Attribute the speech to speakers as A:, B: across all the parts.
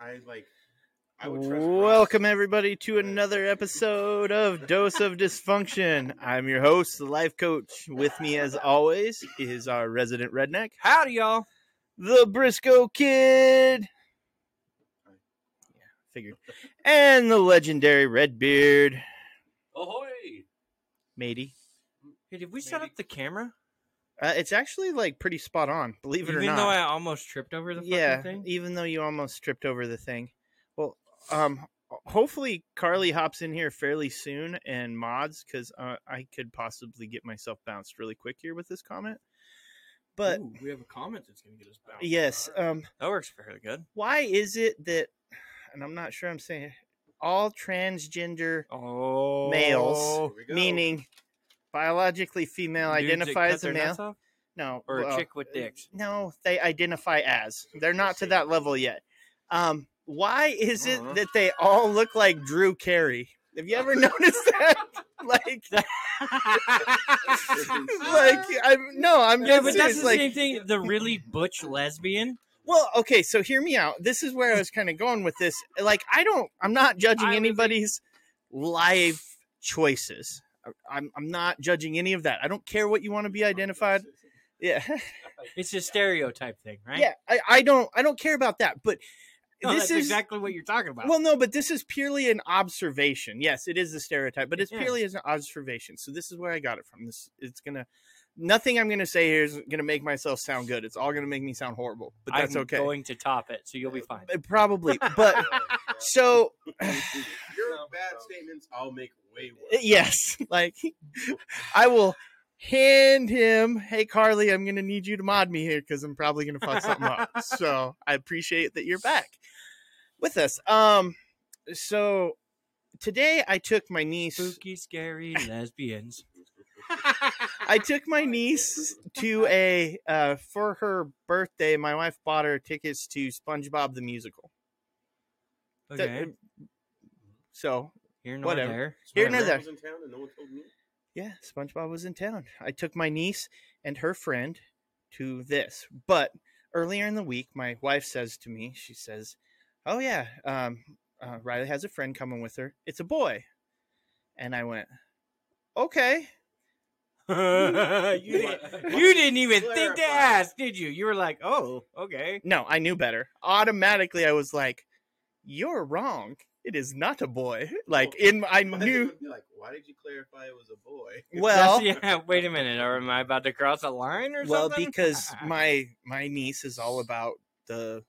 A: I like. I would trust. Ross.
B: Welcome, everybody, to another episode of Dose of Dysfunction. I'm your host, the life coach. With me, as always, is our resident redneck,
C: Howdy, y'all.
B: the Briscoe Kid. Yeah, figured. And the legendary Redbeard,
A: Ahoy!
B: matey.
C: Hey, did we set
A: Maybe.
C: up the camera?
B: Uh, it's actually like pretty spot on, believe it
C: Even
B: or not.
C: though I almost tripped over the fucking
B: yeah, e,
C: thing.
B: even though you almost tripped over the thing. Well, um, hopefully Carly hops in here fairly soon and mods because uh, I could possibly get myself bounced really quick here with this comment. But
C: Ooh, we have a comment that's gonna get us bounced.
B: yes, um,
C: that works fairly good.
B: why is it that? And I'm not sure I'm saying it, all transgender,
C: Oh,
B: Males.
A: we go.
B: meaning biologically female,
C: Dudes that
B: identify
C: cut
B: as a
C: their
B: male.
C: nuts off?
B: No,
C: or
B: well, uh,
C: a chick with dicks.
B: no, they identify as. They're not to that level yet. Um, why is it
A: Uh-huh.
B: that they all look like Drew Carey? Have you ever noticed that? like, like I'm no, I'm
C: yeah,
B: dead
C: but
B: serious,
C: that's the
B: like,
C: same thing. The really butch lesbian.
B: well, okay, so hear me out. This is where I was kind of going with this. Like, I don't, I'm not judging
C: I was like-
B: anybody's life choices. I- I'm, I'm not judging any of that. I don't care what you want to be identified. Yeah.
C: It's a stereotype thing, right?
B: Yeah. I, I don't, I don't care about that. But
C: No,
B: this
C: that's
B: is
C: exactly what you're talking about.
B: Well, no, but this is purely an observation. Yes, it is a stereotype, but it's
C: Yeah.
B: purely as an observation. So this is where I got it from. This it's gonna nothing I'm gonna say here is gonna make myself sound good. It's all gonna make me sound horrible, but that's
C: I'm
B: okay.
C: going to top it, so you'll be fine.
B: Uh, Probably, but so
A: Your bad statements, I'll make way worse.
B: uh, yes, like I will hand him. Hey, Carly, I'm gonna need you to mod me here because I'm probably gonna fuck something up. So I appreciate that you're back with us. Um, so. Today I took my niece
C: Spooky, scary lesbians.
B: I took my niece to a uh, for her birthday. My wife bought her tickets to SpongeBob the musical. Th-
C: Okay,
B: So
C: here nor
B: whatever.
C: there.
B: Here
A: My
B: nor
A: friend
B: there.
A: was in town and no one told me.
B: yeah, SpongeBob was in town. I took my niece and her friend to this. But earlier in the week, my wife says to me, she says, "Oh yeah, um, uh, Riley has a friend coming with her. It's a boy." And I went, "Okay."
C: you, didn't, you didn't even think to
A: Clarify.
C: ask, did you? You were like, oh, okay.
B: No, I knew better. Automatically, I was like, "You're wrong. It is not a boy." Like in,
A: Why
B: I knew.
A: would be like, why did you clarify it was a boy?
B: Well,
C: That's- yeah, wait a minute. Or am I about to cross a line or
B: well,
C: something?
B: because my my niece is all about the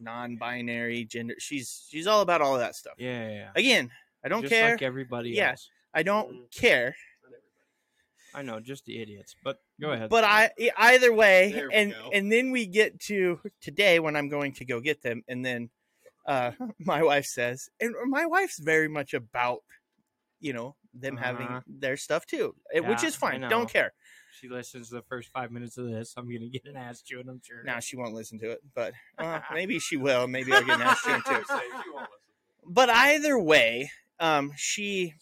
B: non-binary gender. She's she's all about all of that stuff.
C: yeah, yeah, yeah.
B: Again, I don't
C: Just
B: care.
C: like everybody
B: Yeah.
C: else.
B: I don't care.
A: Not everybody.
C: I know, just the idiots. But go ahead.
B: But I e- either way,
A: There we
B: and
A: go.
B: and then we get to today when I'm going to go get them, and then uh, my wife says, and my wife's very much about you know them
C: Uh-huh.
B: having their stuff too, eh, which
C: Yeah,
B: is
C: I
B: fine.
C: know.
B: Don't care.
C: she listens to the first five minutes of this. I'm gonna get an ass chewing. I'm sure.
B: Now she won't listen to it, but uh, maybe she will. Maybe I'll get an ass too.
A: Seriously, you all listen.
B: but either way, um, she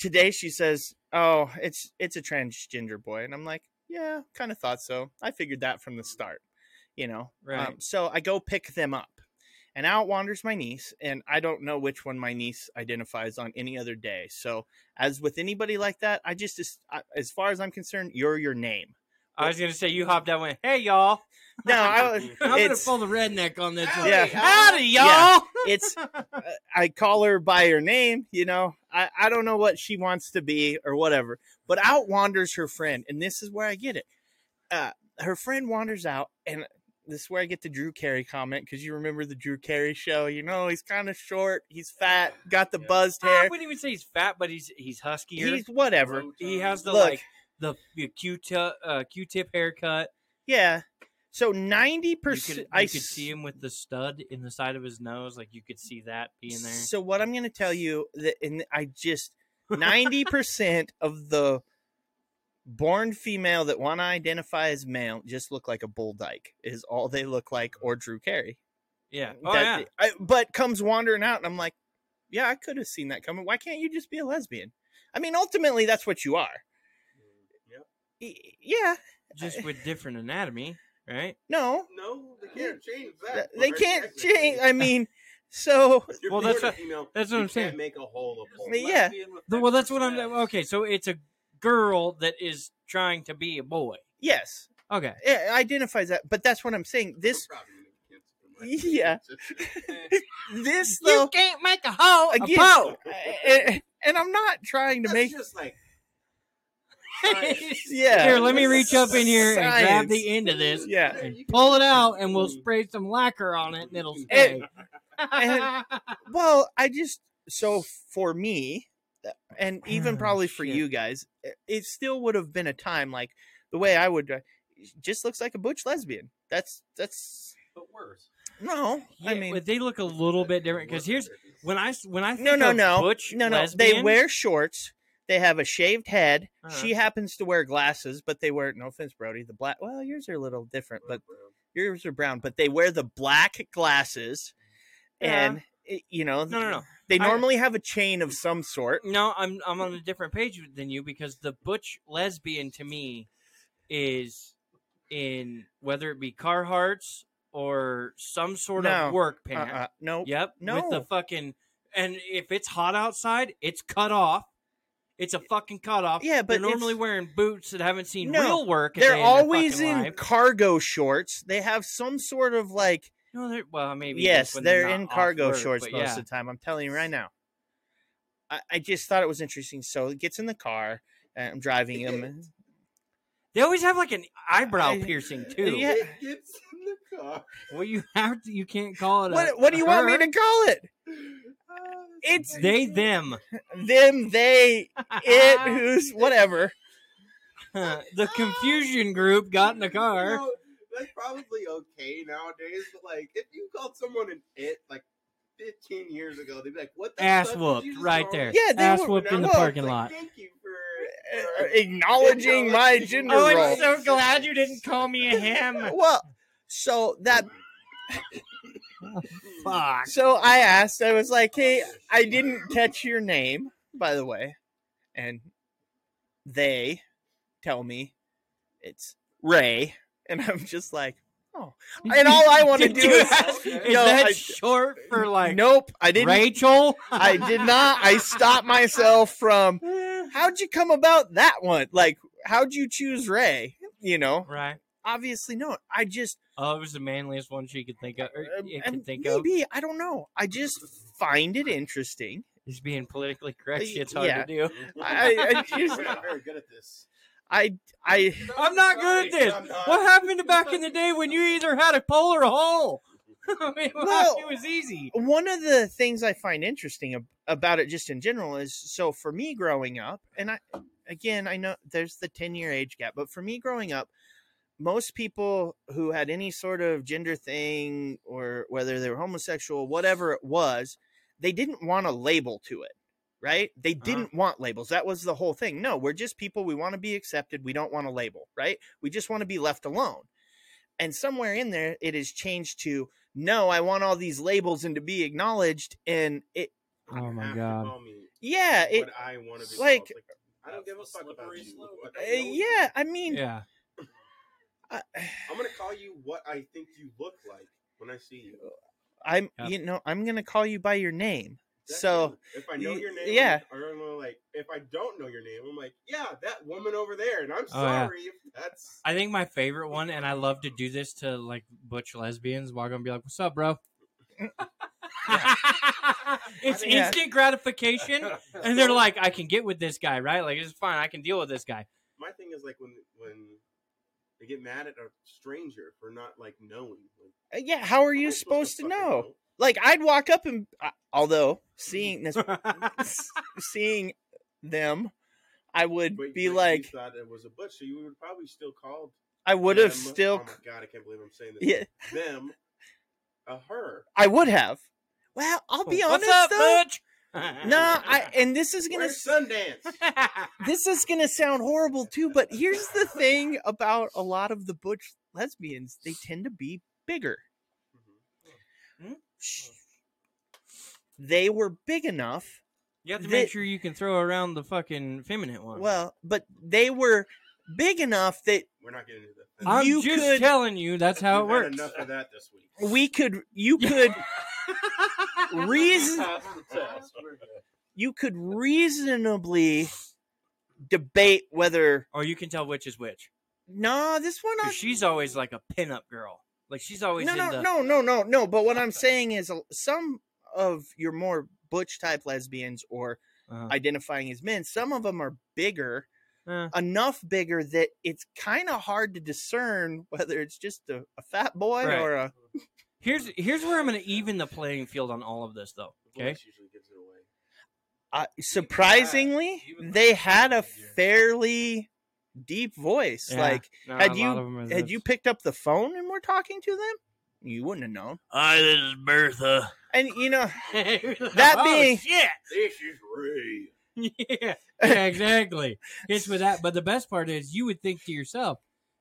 B: today she says, "Oh, it's it's a transgender boy," and I'm like, "Yeah, kind of thought so. I figured that from the start, you know."
C: Right.
B: Um, so I go pick them up, and out wanders my niece, and I don't know which one my niece identifies on any other day. So as with anybody like that, I just as, I- as far as I'm concerned, you're your name.
C: I was gonna say you hopped out. and Went, hey y'all.
B: No, I,
C: I'm gonna
B: it's
C: pull the redneck on this. one.
B: Yeah.
C: howdy y'all.
B: Yeah. it's uh, I call her by her name, you know. I, I don't know what she wants to be or whatever. But out wanders her friend, and this is where I get it. Uh, her friend wanders out, and this is where I get the Drew Carey comment because you remember the Drew Carey show. You know, he's kind of short, he's fat, got the
A: Yeah.
B: buzzed
C: I
B: hair.
C: wouldn't even say he's fat, but he's he's huskier.
B: He's whatever.
A: Road
C: he
A: time.
C: has the
B: Look.
C: like the, the Q-tip uh, Q-tip haircut.
B: Yeah. So ninety
C: You could,
B: percent.
C: you
B: I
C: could see him with the stud in the side of his nose, like you could see that being there.
B: So what I'm going to tell you that, and I just ninety percent of the born female that want to identify as male just look like a bull dyke is all they look like or Drew Carey.
C: Yeah. Oh
B: That-
C: yeah.
B: I- but comes wandering out, and I'm like, yeah, I could have seen that coming. Why can't you just be a lesbian? I mean, ultimately, that's what you are.
A: Yep.
B: Y- yeah.
C: Just with different anatomy, right?
B: No.
A: No, they can't change that.
B: They
A: part,
B: can't
A: technically.
B: change. I mean, So
A: If you're
C: Well, that's
A: forwarding email,
C: that's what
A: you
C: I'm saying.
A: can't Make a hole of hole.
B: But yeah.
C: The- well, that's what I'm. uh, Okay, so it's a girl that is trying to be a boy.
B: yes,
C: Okay.
B: it identifies that, but that's what I'm saying. This, Yeah.
A: eh,
B: this
C: You
B: though,
C: can't make a hole
B: again,
C: a
B: and, and I'm not trying to
A: That's
B: make.
A: just like
C: bow.
B: Yeah.
C: Here, let me reach up in here and grab
B: Science.
C: the end of this,
B: Yeah.
A: Hey, you
C: pull
A: can-
C: it out, and we'll
A: Mm-hmm.
C: spray some lacquer on it, and it'll stay.
B: And- Well, I just so for me, uh, and even
C: Oh,
B: probably for
C: shit.
B: you guys, it- it still would have been a time like the way I would. uh, Just looks like a butch lesbian. That's that's
A: But worse.
B: no. I
C: Yeah,
B: mean,
C: but they look a little bit different because here's when I s- when I think
B: no, no,
C: of
B: no,
C: butch
B: no, no. They
C: lesbian-
B: wear shorts. They have a shaved head.
C: Uh-huh.
B: She happens to wear glasses, but they wear no offense, Brody. The black. Well, yours are a little different, but yours are brown. But they wear the black glasses,
C: Yeah.
B: and it- you know,
C: no no no
B: They
C: I-
B: normally have a chain of some sort.
C: no I'm I'm on a different page than you because the butch lesbian to me is in whether it be Carhartts or some sort
B: No.
C: of work
B: Uh,
C: pant.
B: uh, no,
C: Yep. With
B: No.
C: the fucking and if it's hot outside, it's cut off. It's a fucking cut off.
B: Yeah, but
C: they're normally
B: it's-
C: wearing boots that haven't seen
B: No,
C: real work. a
B: They're
C: day
B: always
C: in.
B: in
C: their fucking life.
B: cargo shorts. They have some sort of like
C: No, they're well, maybe.
B: yes,
C: just when
B: they're,
C: not
B: in
C: off
B: cargo
C: work,
B: shorts
C: but
B: most
C: yeah.
B: of the time. I'm telling you right now. I, I just thought it was interesting. So it gets in the car. And I'm driving him. and-
C: They always have like an eyebrow
B: I-
C: piercing too.
B: Yeah.
A: It gets in the car.
C: Well, you have to. You can't call it. a-
B: What, what do you want me
C: her.
B: to call it?
A: Ah,
B: It's
C: They them.
B: them, they, it, who's, whatever. Ah.
C: the confusion group got in the
A: You
C: car.
A: know, that's probably okay nowadays, but like if you called someone an it like 15 years ago, they'd be like, "What the
C: Ass
A: fuck did
C: whooped
A: you just
C: right
A: call
C: there.
A: me?"
B: Yeah, they
C: ass
B: were-
C: whooped in the
B: well,
C: parking
A: Like,
C: lot. Eh,
A: Thank you for
B: Uh, Acknowledging my gender
A: Oh,
C: Oh,
A: I'm
B: role.
C: I'm
A: Right.
C: so glad you didn't call me a ham.
B: Well, so that
C: Fuck.
B: So I asked, I was like, hey, I didn't catch your name, by the way. And they tell me it's Ray. And I'm just like, And all I wanna
C: Did
B: do
C: you
B: is-
C: ask,
A: yo,
C: is that
B: I-
C: short for like
B: nope, I didn't. e,
C: Rachel?
B: I did not. I stopped myself from, how'd you come about that one? Like, how'd you choose Ray? You know,
C: right.
B: obviously, no. I just,
C: Oh, it was the manliest one she could think of. Or you
B: Um, and
C: could think of.
B: maybe, I don't know. I just find it interesting.
C: Is being politically correct.
B: Uh,
C: Shit's hard
B: yeah.
C: to do.
B: I- I just-
A: We're not very good at this.
B: I, I,
C: I'm not good at this.
A: I'm not.
C: What happened to back in the day when you either had a pole or a hole? I mean,
B: Well-
C: it was easy.
B: one of the things I find interesting ab- about it, just in general, is so for me growing up, and I again I know there's the ten year age gap, but for me growing up, most people who had any sort of gender thing or whether they were homosexual, whatever it was, they didn't want a label to it, right? They didn't want labels. That was the whole thing. No, we're just people. We want to be accepted. We don't want a label, right? We just want to be left alone. And somewhere in there, it is changed to no, I want all these labels and to be acknowledged. And it,
C: Oh my
A: Have to
C: God.
A: call me
C: Uh,
B: yeah, it,
A: what I want to be
B: like-
A: called. I don't give a fuck about you. I
B: uh,
A: don't know you.
B: yeah, I mean,
C: Yeah.
B: I,
A: I'm gonna call you what I think you look like when I see you.
B: I'm,
C: Yeah.
B: you know, I'm gonna call you by your name.
A: That's
B: So,
A: it. if I know
B: y-
A: your name,
B: yeah.
A: or I'm gonna, like if I don't know your name, I'm like, yeah, that woman over there, and I'm
C: Oh, yeah.
A: sorry if that's.
C: I think my favorite one, and I love to do this to like butch lesbians, walk up and be like, "What's up, bro?" it's
A: I mean-
C: instant gratification, and they're like, "I can get with this guy, right? Like it's fine, I can deal with this guy."
A: my thing is like when when they get mad at a stranger for not like knowing. Like,
B: uh, yeah, how are
A: how am
B: you
A: I
B: supposed to
A: fucking
B: know? Like, I'd walk up and, I- although seeing this, s- seeing them, I would
A: But-
B: be
A: but
B: like,
A: you thought it was a butch, so you would probably still called.
B: I would have
A: them-
B: still,
A: Oh my god, I can't believe I'm saying this.
B: yeah,
A: Them, a her.
B: I would have. Well, I'll be honest
C: What's up,
B: though.
C: butch?
B: No, I, and this is gonna,
A: Where's Sundance?
B: this is gonna sound horrible too. But here's the thing about a lot of the butch lesbians: they tend to be bigger.
A: Mm-hmm.
B: They were big enough.
C: you have to
B: They-
C: make sure you can throw around the fucking feminine one.
B: Well, but they were big enough that
A: We're not getting into that.
C: I'm
B: you
C: just
B: could-
C: telling you, that's how it
A: We've had
C: works.
A: Enough of that this week.
B: we could, you could, reason you could reasonably debate whether
C: or you can tell which is which.
B: no, this one
C: 'Cause
B: I,
C: she's always like a pinup girl. Like she's always
B: no,
C: in
B: no,
C: the
B: no, no, no, no. But what I'm saying is, uh, some of your more butch type lesbians or
C: Uh-huh.
B: identifying as men, some of them are bigger,
C: Eh.
B: enough bigger that it's kind of hard to discern whether it's just a, a fat boy
C: Right.
B: or a.
C: Here's here's where I'm going to even the playing field on all of this though. Okay,
B: Uh, surprisingly, they had a fairly deep voice.
C: Yeah.
B: Like,
C: No,
B: had
C: a
B: you-
C: lot of 'em are
B: had
C: this.
B: you picked up the phone and we're talking to them, you wouldn't have known.
C: Hi, this is Bertha.
B: And you know,
C: that
B: being-
A: This is Ray.
C: yeah, yeah, exactly. It's with that. But the best part is, you would think to yourself,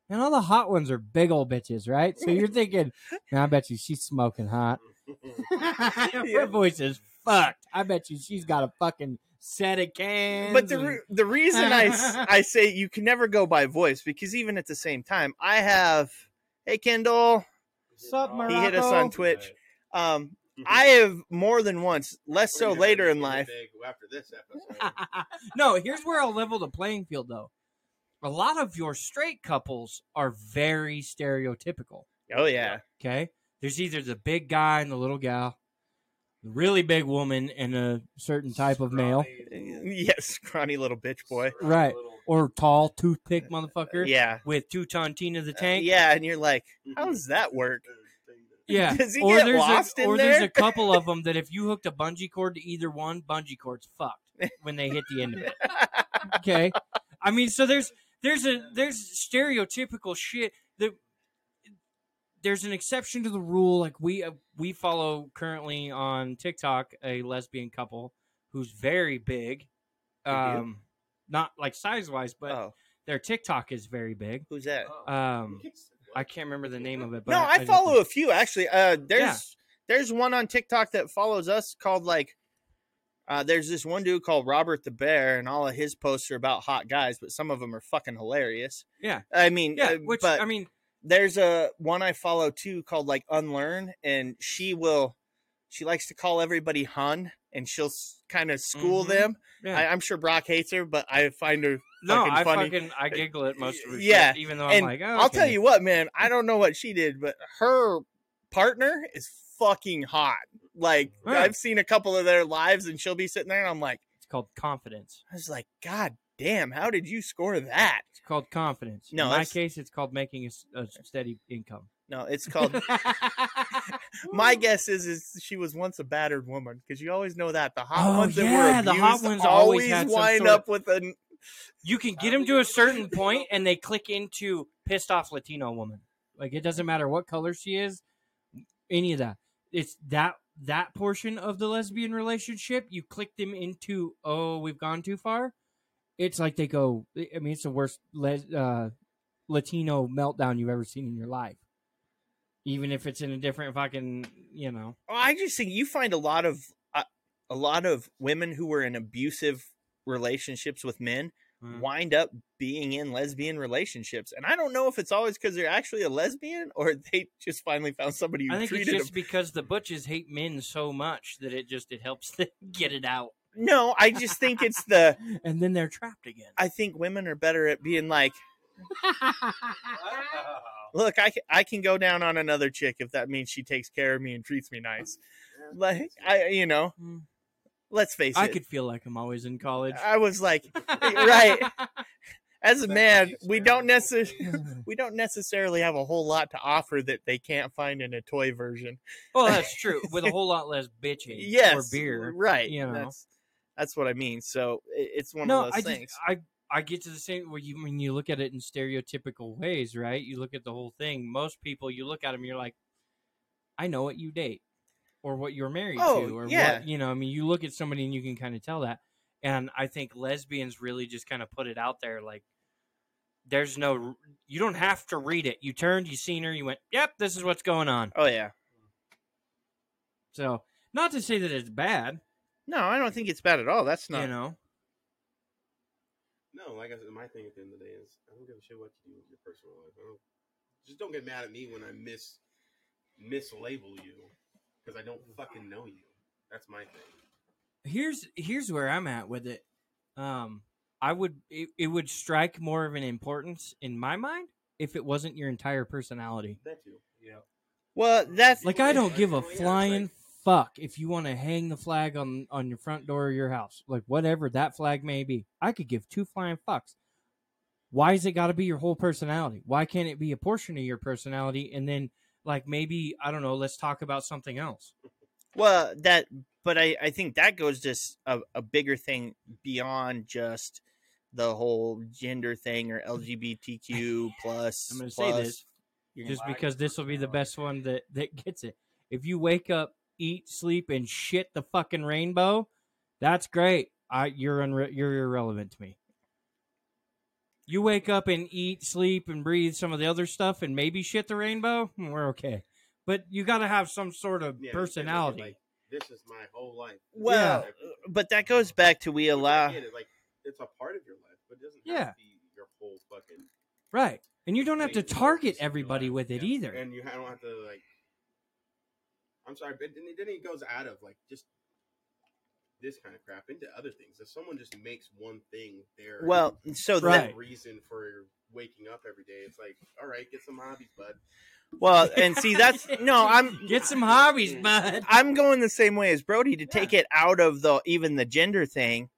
C: man, all the hot ones are big old bitches, right? So you're thinking, man, I bet you she's smoking hot. Her voice is fucked. I bet you she's got a fucking set of cans.
B: but the
C: and-
B: re- the reason I, s- I say you can never go by voice because even at the same time, I have hey Kendall,
C: Sup,
B: he hit us
C: Morocco?
B: on Twitch. Um, I have more than once, less so later in life.
A: After this
C: Ah.
A: episode,
C: no, here's where I'll level the playing field, though. A lot of your straight couples are very stereotypical.
B: Oh yeah,
C: Okay. There's either the big guy and the little gal, the really big woman and a certain type of male,
B: yes, scrawny little bitch boy.
C: Right. or tall toothpick motherfucker
B: Yeah,
C: with two ton Tina the
B: Uh,
C: tank.
B: yeah, and you're like, how does that work?
C: Yeah.
B: Does he
C: or
B: get
C: there's
B: lost
C: a,
B: in
C: or
B: there?
C: there's a couple of them that if you hooked a bungee cord to either one, bungee cord's fucked when they hit the end of it. Okay, I mean, so there's there's a there's stereotypical shit that there's an exception to the rule. Like we uh, we follow currently on TikTok a lesbian couple who's very big,
B: You do?
C: um, not like size wise, but
B: oh,
C: their TikTok is very big.
B: who's that?
A: Oh,
C: Um, I can't remember the name of it. But
B: no, I,
C: just-
B: follow a few actually. Uh, there's there's one on TikTok that follows us called like. Uh, there's this one dude called Robert the Bear, and all of his posts are about hot guys, but some of them are fucking hilarious.
C: Yeah.
B: I mean,
C: Yeah,
B: uh,
C: which
B: but
C: I mean,
B: there's a one I follow too called like Unlearn, and she will, she likes to call everybody hun, and she'll s- kind of school
C: Mhm.
B: them.
C: yeah.
B: I, I'm sure Brock hates her, but I find her
C: No,
B: fucking
C: I
B: funny.
C: fucking I giggle at most of her
B: Yeah,
C: shit, even though
B: and
C: I'm like, oh,
B: I'll tell
C: okay.
B: you what, man. I don't know what she did, but her partner is fucking hot. Like
C: Right.
B: I've seen a couple of their lives, and she'll be sitting there, and I'm like,
C: it's called confidence.
B: I was like, God damn, how did you score that?
C: It's called confidence.
B: No,
C: in my
B: that's-
C: case, it's called making a, s- a steady income.
B: No, it's called. my guess is, is she was once a battered woman because you always know that the hot
C: Oh,
B: ones that
C: yeah,
B: were
C: the
B: abused
C: hot ones always
B: always,
C: had some
B: wind
C: sort of-
B: up with an.
C: you can get them to a certain point, and they click into pissed off Latino woman. Like it doesn't matter what color she is, any of that. It's that that portion of the lesbian relationship. You click them into. Oh, we've gone too far. It's like they go. I mean, it's the worst les- uh, Latino meltdown you've ever seen in your life. Even if it's in a different fucking, you know,
B: Oh, I just think you find a lot of uh, a lot of women who were in abusive relationships with men
C: Mm.
B: wind up being in lesbian relationships. And I don't know if it's always because they're actually a lesbian or they just finally found somebody who
C: I think it's
B: treated
C: just
B: them.
C: because the butches hate men so much that it just it helps them get it out,
B: No, I just think it's the.
C: and then they're trapped again.
B: I think women are better at being like, look, I can, I can go down on another chick if that means she takes care of me and treats me nice. Like I, you know,
C: Mm.
B: let's face
C: I
B: it.
C: could feel like I'm always in college.
B: I was like, right. As a man, we don't necessarily.
C: well,
B: We don't necessarily have a whole lot to offer that they can't find in a toy version.
C: that's true. With a whole lot less bitching
B: yes,
C: or beer.
B: Right.
C: you know.
B: That's that's what I mean. So it, it's one
C: No,
B: of
C: I
B: those
C: just
B: things.
C: I I get to the same where you when you look at it in stereotypical ways, right? You look at the whole thing. Most people, you look at them, you're like, I know what you date, or what you're married
B: Oh,
C: to, or
B: yeah.
C: what you know. I mean, you look at somebody and you can kind of tell that. And I think lesbians really just kind of put it out there, like there's no you don't have to read it. You turned, you seen her, you went, yep, this is what's going on.
B: oh yeah.
C: So not to say that it's bad,
B: No, I don't think it's bad at all. That's not.
C: you know.
A: No, like I said, my thing at the end of the day is I don't give a shit what you do with your personal life. I don't, just don't get mad at me when I mis mislabel you because I don't fucking know you. That's my thing.
C: here's here's where I'm at with it. Um, I would it, it would strike more of an importance in my mind if it wasn't your entire personality.
A: That too. Yeah.
B: Well, that's
C: Like I don't give
A: Oh,
C: a
A: yeah, it's like-
C: flying fuck if you want to hang the flag on on your front door of your house, like whatever that flag may be. I could give two flying fucks. Why is it got to be your whole personality? Why can't it be a portion of your personality and then like maybe I don't know, let's talk about something else.
B: well that, but I I think that goes just a, a bigger thing beyond just the whole gender thing or LGBTQ plus.
C: Mm. I'm going to say
B: plus.
C: this
B: You're gonna-
C: just because this will be the best one that that gets it. If you wake up, eat, sleep, and shit the fucking rainbow, that's great. I you're unre- you're irrelevant to me. You wake up and eat, sleep, and breathe some of the other stuff, and maybe shit the rainbow. hmm, We're okay, but you got to have some sort of
A: Yeah, you can't make it
C: personality.
A: like, this is my whole life.
B: Well, but that goes back to we
A: Which I
B: allow.
A: get it, like it's a part of your life, but it doesn't
C: Yeah.
A: have to be your whole fucking.
C: right, and you don't have to
A: thing.
C: target
A: It's your
C: everybody
A: life,
C: with it
A: yeah.
C: either.
A: and you don't have to like. I'm sorry, but then, then he goes out of like just this kind of crap into other things. If someone just makes one thing their
B: Well, so
A: their
B: that
C: Right.
A: reason for waking up every day, it's like, all right, get some hobbies, bud.
B: well, and see that's no. I'm
C: Get some hobbies, bud.
B: I'm going the same way as Brody to take it out of the even the gender thing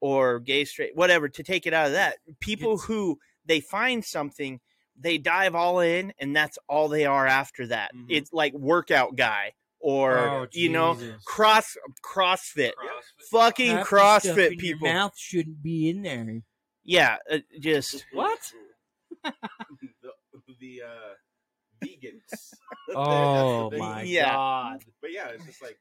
B: or gay straight whatever to take it out of that. People
C: It's-
B: who they find something, they dive all in and that's all they are after that.
A: Mhm.
B: It's like workout guy or
C: Mm-hmm. Oh,
B: you know
C: Jesus.
B: cross CrossFit.
A: CrossFit.
B: Fucking
C: Half the stuff in
B: CrossFit
C: your
B: people.
C: mouth shouldn't be in there.
B: Yeah, uh, just
C: What?
A: the the uh, vegans. That's
C: Oh
A: the thing.
C: my
B: Yeah.
C: god.
A: But yeah, it's just like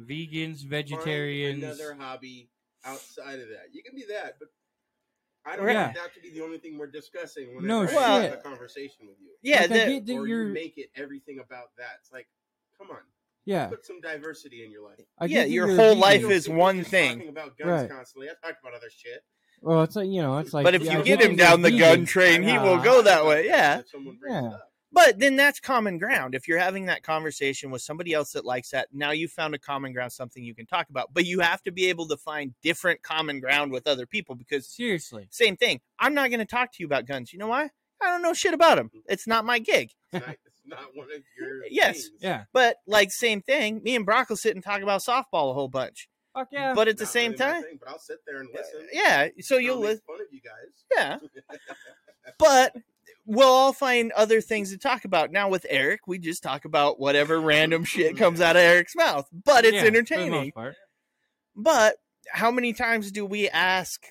C: Vegans,
A: find
C: vegetarians.
A: Another hobby outside of that. You can be that, but I don't
C: Right.
A: want that to be the only thing we're discussing. Whenever
C: No
A: I
B: shit.
A: have a conversation with you.
B: yeah,
C: Like, I
B: that-
C: get that
A: or
C: you're-
A: you make it everything about that. It's like, come on,
C: yeah.
A: put some diversity in your life.
C: I
B: Yeah,
C: get that
B: your
C: you're a
B: whole
C: vegan.
B: life
A: You
B: is-
A: don't see me
B: one
A: just
B: thing.
A: Talking about guns
C: Right.
A: constantly. I talk about other shit.
C: Well, it's like you know, it's like.
B: But if
C: yeah,
B: you
C: I
B: get
C: that
B: him
C: you're
B: down the gun
C: vegan.
B: train, he will
C: Nah.
B: go that way. Yeah.
A: If someone brings it
C: Yeah.
A: up.
B: But then that's common ground. If you're having that conversation with somebody else that likes that, now you found a common ground, something you can talk about. But you have to be able to find different common ground with other people because
C: Seriously,
B: same thing. I'm not going to talk to you about guns. You know why? I don't know shit about them. It's not my gig.
A: It's not, it's not one of your
B: Yes.
A: things.
C: yeah,
B: But like same thing, me and Brock will sit and talk about softball a whole bunch.
C: fuck yeah.
B: But at the
A: Not
B: same
A: really my
B: time,
A: thing, but I'll sit there and listen.
B: yeah. So
A: I'll
B: you'll
A: make
B: listen.
A: fun of you guys.
B: Yeah. But we'll all find other things to talk about. Now with Eric, we just talk about whatever random shit comes out of Eric's mouth. But it's
C: Yeah, for the most
B: entertaining.
C: part.
B: But how many times do we ask,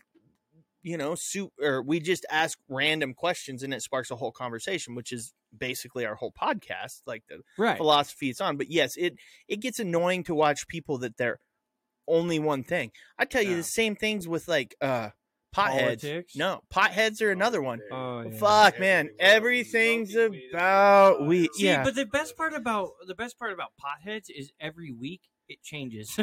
B: you know, su- or we just ask random questions and it sparks a whole conversation, which is basically our whole podcast, like the
C: Right.
B: philosophy it's on. But yes, it it gets annoying to watch people that they're only one thing. I tell you
C: Yeah.
B: the same things with like uh potheads.
C: Politics?
B: No, potheads are another one.
C: Oh, yeah.
B: Fuck man, everything's
A: Everything's about weed.
B: about
A: Oh,
B: weed.
C: See,
B: Yeah,
C: but the best part about the best part about potheads is every week it changes.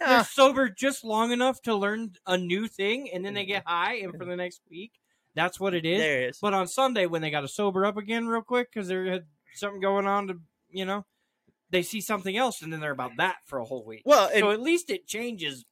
C: They're
B: Ah,
C: sober just long enough to learn a new thing, and then they get high, and for the next week, that's what it is.
B: there it is.
C: But on Sunday, when they got to sober up again real quick because they had something going on to, you know, they see something else and then they're about that for a whole week.
B: Well, and-
C: so at least it changes.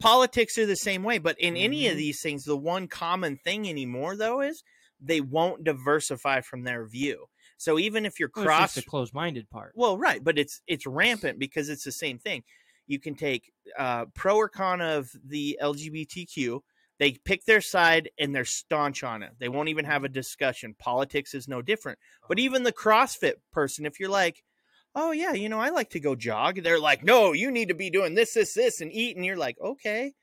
B: politics are the same way but in any of
C: Mhm.
B: these things the one common thing anymore though is they won't diversify from their view so even if you're
C: Well, Oh, it's
B: cross
C: just the closed-minded part.
B: well right but it's it's rampant because it's the same thing you can take uh, pro or con of the lgbtq they pick their side and they're staunch on it they won't even have a discussion politics is no different
C: Oh.
B: but even the crossfit person if you're like oh yeah you know i like to go jog they're like no you need to be doing this this this and eat and you're like okay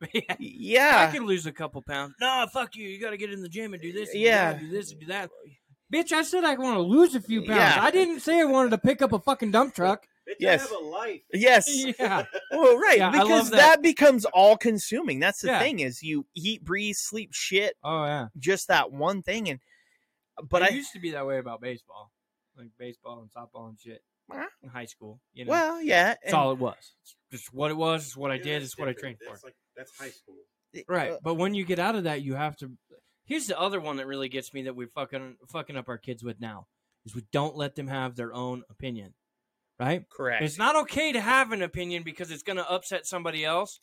C: yeah. I
B: yeah
C: can lose a couple pounds. No, fuck you. You got to get in the gym and do this. And
B: Yeah.
C: yeah, do this and do that. Bitch, I said I want to lose a few pounds.
B: Yeah.
C: I didn't say I wanted to pick up a fucking dump truck.
A: Bitch,
B: Yes.
A: I have a life.
B: yes
C: yeah,
B: well right
C: Yeah, I love
B: because that.
C: that.
B: becomes all consuming that's the
C: Yeah.
B: thing is you eat breathe sleep shit
C: oh yeah.
B: just that one thing and but
C: But I,
B: i,
C: used to be that way about baseball, like baseball and softball and shit
B: Huh?
C: in high school. You know,
B: well yeah
C: That's
B: and-
C: all it was. It's just what it was. It's what I
A: Yeah,
C: did.
A: that's
C: It's what I trained
A: different. That's
C: for.
A: like that's high school.
C: Right.
B: Uh,
C: But when you get out of that, you have to. Here's the other one that really gets me that we fucking fucking up our kids with now is we don't let them have their own opinion. right?
B: Correct.
C: It's not okay to have an opinion because it's going to upset somebody else.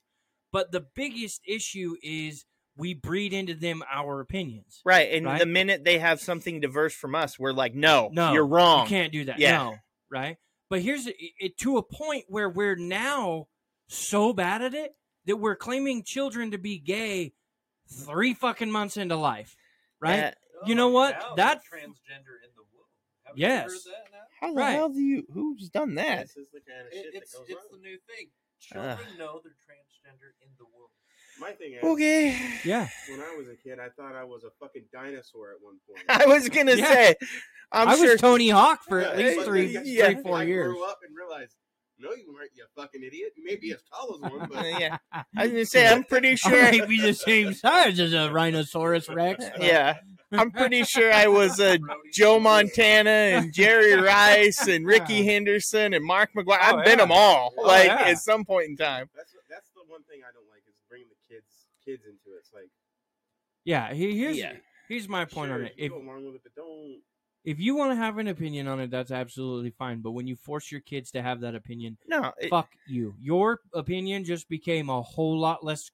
C: But the biggest issue is we breed into them our opinions.
B: right. And
C: right?
B: the minute they have something diverse from us, we're like, no,
C: No,
B: you're wrong.
C: You can't do that.
B: Yeah.
C: No, right? But here's it, it- to a point where we're now so bad at it that we're claiming children to be gay three fucking months into life, right?
B: Uh,
C: You know what?
D: Oh, Now
C: That-
D: they're transgender in the womb. Haven't
C: Yes.
D: You heard that now?
B: how the
C: Right.
B: hell do you? Who's done that?
A: This is the kind of
D: It-
A: shit
D: it's
A: that goes
D: it's the
A: on.
D: new thing. Children know they're transgender in the womb.
A: My thing is,
B: Okay.
C: Yeah.
A: when I was a kid, I thought I was a fucking dinosaur at one point.
B: I was gonna
C: Yeah.
B: say, I'm
C: i
B: sure.
C: was Tony Hawk for at
A: Yeah,
C: least
A: but
C: three,
A: then I-
B: yeah.
C: three, four
A: I
C: years.
A: grew up and realized, no, you weren't, you fucking idiot. You may be as tall as one,
B: Uh,
A: but
B: yeah, I was gonna say I'm pretty sure.
C: I might be the same size as a rhinoceros rex. but-
B: Yeah, I'm pretty sure I was a
A: Uh,
B: Joe Montana and Jerry Rice and Ricky Henderson and Mark McGuire. I've
C: Oh,
B: been
C: yeah.
B: them all,
A: Oh,
B: like
C: yeah.
B: at some point in time.
A: that's that's the one thing I don't like is bringing the kids kids into it. It's like
C: Yeah. he- Here's
B: Yeah.
C: here's my point
A: sure,
C: on it.
A: you
C: If
A: go along with it, but don't.
C: if you want to have an opinion on it, that's absolutely fine. But when you force your kids to have that opinion,
B: No, it-
C: fuck you. Your opinion just became a whole lot less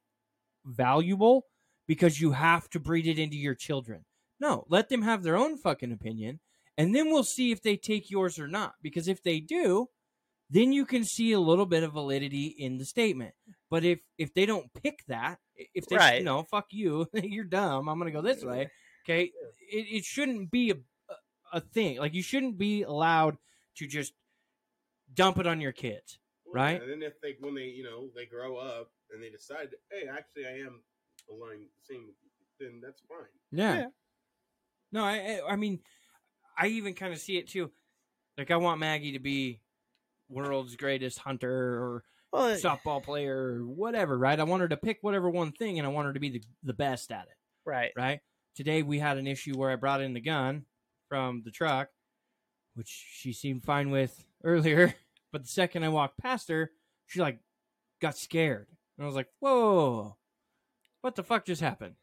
C: valuable because you have to breed it into your children. No, let them have their own fucking opinion, and then we'll see if they take yours or not. Because if they do, then you can see a little bit of validity in the statement. But if if they don't pick that, i- if they
B: Right.
C: no fuck you, you're dumb. I'm gonna go this way. Okay, it, it shouldn't be a a thing. Like you shouldn't be allowed to just dump it on your kids. Right.
A: And then if they when they you know they grow up and they decide, hey, actually I am aligned the same, then that's fine.
C: Yeah.
B: Yeah.
C: No, I I I mean, I even kind of see it too. Like I want Maggie to be world's greatest hunter
B: well,
C: or
B: it-
C: softball player or whatever, right? I want her to pick whatever one thing and I want her to be the, the best at it,
B: right.
C: right? Today we had an issue where I brought in the gun from the truck, which she seemed fine with earlier, but the second I walked past her, she like got scared. And I was like, whoa, what the fuck just happened?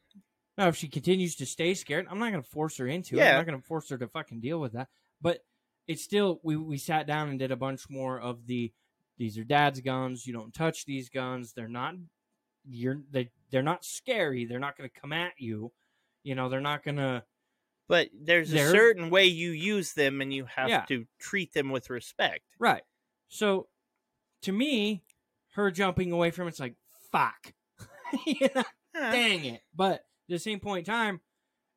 C: Now, if she continues to stay scared, I'm not going to force her into it.
B: Yeah.
C: I'm not going to force her to fucking deal with that. But it's still, we, we sat down and did a bunch more of the, these are dad's guns. You don't touch these guns. They're not, you're, they, they're not scary. They're not going to come at you. You know, they're not going to,
B: But there's a
C: There-
B: certain way you use them, and you have
C: Yeah.
B: to treat them with respect.
C: Right. So to me, her jumping away from it's like, fuck. You know,
B: Huh.
C: Dang it. But at the same point in time,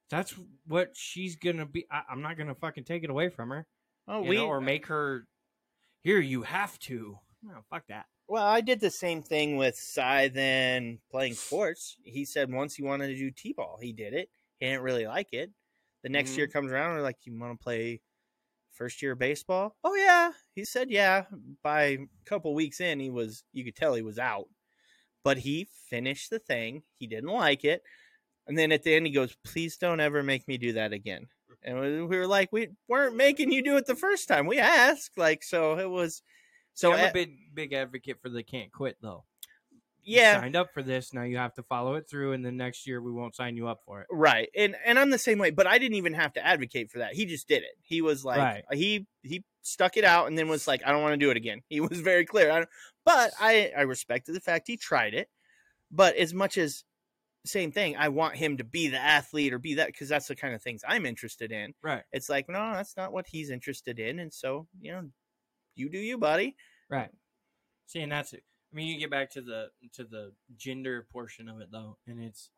C: that's what she's going to be. I, I'm not going to fucking take it away from her
B: Oh,
C: you
B: we
C: know, or make her, here, you have to. No, fuck that.
B: Well, I did the same thing with Scythen playing sports. He said once he wanted to do T ball, he did it. He didn't really like it. The next
C: Mm-hmm.
B: year comes around, we're like, You want to play first year baseball? Oh, yeah. He said, Yeah. By a couple weeks in, he was, you could tell he was out, but he finished the thing. He didn't like it. And then at the end, he goes, Please don't ever make me do that again. And we we were like, We weren't making you do it the first time. We asked. Like, so it was. So, eh
C: I'm
B: at-
C: a big, big advocate for they can't quit, though. You
B: yeah.
C: signed up for this. Now you have to follow it through. And then next year, we won't sign you up for it.
B: Right. And and I'm the same way, but I didn't even have to advocate for that. He just did it. He was like
C: Right.
B: he he stuck it out and then was like I don't want to do it again. He was very clear. I don't, but I I respected the fact he tried it. But as much as same thing, I want him to be the athlete or be that cuz that's the kind of things I'm interested in.
C: Right.
B: It's like no, that's not what he's interested in and so, you know, you do you, buddy.
C: Right. See, and that's it. I mean, you get back to the to the gender portion of it though, and it's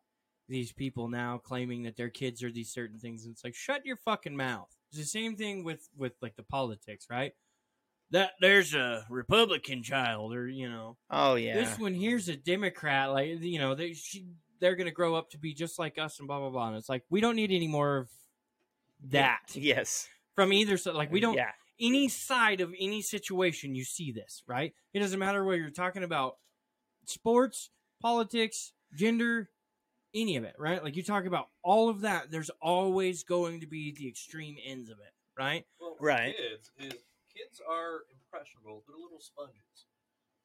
C: these people now claiming that their kids are these certain things, and it's like, shut your fucking mouth. It's the same thing with with like the politics, right? That there's a Republican child, or you know,
B: Oh yeah.
C: this one here's a Democrat. Like you know, they she they're gonna grow up to be just like us, and blah blah blah. And it's like we don't need any more of that
B: Yes.
C: from either side. Like we don't
B: Yeah.
C: any side of any situation you see this right it doesn't matter whether you're talking about sports politics gender any of it right like you talk about all of that there's always going to be the extreme ends of it right
D: Well, with
B: Right.
D: Kids is kids are impressionable. They're little sponges.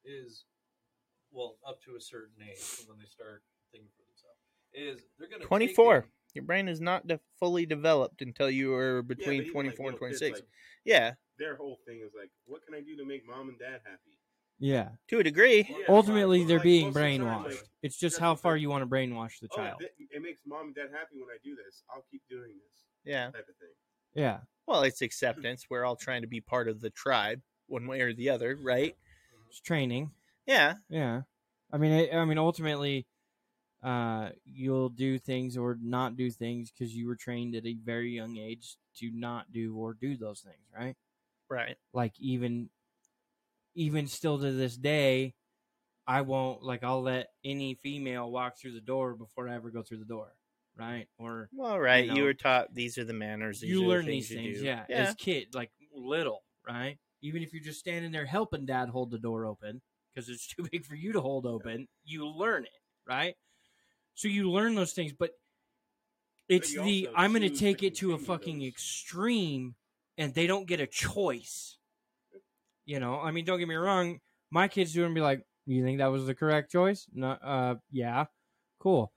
D: Is well up to a certain age when they start thinking for themselves. Is they're going to
B: 24. Your brain is not de- fully developed until you are
A: Yeah,
B: between
A: but even, like,
B: 24 and
A: little kids,
B: 26.
A: like,
B: yeah,
A: their whole thing is like, what can I do to make mom and dad happy?
C: Yeah.
B: to a degree.
A: Yeah,
C: Ultimately,
A: but,
C: they're
A: like,
C: being
A: most of the time,
C: brainwashed.
A: like,
C: It's just
A: that's
C: how
A: the
C: far
A: thing.
C: you want to brainwash the
A: oh,
C: child.
A: th- it makes mom and dad happy when I do this. I'll keep doing this
B: Yeah.
A: type of thing.
C: Yeah.
B: Well, it's acceptance. We're all trying to be part of the tribe, one way or the other, right?
C: It's training.
B: Yeah.
C: Yeah, I mean, I, I mean, ultimately, uh, you'll do things or not do things because you were trained at a very young age to not do or do those things, right?
B: Right.
C: Like even, even still to this day, I won't like I'll let any female walk through the door before I ever go through the door, right? Or
B: Well, right. You,
C: know.
B: were taught these are the manners. These
C: you
B: are
C: learn
B: the things
C: these
B: you
C: things,
B: do.
C: yeah, as kid, like little, right? Even if you're just standing there helping dad hold the door open because it's too big for you to hold open, you learn it, right? So you learn those things, but it's
A: you
C: the
A: also
C: I'm going to
A: choose to
C: take it to a
A: continue
C: fucking
A: those.
C: extreme, and they don't get a choice. You know, I mean, don't get me wrong. My kids do and be like, "You think that was the correct choice?" No, uh, yeah, cool.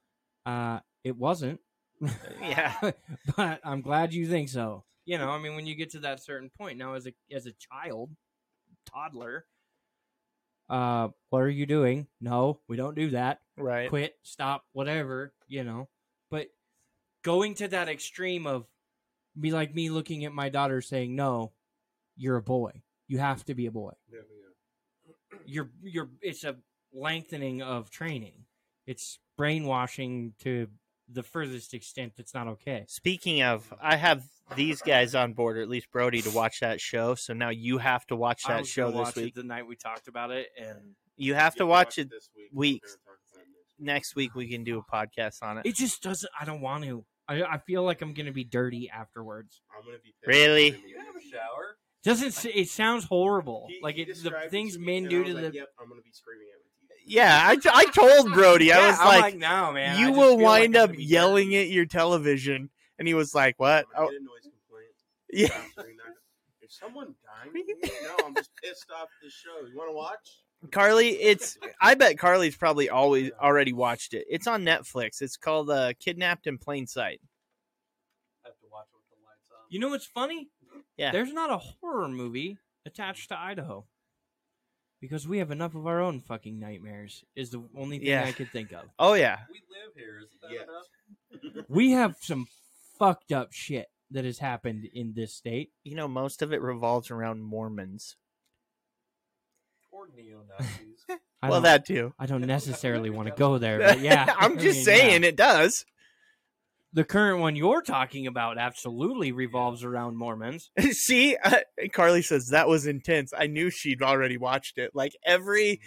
C: Uh, it wasn't.
B: Yeah.
C: but I'm glad you think so. You know, I mean, when you get to that certain point now, as a as a child, toddler, uh, what are you doing? No, we don't do that.
B: Right.
C: Quit, stop, whatever. You know, but going to that extreme of be like me looking at my daughter saying, "No, you're a boy. You have to be a boy."
A: Yeah, yeah.
C: you're you're it's a lengthening of training. It's brainwashing to the furthest extent that's not okay.
B: Speaking of, I have these guys on board, or at least Brody, to watch that show. So now you have to watch
C: I
B: that
C: was
B: show
C: gonna
B: this
C: watch it
B: week.
C: the night we talked about it and
B: You have
A: You
B: to watch it
A: this week.
B: weeks.
A: We're gonna talk about it next week.
B: next week. We can do a podcast on it.
C: it just doesn't I don't want to. I, I feel like I'm gonna be dirty afterwards.
A: I'm gonna be pissed.
B: Really?
A: I'm gonna be
D: You have a
A: pissed.
D: shower.
C: Doesn't s- it sounds horrible.
A: He-
C: like
A: he
C: it, the
A: described
C: things
A: to me,
C: men
A: and I
C: do
A: was
C: to
A: like,
C: the
A: Yep, I'm gonna be screaming at my teeth.
B: Yeah, I, I told Brody. I
C: Yeah,
B: was
C: I'm
B: like,
C: no man. I
B: you
C: just
B: will
C: feel like
B: wind
C: I'm
B: up
C: gonna be
B: yelling
C: dirty."
B: at your television. And he was like, what?
A: I
B: Oh,
A: get a noise complaint.
B: yeah.
A: I'm screaming at- Is someone dying? here? no, I'm just pissed off this show. You want to watch?
B: Carly, it's, I bet Carly's probably always already watched it. It's on Netflix. It's called uh, Kidnapped in Plain Sight.
D: I have to watch it with the lights on.
C: You know what's funny?
B: Yeah.
C: There's not a horror movie attached to Idaho. Because we have enough of our own fucking nightmares is the only thing
B: Yeah.
C: I could think of.
B: Oh, yeah.
D: we live here. Isn't that
A: Yeah.
D: enough?
C: We have some fucked up shit that has happened in this state.
B: You know, most of it revolves around Mormons.
D: Or neo Nazis.
C: I
B: well,
C: don't,
B: that too.
C: I don't necessarily want to go there, but yeah.
B: I'm
C: I
B: just
C: mean,
B: saying
C: yeah.
B: it does.
C: The current one you're talking about absolutely revolves around Mormons.
B: See, uh, Carly says that was intense. I knew she'd already watched it. Like every,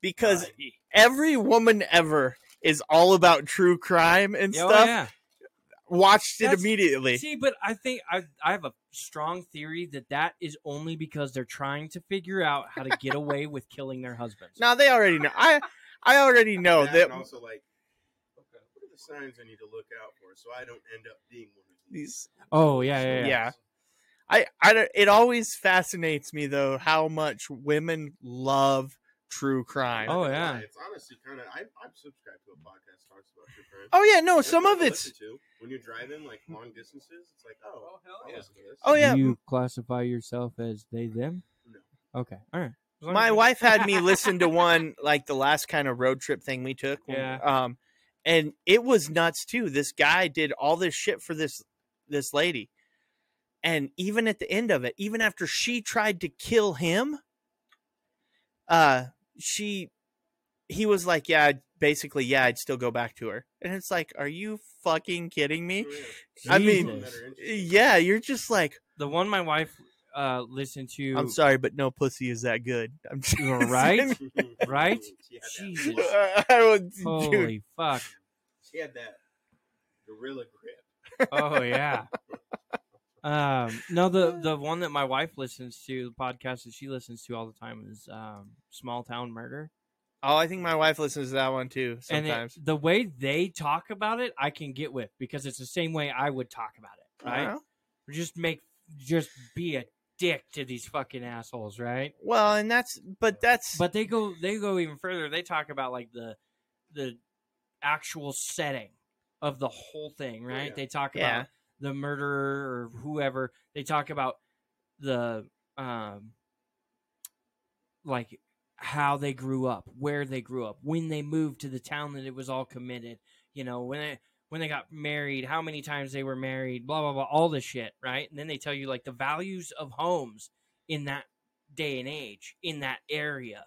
B: because every woman ever is all about true crime and
C: Oh,
B: stuff.
C: yeah.
B: Watched it
C: That's-
B: immediately.
C: See, but I think I I have a strong theory that that is only because they're trying to figure out how to get away with killing their husbands.
B: Now they already know. I I already know
A: That
B: that.
A: and also like, okay, what are the signs I need to look out for so I don't end up being one of these?
B: These,
C: Oh yeah, yeah, yeah.
B: Yeah. I I don't- it always fascinates me though how much women love true crime.
C: Oh,
B: Oh,
A: Not gonna
C: yeah.
A: lie, It's honestly kind of. I I'm subscribed to a podcast that talks about true crime.
B: Oh, yeah, no,
A: There's
B: some
A: something
B: of
A: to
B: it's
A: listen to. when you're driving like long distances. It's like, oh,
D: Oh hell
A: I'll
D: yeah.
A: listen to this.
B: Oh, yeah.
C: Do you classify yourself as they them?
A: No.
C: Okay. All right. As long
B: my
C: as-
B: wife had me listen to one like the last kind of road trip thing we took. when-
C: Yeah.
B: Um, and it was nuts too. This guy did all this shit for this this lady, and even at the end of it, even after she tried to kill him, uh, she he was like, yeah, I'd- basically, yeah, I'd still go back to her. And it's like, are you fucking kidding me? I mean,
C: Jesus.
B: Yeah, you're just like,
C: the one my wife uh listened to.
B: I'm sorry, but no pussy is that good. I'm just
C: You're right.
A: yeah.
C: Right?
A: She had that-
C: Jesus.
B: I would, dude,
C: Holy fuck!
A: She had that gorilla grip.
C: Oh yeah. Um, no, the the one that my wife listens to, the podcast that she listens to all the time is um, Small Town Murder.
B: Oh, I think my wife listens to that one too sometimes.
C: And it, the way they talk about it, I can get with because it's the same way I would talk about it, right?
B: Uh-huh.
C: Just make, just be a dick to these fucking assholes, right?
B: Well, and that's but that's
C: But they go, they go even further. They talk about like the, the actual setting of the whole thing, right?
A: yeah.
C: They talk about
B: Yeah.
C: the murderer or whoever. They talk about the um like how they grew up, where they grew up, when they moved to the town that it was all committed, you know, when it when they got married, how many times they were married, blah blah blah, all this shit, right? And then they tell you like the values of homes in that day and age, in that area.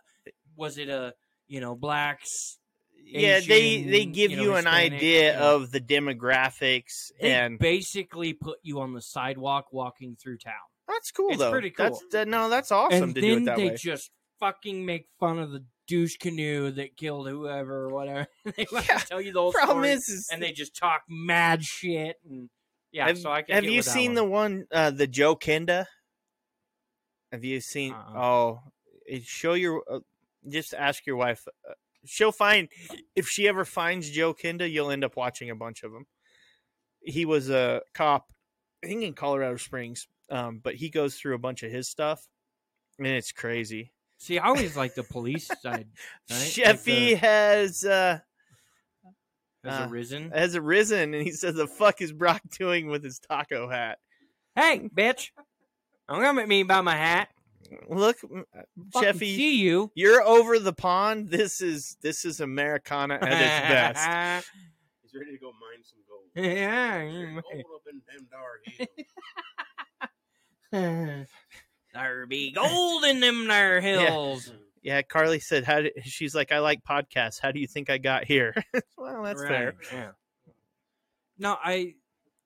C: Was it a you know blacks?
B: yeah, they they
C: Asian,
B: give
C: you
B: you,
C: know,
B: an
C: Hispanic,
B: idea
C: yeah.
B: of the demographics,
C: They
B: and
C: basically put you on the sidewalk walking through town.
B: that's cool
C: it's
B: though.
C: pretty
B: That's
C: cool.
B: that- no, that's awesome
C: and
B: to
C: then
B: do it that
C: they
B: way.
C: just fucking make fun of the douche canoe that killed whoever or whatever. they want
B: Yeah,
C: to tell you the whole
B: Problem
C: story,
B: is, is
C: and they just talk mad shit. And yeah,
B: Have-
C: so I can.
B: have
C: get
B: you
C: with that
B: seen
C: one.
B: the one uh, the Joe Kenda? Have you seen?
C: Uh-uh.
B: Oh, it- show your. Uh, just ask your wife. Uh, she'll find if she ever finds Joe Kenda, you'll end up watching a bunch of them. He was a cop, I think in Colorado Springs, um, but he goes through a bunch of his stuff, and it's crazy.
C: See, I always like the police side. Right? Like
B: Sheffy
C: the-
B: has uh,
C: has
B: uh,
C: arisen.
B: has arisen, and he says, "The fuck is Brock doing with his taco hat?"
C: hey, bitch! Don't come at me by my hat.
B: Look, uh,
C: Fucking
B: Cheffy,
C: see you.
B: you're over the pond. This is this is Americana at its best.
A: He's ready to go mine some gold.
C: Yeah,
A: There's
C: you
A: gold up in them dar hills.
C: there be gold in them there hills.
B: Yeah, Carly said, "How?" Do, she's like, "I like podcasts. How do you think I got here?" well, that's fair.
C: Right, Yeah. No, I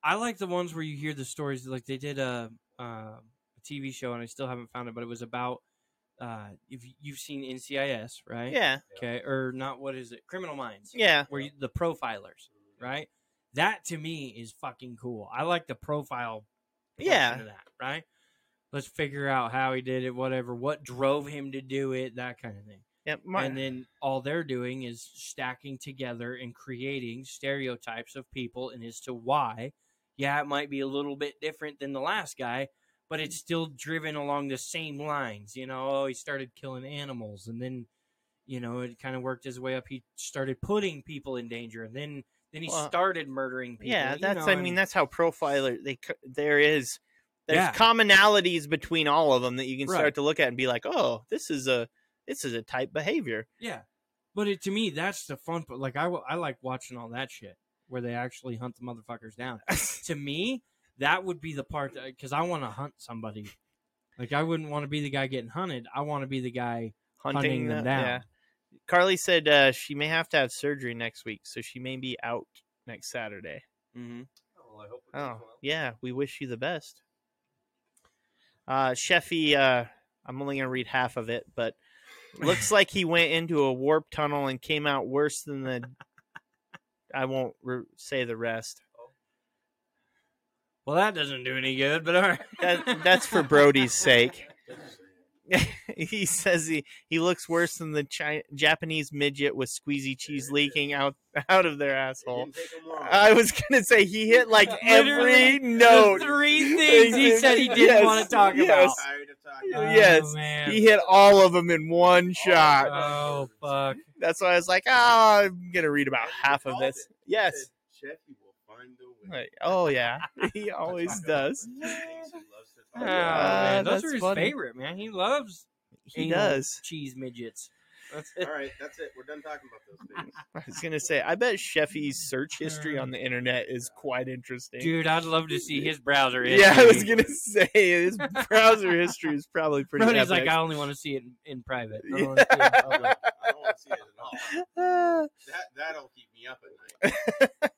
C: I like the ones where you hear the stories. Like they did a, uh, a TV show, and I still haven't found it, but it was about uh, if you- you've seen NCIS, right?
B: Yeah,
C: Okay, or not? What is it? Criminal Minds.
B: yeah,
C: Where you, the profilers, right? That to me is fucking cool. I like the profile. portion
B: yeah.
C: Of that, right? Let's figure out how he did it, whatever, what drove him to do it, that kind of thing
B: yeah. My-
C: and then all they're doing is stacking together and creating stereotypes of people and as to why yeah it might be a little bit different than the last guy but it's still driven along the same lines you know oh he started killing animals and then you know it kind of worked his way up he started putting people in danger and then then he
B: Well,
C: started murdering people
B: yeah,
C: you
B: that's.
C: know,
B: I mean,
C: and-
B: that's how profiler they. c- There is. There's
C: Yeah.
B: commonalities between all of them that you can start
C: Right.
B: to look at and be like, "Oh, this is a this is a type behavior."
C: Yeah, but it, to me, that's the fun. But like, I wa- I like watching all that shit where they actually hunt the motherfuckers down. to me, that would be the part because I want to hunt somebody. Like, I wouldn't want to be the guy getting hunted. I want to be the guy.
B: Hunting,
C: Hunting them
B: the-
C: down.
B: Yeah. Carly said uh, she may have to have surgery next week, so she may be out next Saturday.
C: Mm-hmm.
D: Oh, well, I hope it goes
B: Oh,
D: well.
B: yeah. We wish you the best. Uh, Sheffy, uh, I'm only going to read half of it, but looks like he went into a warp tunnel and came out worse than the. I won't re- say the rest.
C: Well, that doesn't do any good. But all right,
B: That, that's for Brody's sake. he says he, he looks worse than the Chi- Japanese midget with squeezy cheese leaking out out of their
A: It
B: asshole.
A: didn't take him long.
B: Oh. I was gonna say he hit like
C: Literally,
B: every
C: The
B: note.
C: three things he said he didn't
B: Yes,
C: want to talk
B: yes.
A: tired of talking.
C: about.
B: Yes.
C: oh, man.
B: He hit all of them in one shot.
C: Oh fuck!
B: That's why I was like, ah, I'm gonna read about half of this. Yes.
A: Cheffy will find the way.
B: Like, oh yeah, he always does.
C: Oh,
B: Uh,
C: man. Those
B: that's
C: are his
B: funny.
C: favorite, man. He loves
B: He
C: anal
B: does.
C: cheese midgets. That's
A: All
C: it.
A: right, that's it. We're done talking about those things.
B: I was gonna say, I bet Sheffy's search history on the internet is quite interesting.
C: Dude, I'd love to see his browser.
B: yeah, I
C: history.
B: was gonna say his browser history is probably pretty.
C: Brody's
B: epic.
C: like, I only want to see it in, in private. I don't wanna see it in public."
A: I don't want to see it at all.
B: Ah,
A: That that'll keep me up at night.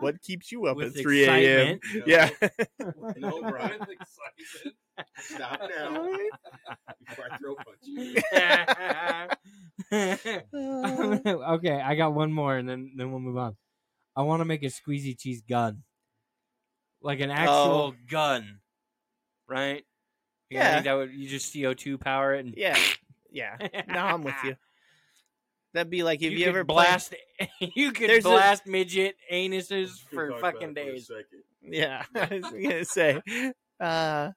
B: what keeps you up
C: With
B: at 3 a.m.?
C: excitement.
A: you know?
B: Yeah.
A: No, Brian,
D: With excitement.
A: stop now before I throw punch you.
C: okay, I got one more, and then then we'll move on. I want to make a squeezy cheese gun, like an actual gun, right? You know, I
B: Oh. Yeah.
C: think that would you just CO two power it and
B: yeah, yeah. No, I'm with you. That'd be like if you,
C: could
B: ever play-
C: blast, you could
B: There's a-
C: blast midget anuses
A: We
C: for
A: talked about
C: fucking
A: it for a
C: days.
A: second.
B: Yeah, I was gonna say. Uh,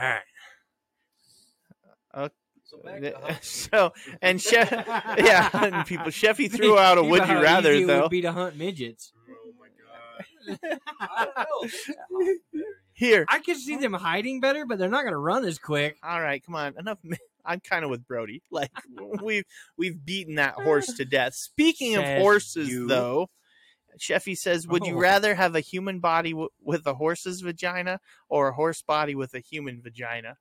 C: All right.
D: So back to hunting.
B: so and Chef, yeah, and people. Sheffy threw out a
C: Think
B: would
C: about
B: you
C: how easy
B: rather
C: it
B: though.
C: Would be to hunt midgets.
A: Oh
D: I don't know. They can hide better.
B: Here.
C: I could see them hiding better, but they're not going to run as quick.
B: All right, come on. Enough. ma- I'm kind of with Brody. Like we've we've beaten that horse to death. Speaking of
C: Says
B: horses,
C: you.
B: though, Sheffy says, "Would you
C: Oh.
B: rather have a human body w- with a horse's vagina or a horse body with a human vagina?"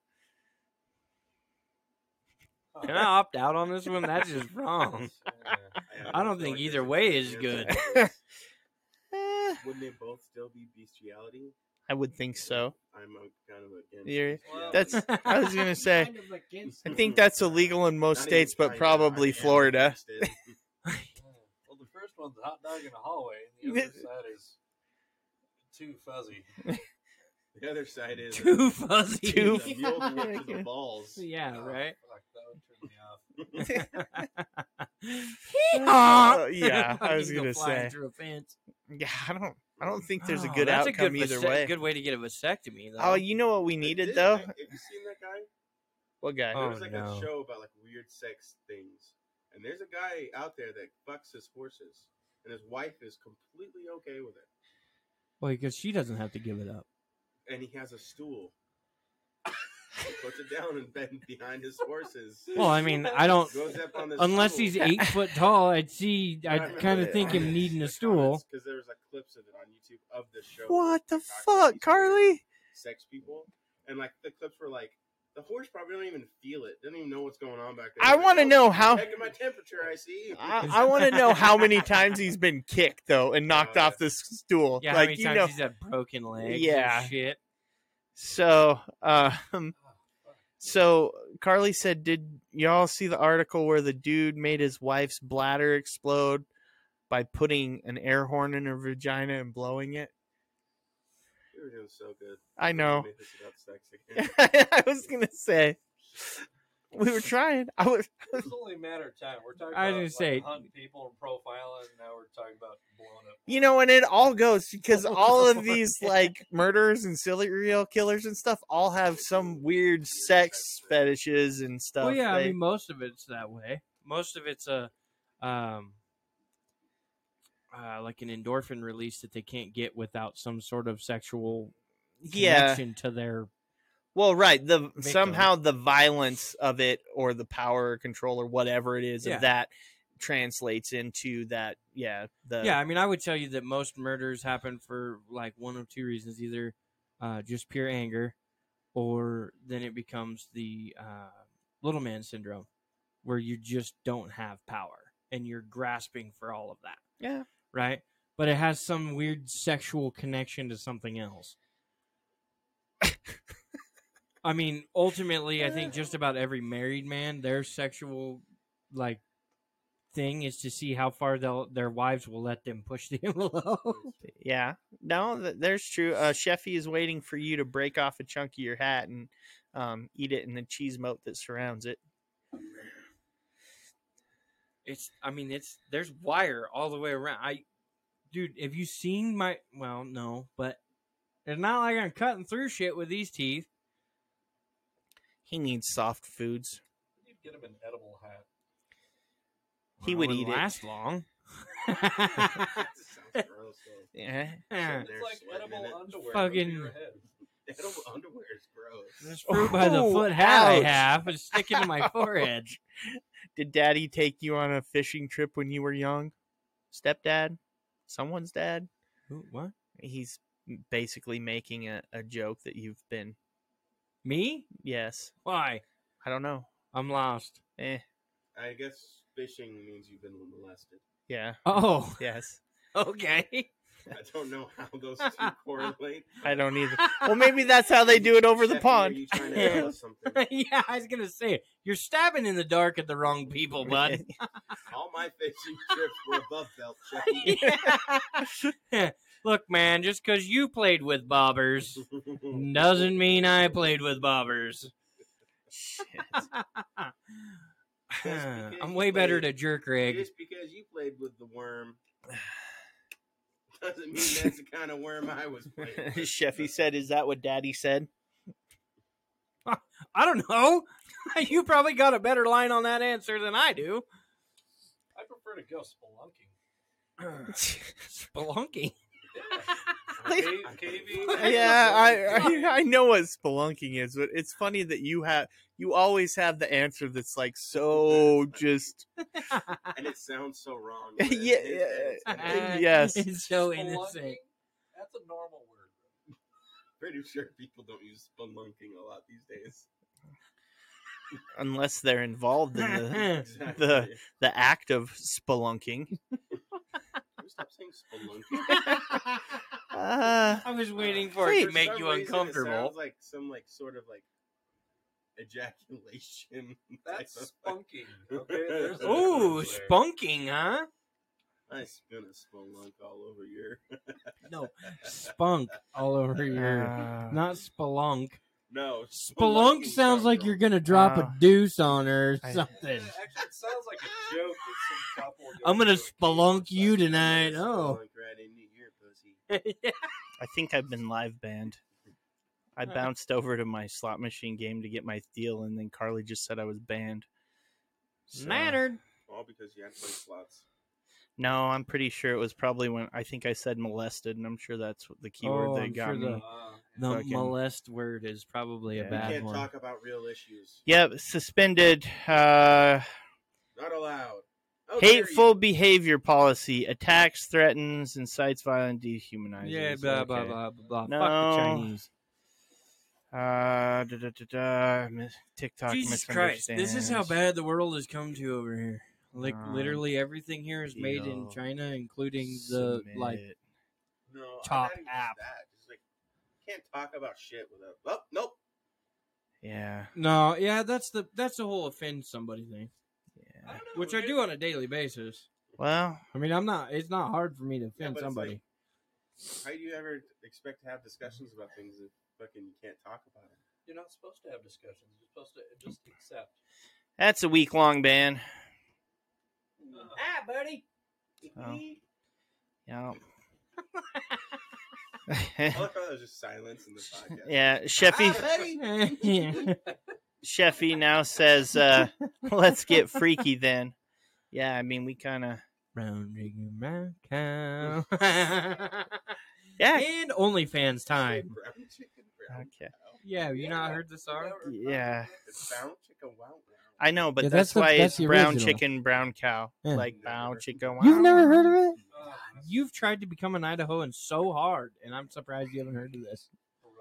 C: Can I opt out on this one? That's just wrong.
D: Yeah.
C: I don't think either way is good.
B: Eh,
A: Wouldn't they both still be bestiality?
B: I would think so.
A: I'm a, kind of against.
B: You're-
A: bestiality.
B: That's- I was gonna say,
C: Kind of against
B: I think that's illegal in most
A: Not even
B: states, but
A: kinda, I
B: probably
A: am
B: Florida.
A: against it.
D: Well, the first one's a hot dog in a hallway, and the other side is too fuzzy.
A: The other side is
C: Too fuzzy.
A: It's a
B: Too
A: mule whip to the balls.
C: Yeah, right.
D: Oh, fuck, that would turn me off.
B: Uh, yeah, I
C: Fucking
B: was
C: go
B: gonna
C: flying
B: say.
C: Through a fence.
B: Yeah, I don't. I don't think there's a
C: Oh,
B: good
C: that's
B: outcome
C: a good
B: either
C: vasect-
B: way.
C: Good way to get a vasectomy. Though.
B: Oh, you know what we needed
A: Did-
B: though?
A: Have you seen that guy?
B: What guy?
A: There
C: Oh,
A: was like
C: no.
A: a show about like weird sex things, and there's a guy out there that fucks his horses, and his wife is completely okay with it,
C: well, because she doesn't have to give it up.
A: and he has a stool. he puts it down and bends behind his horses.
C: Well, I mean, I don't.
A: Goes up on this
C: Unless
A: stool.
C: he's eight foot tall, I'd see. I'd kind of think him needing a stool.
A: Because there was like clips of it on YouTube of the show.
B: What the
A: Cockroaches,
B: fuck, Carly?
A: Sex people, and like the clips were like the horse probably don't even feel it, doesn't even know what's going on back there.
B: I
A: Like,
B: want to
A: "Oh,
B: know how.
A: Checking my temperature, I see.
B: I, I want to know how many times he's been kicked though and knocked
A: Oh, yeah.
B: off the s- stool.
C: Yeah, how
B: like
C: many
B: you
C: times
B: know.
C: he's had broken legs? and
B: Yeah.
C: shit.
B: So,
A: Oh,
B: um, so Carly said, "Did y'all see the article where the dude made his wife's bladder explode by putting an air horn in her vagina and blowing it?"
A: You were doing so good.
B: I know.
A: Make this about sex again.
B: I was gonna say we were trying. I was.
D: It's only a matter of time. We're talking.
C: I
D: about,
C: was gonna say-
D: like, hunting people and profiling. and Now we're talking about blowing up.
B: You know, and it all goes because all of these like murderers and serial killers and stuff all have some weird sex fetishes and stuff.
C: Well, yeah, I
B: They-
C: mean, most of it's that way. Most of it's a, um, uh, like an endorphin release that they can't get without some sort of sexual
B: yeah.
C: connection to their.
B: Well, right. The
C: victim.
B: somehow the violence of it or the power or control or whatever it is
C: Yeah.
B: of that translates into that. Yeah. The
C: yeah, I mean, I would tell you that most murders happen for like one of two reasons: either uh, just pure anger, or then it becomes the uh, little man syndrome, where you just don't have power and you're grasping for all of that.
B: Yeah.
C: right? But it has some weird sexual connection to something else. I mean, ultimately, I think just about every married man, their sexual like thing is to see how far they'll, their wives will let them push the envelope.
B: Yeah. No, th- there's true. Uh, Sheffy is waiting for you to break off a chunk of your hat and um, eat it in the cheese moat that surrounds it.
C: It's, I mean, it's there's wire all the way around. I, dude, have you seen my? Well, no, but it's not like I'm cutting through shit with these teeth.
B: He needs soft foods.
D: You'd get him an edible hat.
B: He
C: Well,
B: would
C: wouldn't
B: eat it.
C: last long.
A: That just sounds gross, though.
B: Yeah.
A: Sitting
D: It's
A: there
D: like
A: sweating in
D: edible
A: it.
D: underwear.
C: Fucking-
D: Fucking. Your head.
A: Edible underwear is gross.
C: This fruit by the
B: Oh,
C: foot hat
B: ouch.
C: I have is sticking to my forehead.
B: Did daddy take you on a fishing trip when you were young? Stepdad? Someone's dad?
C: Who- What?
B: He's basically making a, a joke that you've been.
C: Me?
B: Yes.
C: Why?
B: I don't know.
C: I'm lost.
B: Eh.
A: I guess fishing means you've been molested.
B: Yeah.
C: Oh,
B: Yes.
C: okay.
A: I don't know how those two correlate.
B: I don't either. Well, maybe that's how they do it over the
A: Jeffy, Are
B: pond.
A: you trying to tell us something?
C: yeah, I was gonna say you're stabbing in the dark at the wrong people, bud.
A: All my fishing trips were above belt. Jeffy.
C: Yeah. Look, man, just because you played with bobbers doesn't mean I played with bobbers.
B: Shit.
A: because
C: I'm
A: you
C: way better
A: played-
C: at a jerk rig.
A: Just because you played with the worm doesn't mean that's the kind of worm I was playing. with.
B: Sheffy said, "Is that what Daddy said?"
C: I don't know. you probably got a better line on that answer than I do.
D: I prefer to go spelunking.
C: Spelunking.
D: K- KB?
B: yeah, I, I I know what spelunking is, but it's funny that you have you always have the answer that's like so just
A: and it sounds so wrong.
B: Yeah,
A: but it- it-
B: yeah.
A: it's-
B: Uh, Yes.
C: It's so innocent.
D: Spelunking? That's a normal word.
A: Pretty sure people don't use spelunking a lot these days.
B: unless they're involved in the The- the act of spelunking.
A: Can we stop saying spelunking.
B: Uh,
C: I was waiting for
B: Wait.
C: it
A: For
C: to make
A: some
C: you
A: reason, it
C: uncomfortable.
A: sounds like some like sort of like ejaculation.
D: That's
A: Like,
D: spunking. Okay, there's a
C: Ooh,
D: difference there.
C: spunking, huh?
A: I spin a spelunk all over your.
C: No, spunk all over your.
B: uh,
C: Not spelunk.
A: No,
C: Spelunk
A: spelunking
C: sounds like you're
A: wrong.
C: gonna drop
B: Ah.
C: a deuce on her or
B: I-
C: something.
D: Actually, it sounds like a joke. That some couple
C: I'm gonna
D: goes through a cable
C: spelunk
D: or
C: you
D: something.
C: tonight.
A: Spelunk
C: Oh,
A: right into your pussy.
B: I think I've been live banned. I bounced over to my slot machine game to get my deal, and then Carly just said I was banned. So-
C: mattered.
A: All because you had to play slots.
B: No, I'm pretty sure it was probably when I think I said molested, and I'm sure that's what the keyword
C: Oh,
B: they
C: I'm
B: got
C: sure
B: me.
C: the-
D: Uh,
C: The
B: Fucking-
C: molest word is probably
B: Yeah.
C: a
A: We
C: bad
A: can't
C: one.
A: talk about real issues.
B: Yep, suspended. Uh,
A: Not allowed. How dare
B: hateful
A: you.
B: behavior policy attacks, threatens, incites, violence, dehumanizes.
C: yeah, blah, blah
B: Okay.
C: blah blah blah.
B: No.
C: Oh, Fuck the Chinese.
B: Uh, da, da, da, da, mis- TikTok
C: Jesus Christ, this is how
B: misunderstands.
C: bad the world has come to over here. Like
B: Um,
C: literally everything here is made in
B: yo.
C: China, including the like.
B: Submit.
A: No,
C: Top
A: I'm not even
C: app.
A: That. Just like can't talk about shit without. Oh nope.
B: Yeah,
C: No, yeah, that's the that's the whole offend somebody thing,
D: I
B: yeah.
D: don't know,
C: which I
D: dude.
C: do on a daily basis.
B: Well,
C: I mean, I'm not. It's not hard for me to
A: Yeah,
C: offend
A: but it's
C: somebody.
A: like- How do you ever expect to have discussions about things if fucking you can't talk about it?
D: You're not supposed to have discussions. You're supposed to just accept.
B: that's a week long ban.
D: Ah, buddy.
B: Oh. Yeah.
A: I like how there's just silence in the podcast.
B: yeah, Sheffy "Ah,
C: yeah.
B: Sheffy now says, uh, "Let's get freaky." Then, yeah, I mean we kind of
C: Rounding my cow.
B: yeah
C: and OnlyFans time.
A: Brown chicken, brown
B: okay
A: cow.
C: Yeah, you not heard the song?
B: yeah.
A: It's brown chicken, wow, wow.
B: I know, but
C: Yeah,
B: that's,
C: that's the-
B: why
C: that's
B: it's
C: the
B: brown
C: original.
B: chicken, brown cow,
C: Yeah.
B: like bow chicken. Wow.
C: You've never heard of it?
D: Oh, that's
C: You've tried to become an Idahoan so hard, and I'm surprised you haven't heard of this.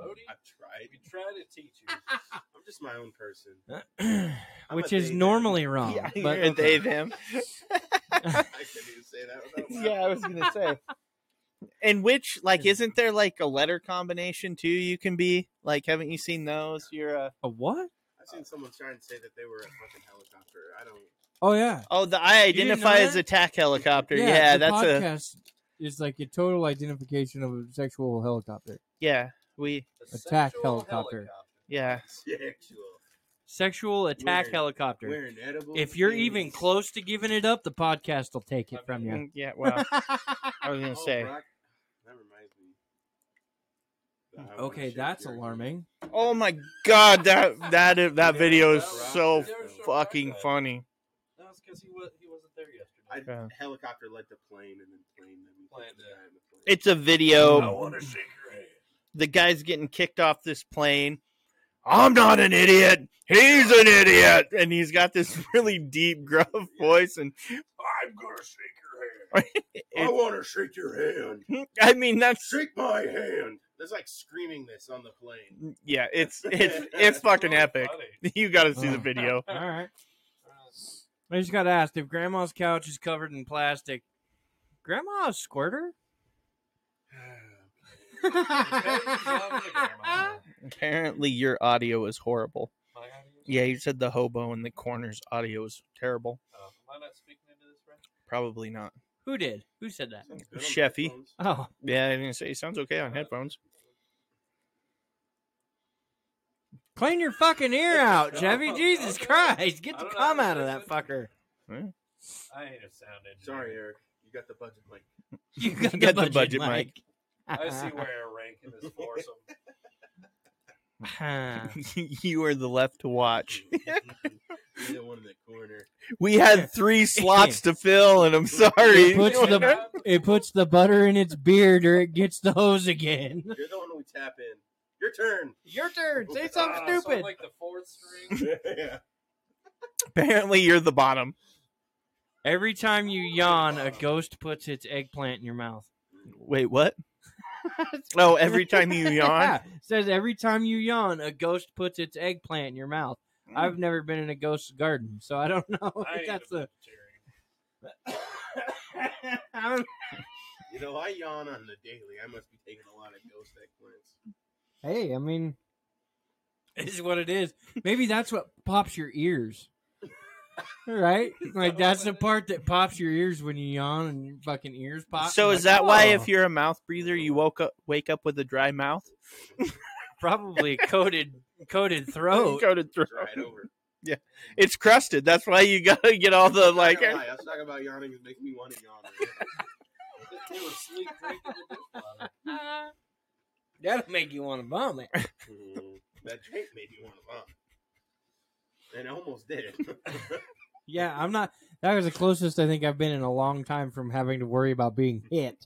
D: Brody.
A: I've tried.
D: We try to teach you.
A: I'm just my own person.
C: Which
A: a
C: is
A: they, them.
C: normally wrong.
B: Yeah,
C: but
B: you're they them.
A: I couldn't even say that without
B: yeah, I was gonna say. And which, like, isn't there like a letter combination too? You can be like, haven't you seen those? You're uh, a
C: a what?
A: I've seen someone try and say that they were a fucking helicopter. I don't.
C: Oh yeah,
B: oh, the I
C: You didn't know
B: identify as
C: that?
B: attack helicopter. Yeah,
C: the
B: that's a
C: podcast is like a total identification of a sexual helicopter.
B: yeah. We
D: A
C: Attack
D: sexual
C: helicopter.
B: yeah.
A: Sexual.
C: Sexual attack
A: Weird.
C: helicopter.
A: Wearing edible.
C: If you're
A: things.
C: even close to giving it up, the podcast will take it from you.
B: Mm, Yeah. Well, I was gonna
A: Oh,
B: say.
A: Brock, that reminds me. I wanna
C: Okay,
A: shake
C: that's
A: your-
C: alarming.
B: Oh my god, that that that video is so
A: Brock.
B: fucking funny.
D: That was because he, was, he wasn't there yesterday.
A: I,
B: Yeah.
A: Helicopter led the plane, and then plane, then we
D: Plane
A: put the
D: did.
A: guy in the plane.
B: It's a video.
D: I want to shake your hand.
B: the guy's getting kicked off this plane. I'm not an idiot. He's an idiot. And he's got this really deep, gruff voice. And
D: I'm gonna shake your hand. I want to shake your hand.
B: I mean, that's
D: Shake my hand.
A: There's like screaming this on the plane.
B: yeah, it's it's it's fucking epic. You got to see the video.
C: All right.
D: Uh,
C: I just got asked if grandma's couch is covered in plastic. Grandma a squirter?
B: Apparently, your audio is horrible. Yeah, you said the hobo in the corner's audio is terrible.
D: Oh, Am I not speaking into this right?
B: Probably not.
C: Who did? Who said that?
A: Sounds good on
B: Sheffy.
A: headphones.
C: Oh,
B: Yeah, I didn't say it sounds okay on headphones.
C: clean your fucking ear out, Chevy.
D: Oh,
C: Jesus
D: okay.
C: Christ. Get
D: I
C: the
D: don't know
C: cum
D: how to
C: out of that
D: listen.
C: fucker.
D: I ain't a sound engineer.
A: Sorry, Eric. You got the budget mic.
C: You got
B: Get the budget
D: I see where I rank in this foursome.
B: you are the left to watch.
A: You're the one in the corner.
B: We had three slots to fill, and I'm sorry.
C: It puts the- It puts the butter in its beard or it gets the hose again.
A: You're the one we tap in. Your turn.
C: Your turn. Say
A: So
C: something
D: Ah, so I'm
C: stupid.
D: like the fourth string.
A: yeah.
B: Apparently, you're the bottom.
C: Every time you yawn, a ghost puts its eggplant in your mouth.
B: Wait, what? oh, every time you yawn.
C: Yeah. Says every time you yawn, a ghost puts its eggplant in your mouth. I've never been in a ghost's garden, so Hmm. I don't know
D: I
C: if
D: ain't a
C: that's a.
D: vegetarian.
C: I don't-
A: You know, I yawn on the daily. I must be taking a lot of ghost eggplants.
C: hey, I mean, it is what it is. Maybe that's what pops your ears, right? Like that's the part that pops your ears when you yawn and your fucking ears pop.
B: So
C: You're
B: is
C: like,
B: that why
C: "Oh."
B: if you're a mouth breather, you woke up wake up with a dry mouth?
C: probably coated coated throat?
B: Coated throat.
A: It's right over.
B: It's crusted. That's why you gotta get all the like. eh.
A: I was talking about yawning. It makes me want to yawn.
D: They were sleep drinking the dishwater.
C: That'll make you want to vomit.
A: Mm, that drink made me want to vomit. And I almost did.
C: Yeah, I'm not. That was the closest I think I've been in a long time from having to worry about being hit.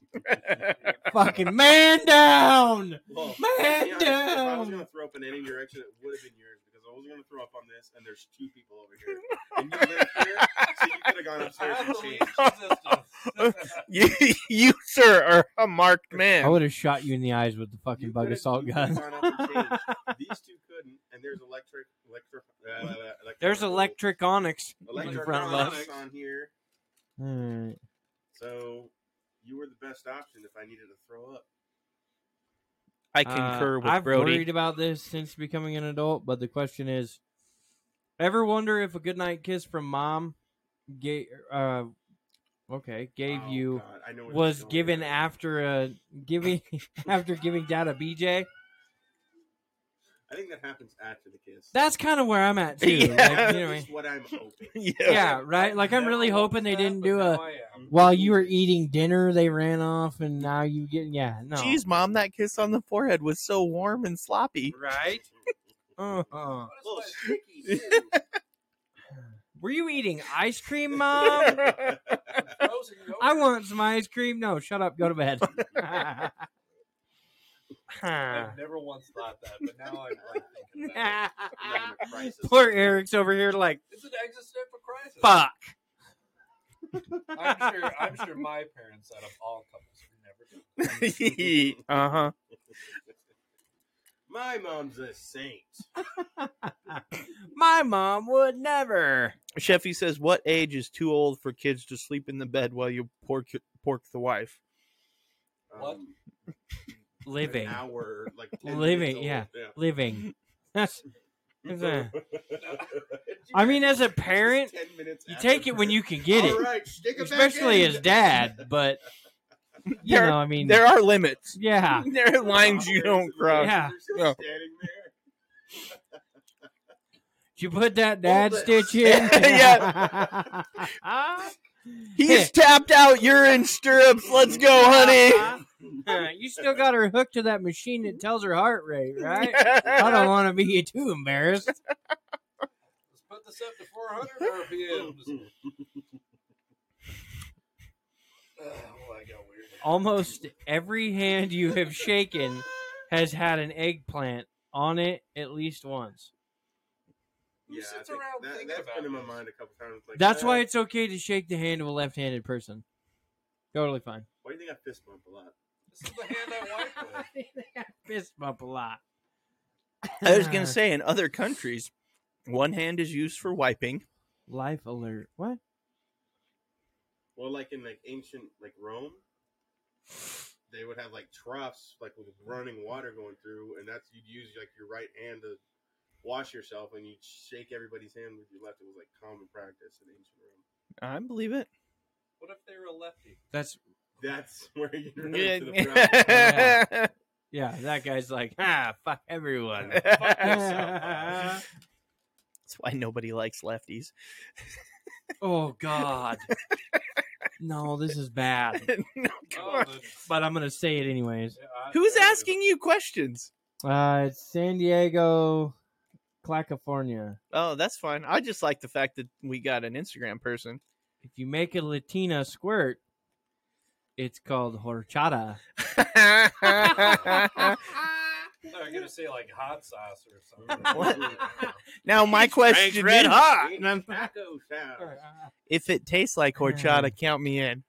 C: Fucking man down,
A: well,
C: man
A: Yeah, If I was
C: down.
A: gonna throw up in any direction, it would have been yours because I was gonna throw up on this, and there's two people over here, and you live here, so you could have gone upstairs
D: I
A: and
D: believe
A: changed.
D: resistance.
B: you, you, sir, are a marked
C: I
B: man.
C: would have shot you in the eyes with the fucking
A: You
C: bug
A: could've-
C: assault
A: you could've
C: gun.
A: gone up and changed. These two couldn't, and there's electric, electric, uh, electric
C: The's electric onyx in
A: electric
C: front of us.
A: on here.
C: Alright.
A: So you were the best option if I needed to throw up.
B: I
C: Uh,
B: concur with
C: I've
B: Brody.
C: worried about this since becoming an adult, but the question is: Ever wonder if a goodnight kiss from mom, gave, uh, okay, gave
A: Oh,
C: you?
A: God, I know where this is
C: was
A: going.
C: given after a giving after giving dad a BJ.
A: I think that happens after the kiss.
C: That's kind of where I'm at too.
B: Yeah.
C: Like,
A: That's
C: you know what I mean?
A: what I'm hoping.
B: yeah.
C: yeah, right. Like I'm really hoping they didn't do a
D: I am.
C: while you were eating dinner, they ran off, and now you get yeah no.
B: Jeez, mom, that kiss on the forehead was so warm and sloppy.
C: right. Uh-huh.
D: What is
A: Little
D: my-
A: sticky, too.
C: Were you eating ice cream, mom?
D: frozen yogurt?
C: I want some ice cream. No, shut up. Go to bed.
D: I've never once thought that, but now I'm like thinking about it.
A: I'm having a crisis.
C: Poor Eric's over here, like
D: It's an existential crisis.
C: fuck.
D: I'm sure. I'm sure my parents out of all couples would never do. it.
B: uh huh.
A: My mom's a saint.
C: My mom would never.
B: Sheffy says, "What age is too old for kids to sleep in the bed while you pork pork the wife?"
A: Um,
D: What?
C: Living.
A: An hour, like 10
C: Living,
A: minutes
C: living. That's.
A: old.
C: Is
A: Yeah.
C: that- I mean, as a parent,
A: 10 minutes
C: you
A: after
C: take it when you can get
A: All
C: it,
A: right, stick it back
C: especially
A: in.
C: as dad. But you
B: There-
C: know, I mean,
B: There are limits.
C: yeah,
B: There are lines you don't cross.
C: Yeah.
A: You're standing there.
C: you put that dad
A: Hold
C: stitch in.
B: Yeah. He's tapped out. You're in stirrups. Let's go, honey.
C: you still got her hooked to that machine that tells her heart rate, right? I
B: I
C: don't want to be too embarrassed.
D: Let's put this up to 400 RPMs. Oh, well, I got weird.
C: Almost every hand you have shaken has had an eggplant on it at least once.
D: Who
A: Yeah, I
D: sits
A: think
D: around
A: that,
D: thinking
A: that's
D: about
A: been in my
D: this?
A: mind a couple times. Like, "Uh,
C: That's
A: yeah,
C: why it's okay to shake the hand of a left-handed person. Totally fine.
A: Why do you think I fist bump a lot?
D: This is the hand I wipe with.
C: Fist bump a lot.
B: was
C: Uh-huh.
B: gonna say, in other countries, one hand is used for wiping.
C: life alert. What?
A: Well, like in like ancient like Rome, they would have like troughs like with running water going through, and that's you'd use like your right hand to wash yourself, and you'd shake everybody's hand with your left. It was like common practice in ancient Rome.
B: I believe it.
D: What if they were a lefty?
C: That's
A: That's where you run into the problem.
B: Yeah.
C: yeah. That guy's like, ah, fuck everyone.
B: That's why nobody likes lefties.
C: oh God. No, this is bad.
B: No, come
D: Oh,
B: on.
D: the,
C: But I'm gonna say it anyways.
D: yeah, I-
B: Who's
D: I-
B: asking you questions?
C: Uh, it's San Diego, California.
B: Oh, that's fine. I just like the fact that we got an Instagram person.
C: If you make a Latina squirt, It's called horchata.
D: They're gonna say like hot sauce or something.
B: What? now my question
E: red
B: is,
E: hot.
A: Eat
B: I'm-
A: taco salad.
B: if it tastes like horchata, count me in.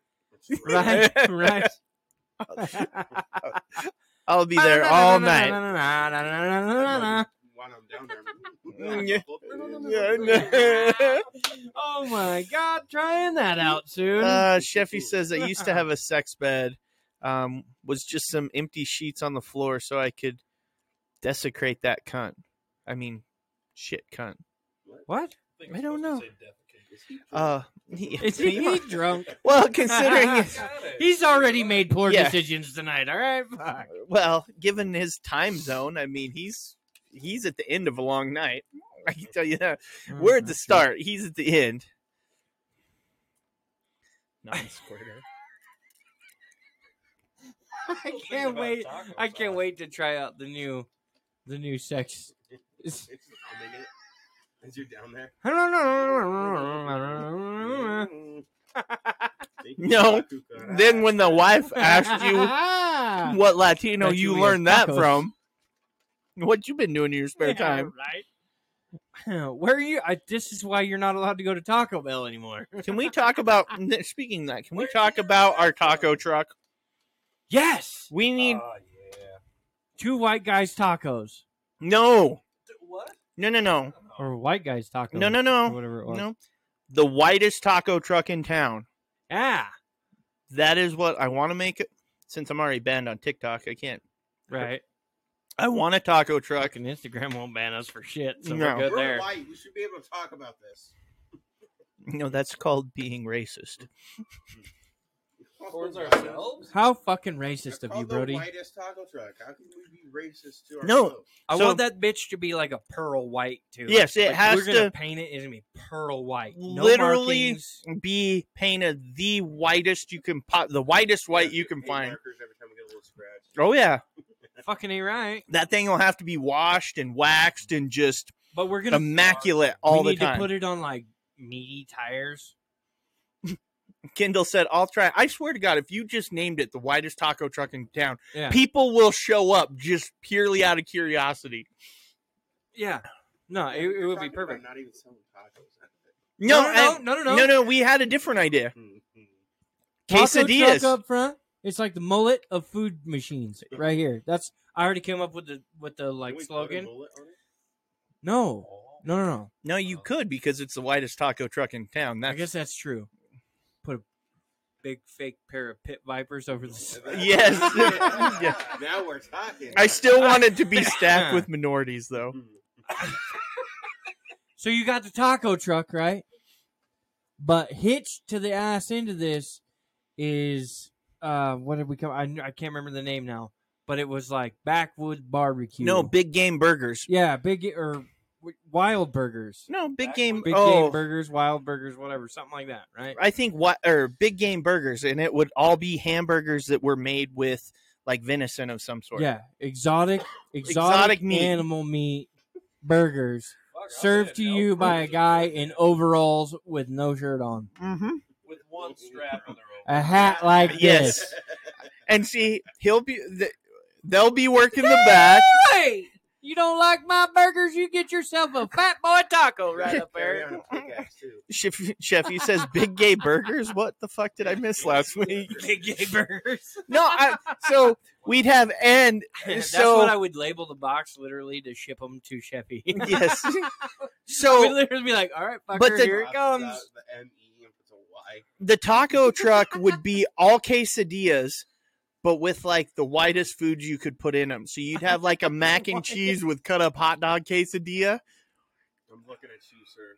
C: right, right.
B: I'll
C: Oh,
B: be there all night.
A: While I'm down
B: Yeah.
A: there.
C: oh my god, trying that out soon.
B: Uh, Sheffy says I used to have a sex bed, um, was just some empty sheets on the floor, so I could desecrate that cunt. I mean, shit cunt.
C: what?
D: think
B: I
D: it's
B: don't know.
D: supposed to say defecate.
B: Uh, he-
C: Is he drunk?
B: well, considering his,
D: Got it.
C: He's already made poor
B: Yeah.
C: decisions tonight. All right, fuck.
B: well, given his time zone, I mean he's he's at the end of a long night. I can tell you that.
C: Mm,
B: We're at the start. He's at the end. Non-squirter.
C: I
D: Think
C: can't
D: about
C: wait.
D: taco
C: I can't
D: sauce.
C: wait to try out the new, the new sex.
A: It's- it's- I mean, it- As you're down there. Thank you,
B: No.
A: Taco Salad.
B: then when the wife asked you
C: you
B: what Latino
C: Bet you
B: you
C: we
B: learned
C: have
B: that
C: tacos.
B: from. What you been doing in your spare
C: Yeah,
B: time?
C: right? Where are you? I, this is why you're not allowed to go to Taco Bell anymore.
B: Can we talk about speaking of that? Can we talk about our taco truck?
C: Yes,
B: We need
D: Ah, yeah.
C: two white guys tacos
B: no,
D: D- What?
B: no, no, no,
C: or white guys tacos.
B: no, no,
C: or
B: no,
C: whatever it was.
B: no. The whitest taco truck in town.
C: Ah,
B: That is what I want to make it. Since I'm already banned on TikTok, I can't.
C: right.
B: I want a taco truck.
C: Fucking Instagram won't ban us for shit, so
B: No.
C: we're good
A: We're
C: there.
A: white. We should be able to talk about this.
B: No, that's called being racist.
D: Towards ourselves?
C: How fucking racist
A: They're
C: of you,
A: called
C: Brody.
A: The whitest taco truck. How can we be racist to
B: No.
A: ourselves?
C: I
B: So-
C: want that bitch to be like a pearl white too.
B: Yes, it
C: Like,
B: has
C: We're gonna
B: to-
C: paint it. It's gonna be pearl white. No
B: Literally-
C: markings.
B: Be painted the whitest you can pop, the whitest white
A: Yeah,
B: you can
A: paint
B: find.
A: markers Every time we get a little scratch.
B: Oh yeah,
C: fucking ain't right.
B: that thing will have to be washed and waxed and just
C: But we're gonna
B: immaculate all
C: we
B: the
C: need to
B: time.
C: put it on like meaty tires.
B: Kendall said, "I'll try." I swear to God, if you just named it the widest taco truck in town,
C: Yeah.
B: people will show up just purely out of curiosity.
C: Yeah. No, it, it
A: You're
C: would
A: talking
C: be
A: about
C: perfect.
A: Not even selling tacos.
B: No,
C: no,
B: and-
C: no, no,
B: no,
C: no,
B: no, We had a different idea.
A: Hmm, hmm.
C: Taco
B: Quesadillas.
C: truck up front. It's like the mullet of food machines, right here. That's I already came up with the with the
A: Can
C: like
A: we put a
C: slogan.
A: bullet on it?
C: No, no, no, no.
B: No, you could because it's the widest taco truck in town.
C: I
B: That's
C: guess that's true. Put a big fake pair of pit vipers over the. s-
B: Yes.
A: Yeah. Now we're talking.
B: I still wanted to be staffed with minorities, though.
A: Hmm.
C: So you got the taco truck, right? But hitched to the ass end of this is uh what did we come? I I can't remember the name now, but it was like backwoods barbecue.
B: No big game burgers.
C: Yeah, big E, or w- wild burgers.
B: No big game.
C: Big
B: oh,
C: game burgers, wild burgers, whatever, something like that, right?
B: I think what or big game burgers, and it would all be hamburgers that were made with like venison of some sort.
C: Yeah, exotic, exotic,
B: Exotic meat.
C: animal meat burgers
D: Fuck, I'm
C: served to
D: saying no.
C: you by a guy in overalls with no shirt on,
B: Mm-hmm.
D: with one strap on their own.
C: a hat like
B: Yes.
C: this.
B: And see, he'll be th- they'll be working the back.
C: Hey, you don't like my burgers? You get yourself a fat boy taco right up
A: Carry on
C: there.
A: a pickaxe, too.
B: Chef, Chefy says big gay burgers. What the fuck did I miss last week?
C: Big gay burgers.
B: No, I so we'd have and
C: That's
B: So-
C: what I would label the box literally to ship them to Sheffy.
B: yes.
C: We'd
B: So
C: literally be like, all right, fucker,
B: But the-
C: here it comes.
A: That's the M-E, if it's a Y.
B: the taco truck would be all quesadillas, but with like the widest foods you could put in them. So you'd have like a mac and cheese with cut up hot dog quesadilla.
A: I'm looking at you, sir.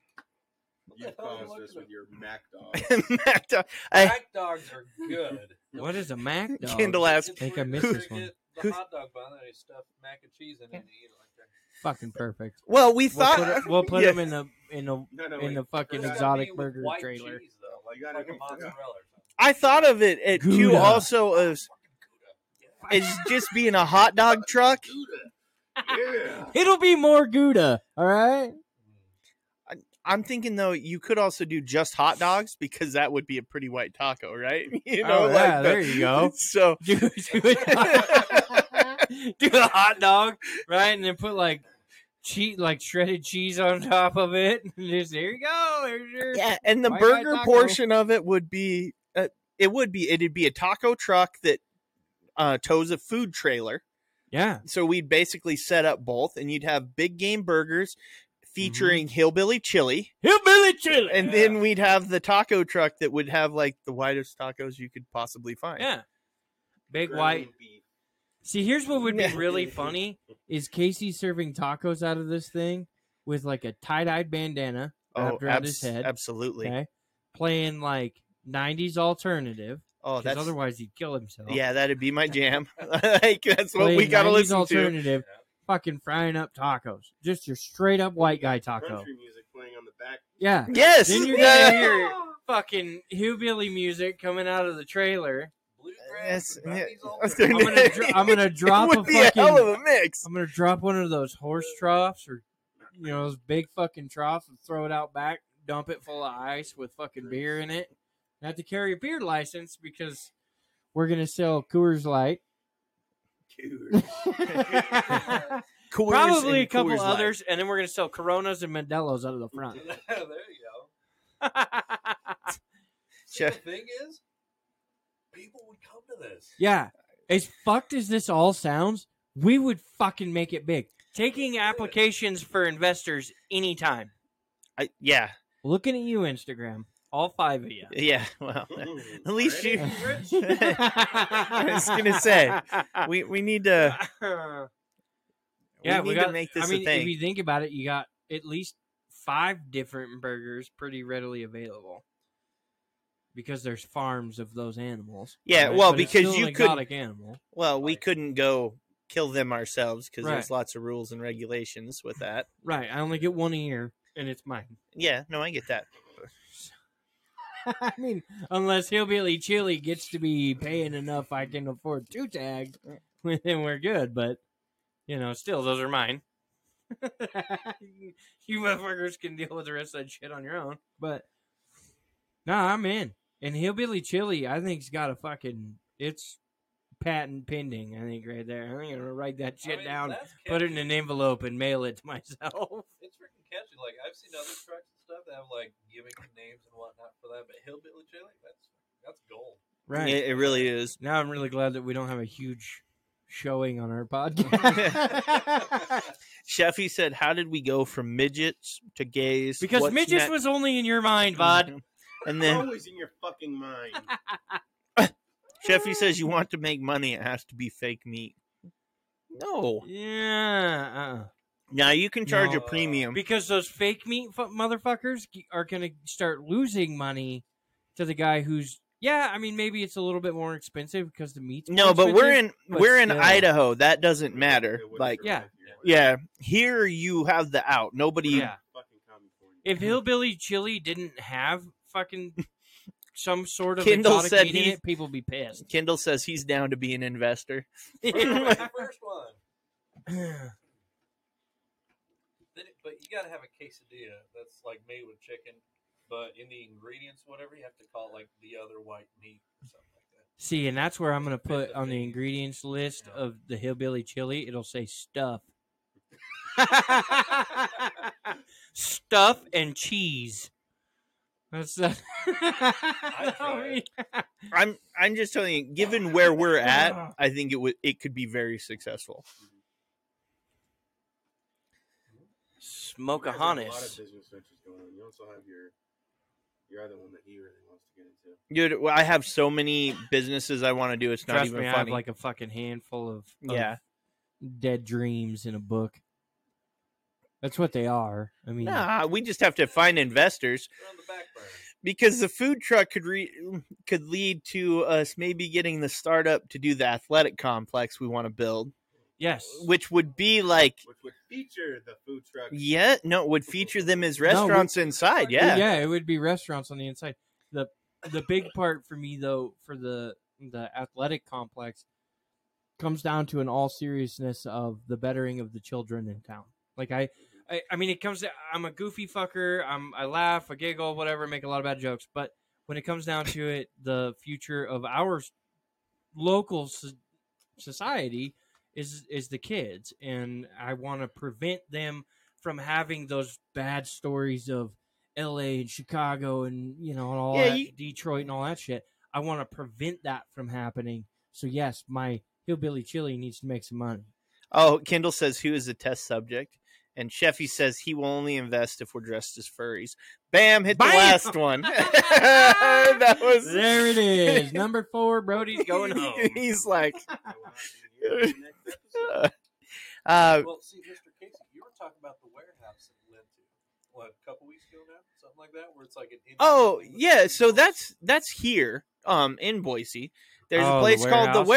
D: What the
A: You
D: hell are you
A: caused this
D: looking
A: with
D: at?
A: your Mac dog.
B: Mac dog- I-
D: Mac dogs are good.
C: What is a Mac dog?
B: Kendall asked,
D: It's
C: think I
D: where
C: missed
D: you
C: this one.
D: get
B: Who-
D: The hot dog bun and they stuff mac and cheese in it and eat it like that.
C: Fucking perfect.
B: "Well, we
C: We'll
B: thought
C: put, it- we'll put
B: Yeah.
C: them in the in the
A: No, no,
C: in
A: wait.
C: the fucking
D: It's gotta
C: exotic
D: be with
C: burger
D: white
C: trailer.
D: Cheese, though, like
A: You gotta
D: fucking
A: go-
D: mozzarella or something.
B: I thought of it at two
C: Gouda.
B: also as as just being a hot dog truck.
A: Gouda. Yeah.
D: Mm.
C: It'll be more Gouda, all right?
B: I'm thinking though, you could also do just hot dogs because that would be a pretty white taco, right? You
C: oh,
B: the-
C: yeah, there you go.
B: So
C: do, do, it, do a hot dog, right? And then put like cheese, like shredded cheese on top of it. And just there you go. There's your
B: yeah, and the
C: White white
B: burger
C: taco.
B: portion of it would be uh, it would be it'd be a taco truck that uh, tows a food trailer.
C: yeah.
B: So we'd basically set up both, and you'd have big game burgers
C: Mm-hmm.
B: featuring hillbilly chili.
C: Hillbilly chili.
B: and then we'd have the taco truck that would have like the widest tacos you could possibly find.
C: yeah, big
A: Ground
C: white.
A: beef.
C: See, here's what would be
B: Yeah.
C: really funny is Casey serving tacos out of this thing with like a tie dyed bandana
B: Oh,
C: wrapped around his
B: abs-
C: head.
B: absolutely.
C: Okay, playing like '90s alternative.
B: Oh,
C: 'cause
B: that's
C: otherwise he'd kill himself.
B: yeah, that'd be my jam. like that's what we
C: Playing
B: gotta
C: 90s
B: listen to.
C: alternative. Fucking frying up tacos, just your straight up white guy taco.
A: Country music playing on the back.
C: Yeah.
B: Yes,
C: Then you're
B: yeah.
C: gonna hear fucking hillbilly music coming out of the trailer.
B: Yes,
D: Bluegrass. and
B: yeah.
D: Bobby's
C: I'm
D: Alternative.
C: gonna, dr- I'm gonna drop
B: it
C: a
B: would be a hell
C: fucking.
B: of a mix.
C: I'm gonna drop one of those horse troughs or you know those big fucking troughs and throw it out back, dump it full of ice with fucking beer in it. I have to carry a beer license because we're gonna sell Coors Light.
B: Coors
C: Probably a
B: and
C: couple
B: Coors Light.
C: others, and then we're gonna sell Coronas and Modelo's out of the front.
D: there you go. See,
B: Chef-
D: the thing is, people would come to this.
C: yeah, as fucked as this all sounds, we would fucking make it big. Taking applications for investors anytime.
B: I, yeah,
C: Looking at you, Instagram, all five of you.
B: yeah. Well, at least you.
C: I
B: was gonna say, We we need to.
C: yeah,
B: we,
C: we
B: need
C: got.
B: to make this
C: I mean,
B: a thing.
C: if you think about it, you got at least five different burgers pretty readily available because there's farms of those animals.
B: yeah, well,
C: But it's
B: because
C: still
B: you
C: an
B: could.
C: exotic animal.
B: Well, we couldn't go kill them ourselves because there's
C: Right.
B: lots of rules and regulations with that.
C: Right, I only get one a year, and it's mine.
B: Yeah, no, I get that.
C: I mean, unless Hillbilly Chili gets to be paying enough, I can afford two tags, then we're good. But you know, still, those are mine. you motherfuckers can deal with the rest of that shit on your own. But nah, I'm in. And Hillbilly Chili, I think's got a fucking it's patent pending. I think right there. I think I'm gonna write that shit
D: I mean,
C: down,
D: that's
C: put it in
D: catchy.
C: an envelope, and mail it to myself.
D: It's freaking catchy. Like I've seen other trucks and stuff that have like gimmick names and whatnot for that, but hillbilly chili, that's that's gold.
C: Right.
B: It, it really is.
C: Now I'm really glad that we don't have a huge showing on our podcast.
B: Sheffy said, "How did we go from midgets to gays?"
C: because
B: What's
C: midgets
B: next?"
C: was only in your mind, Vod.
B: And
A: It's
B: then
A: always in your fucking mind.
B: Sheffy says,
C: Uh.
B: "You want to make money? It has to be fake meat." No.
C: yeah. uh-uh.
B: Now you can charge
C: No.
B: a premium.
C: Because those fake meat fu- motherfuckers g- are going to start losing money to the guy who's. Yeah, I mean, maybe it's a little bit more expensive because the meat's. more
B: No, but we're
C: expensive.
B: in
C: but
B: we're in
C: still.
B: Idaho. That doesn't matter.
A: It wouldn't
B: Like,
A: survive
D: yeah.
A: here.
B: yeah, here you have the Mm-hmm. out. Nobody.
C: Yeah.
A: Fucking California.
C: If Hillbilly Chili didn't have fucking some sort of
B: Kendall
C: exotic
B: said
C: meat in
B: he's-
C: it, people be pissed.
B: Kendall says he's down to be an investor.
D: That's the first one. Then it, but you gotta have a quesadilla that's like made with chicken, but in the ingredients, whatever you have to call it, like the other white meat or something like that.
C: See, and that's where I'm gonna
D: It's been
C: put
D: the
C: on the
D: thing.
C: ingredients list
D: Yeah.
C: of the hillbilly chili. It'll say stuff, stuff and cheese. That's the.
D: try
B: I'm I'm just telling you, given where we're at, I think it would it could be very successful.
A: You guys have A lot of
C: Smokeahonis.
A: business ventures going on. You also have your your other one that he really wants to get into.
B: Dude, well, I have so many businesses I want to do. It's not
C: Trust
B: even
C: me, I have
B: funny.
C: like a fucking handful of, of
B: Yeah.
C: dead dreams in a book. That's what they are. I mean,
B: Nah, we just have to find investors
D: They're on the back burner.
B: because the food truck could re- mm, could lead to us maybe getting the startup to do the athletic complex we want to build,
C: yes,
B: which would be like
A: Which would feature the food truck.
B: yeah, no, it would feature them as
C: we-
B: restaurants inside. Yeah.
C: yeah, it would be restaurants on the inside. the The big part for me, though, for the the athletic complex, comes down to an all seriousness of the bettering of the children in town. Like I, I, I mean, it comes. To, I'm a goofy fucker. I'm. I laugh. I giggle. Whatever. Make a lot of bad jokes. But when it comes down to it, the future of our s- local so- society is is the kids, and I want to prevent them from having those bad stories of L.A. and Chicago and you know and all
B: Yeah,
C: that,
B: you-
C: Detroit and all that shit. I want to prevent that from happening. So yes, my hillbilly chili needs to make some money.
B: Oh, Kendall says who is the test subject, and Sheffy says he will only invest if we're dressed as furries. Bam! Hit
C: Bam!
B: the last one. that was
C: There it is. Number four, Brody's going home.
B: He's like,
A: I will not be here in the next episode.
B: uh,
D: Well, see, Mr. Casey, you were talking about the warehouse that we went to, what, a couple weeks ago now? Something like that? Where it's like an.
B: oh
D: independent-
B: yeah. So that's that's here, um, in Boise. There's
C: Oh,
B: a
C: the
B: place called the
C: Warehouse?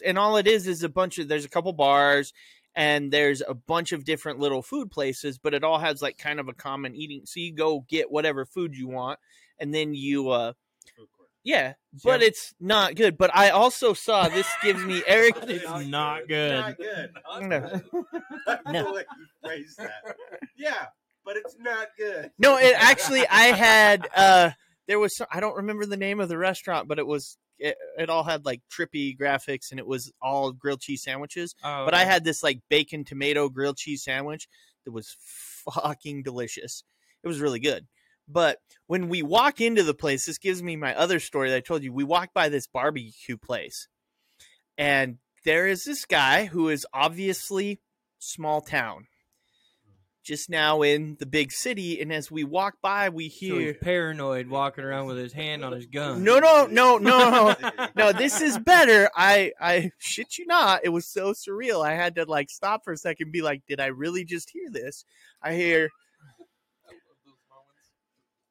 B: Warehouse, and all it is is a bunch of there's a couple bars, and there's a bunch of different little food places, but it all has like kind of a common eating. So you go get whatever food you want, and then you uh
A: Food court.
B: Yeah, but
C: Yeah.
B: it's not good. But I also saw this gives me Eric.
C: That is not good.
A: Not good.
D: Not
B: No.
D: bad.
A: I
B: No.
A: feel like you phrased that. Yeah, but it's not good.
B: No, it actually I had uh there was some, I don't remember the name of the restaurant, but it was it, it all had like trippy graphics and it was all grilled cheese sandwiches.
C: Oh,
B: But I had this like bacon tomato grilled cheese sandwich that was fucking delicious. It was really good. But when we walk into the place, this gives me my other story that I told you. We walked by this barbecue place, and there is this guy who is obviously small town, just now in the big city. And as we walk by, we
C: So he's
B: hear
C: paranoid, walking around with his hand on his gun.
B: No, no, no, no. no, this is better. I I shit you not. It was so surreal. I had to like stop for a second and be like, did I really just hear this? I hear,
D: I love those moments.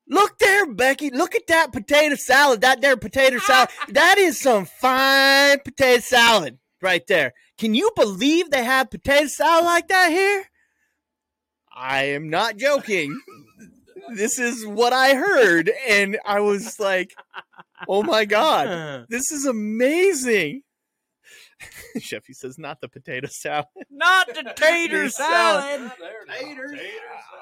B: look there, Becky. Look at that potato salad. That there potato salad. That is some fine potato salad right there. Can you believe they have potato salad like that here? I am not joking. this is what I heard, and I was like, oh my god.
C: Uh,
B: This is amazing. Sheffy says, not the potato salad.
C: Not the tater
B: Your
C: salad.
D: Ah, there it is.
A: Taters.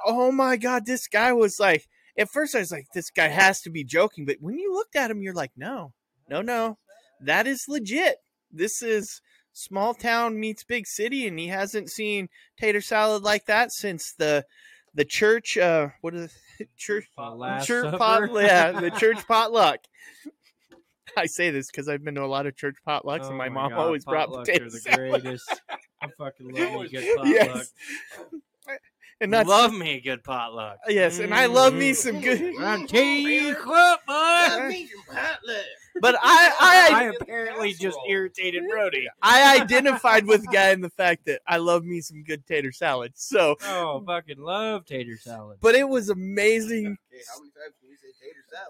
B: Oh my God, this guy was like, at first I was like, this guy has to be joking. But when you looked at him, you're like, no, no, no. That is legit. This is small town meets big city. And he hasn't seen tater salad like that since the the church, uh, what is it? Church,
C: The Last
B: church
C: Supper.
B: pot, yeah, the church potluck. I say this because I've been to a lot of church potlucks,
C: Oh
B: and my, mom
C: God,
B: always brought
C: potlucks
B: potato
C: are the
B: salad.
C: greatest. I fucking love me a good potluck.
B: Yes. And that's
C: love me a good potluck.
B: yes, and I love me
C: Mm.
B: some good.
C: I tell you what, boy.
B: But I, I,
C: I apparently just irritated Brody.
B: I identified with guy in the fact that I love me some good tater salad. So,
C: Oh, fucking love tater salad.
B: but it was amazing.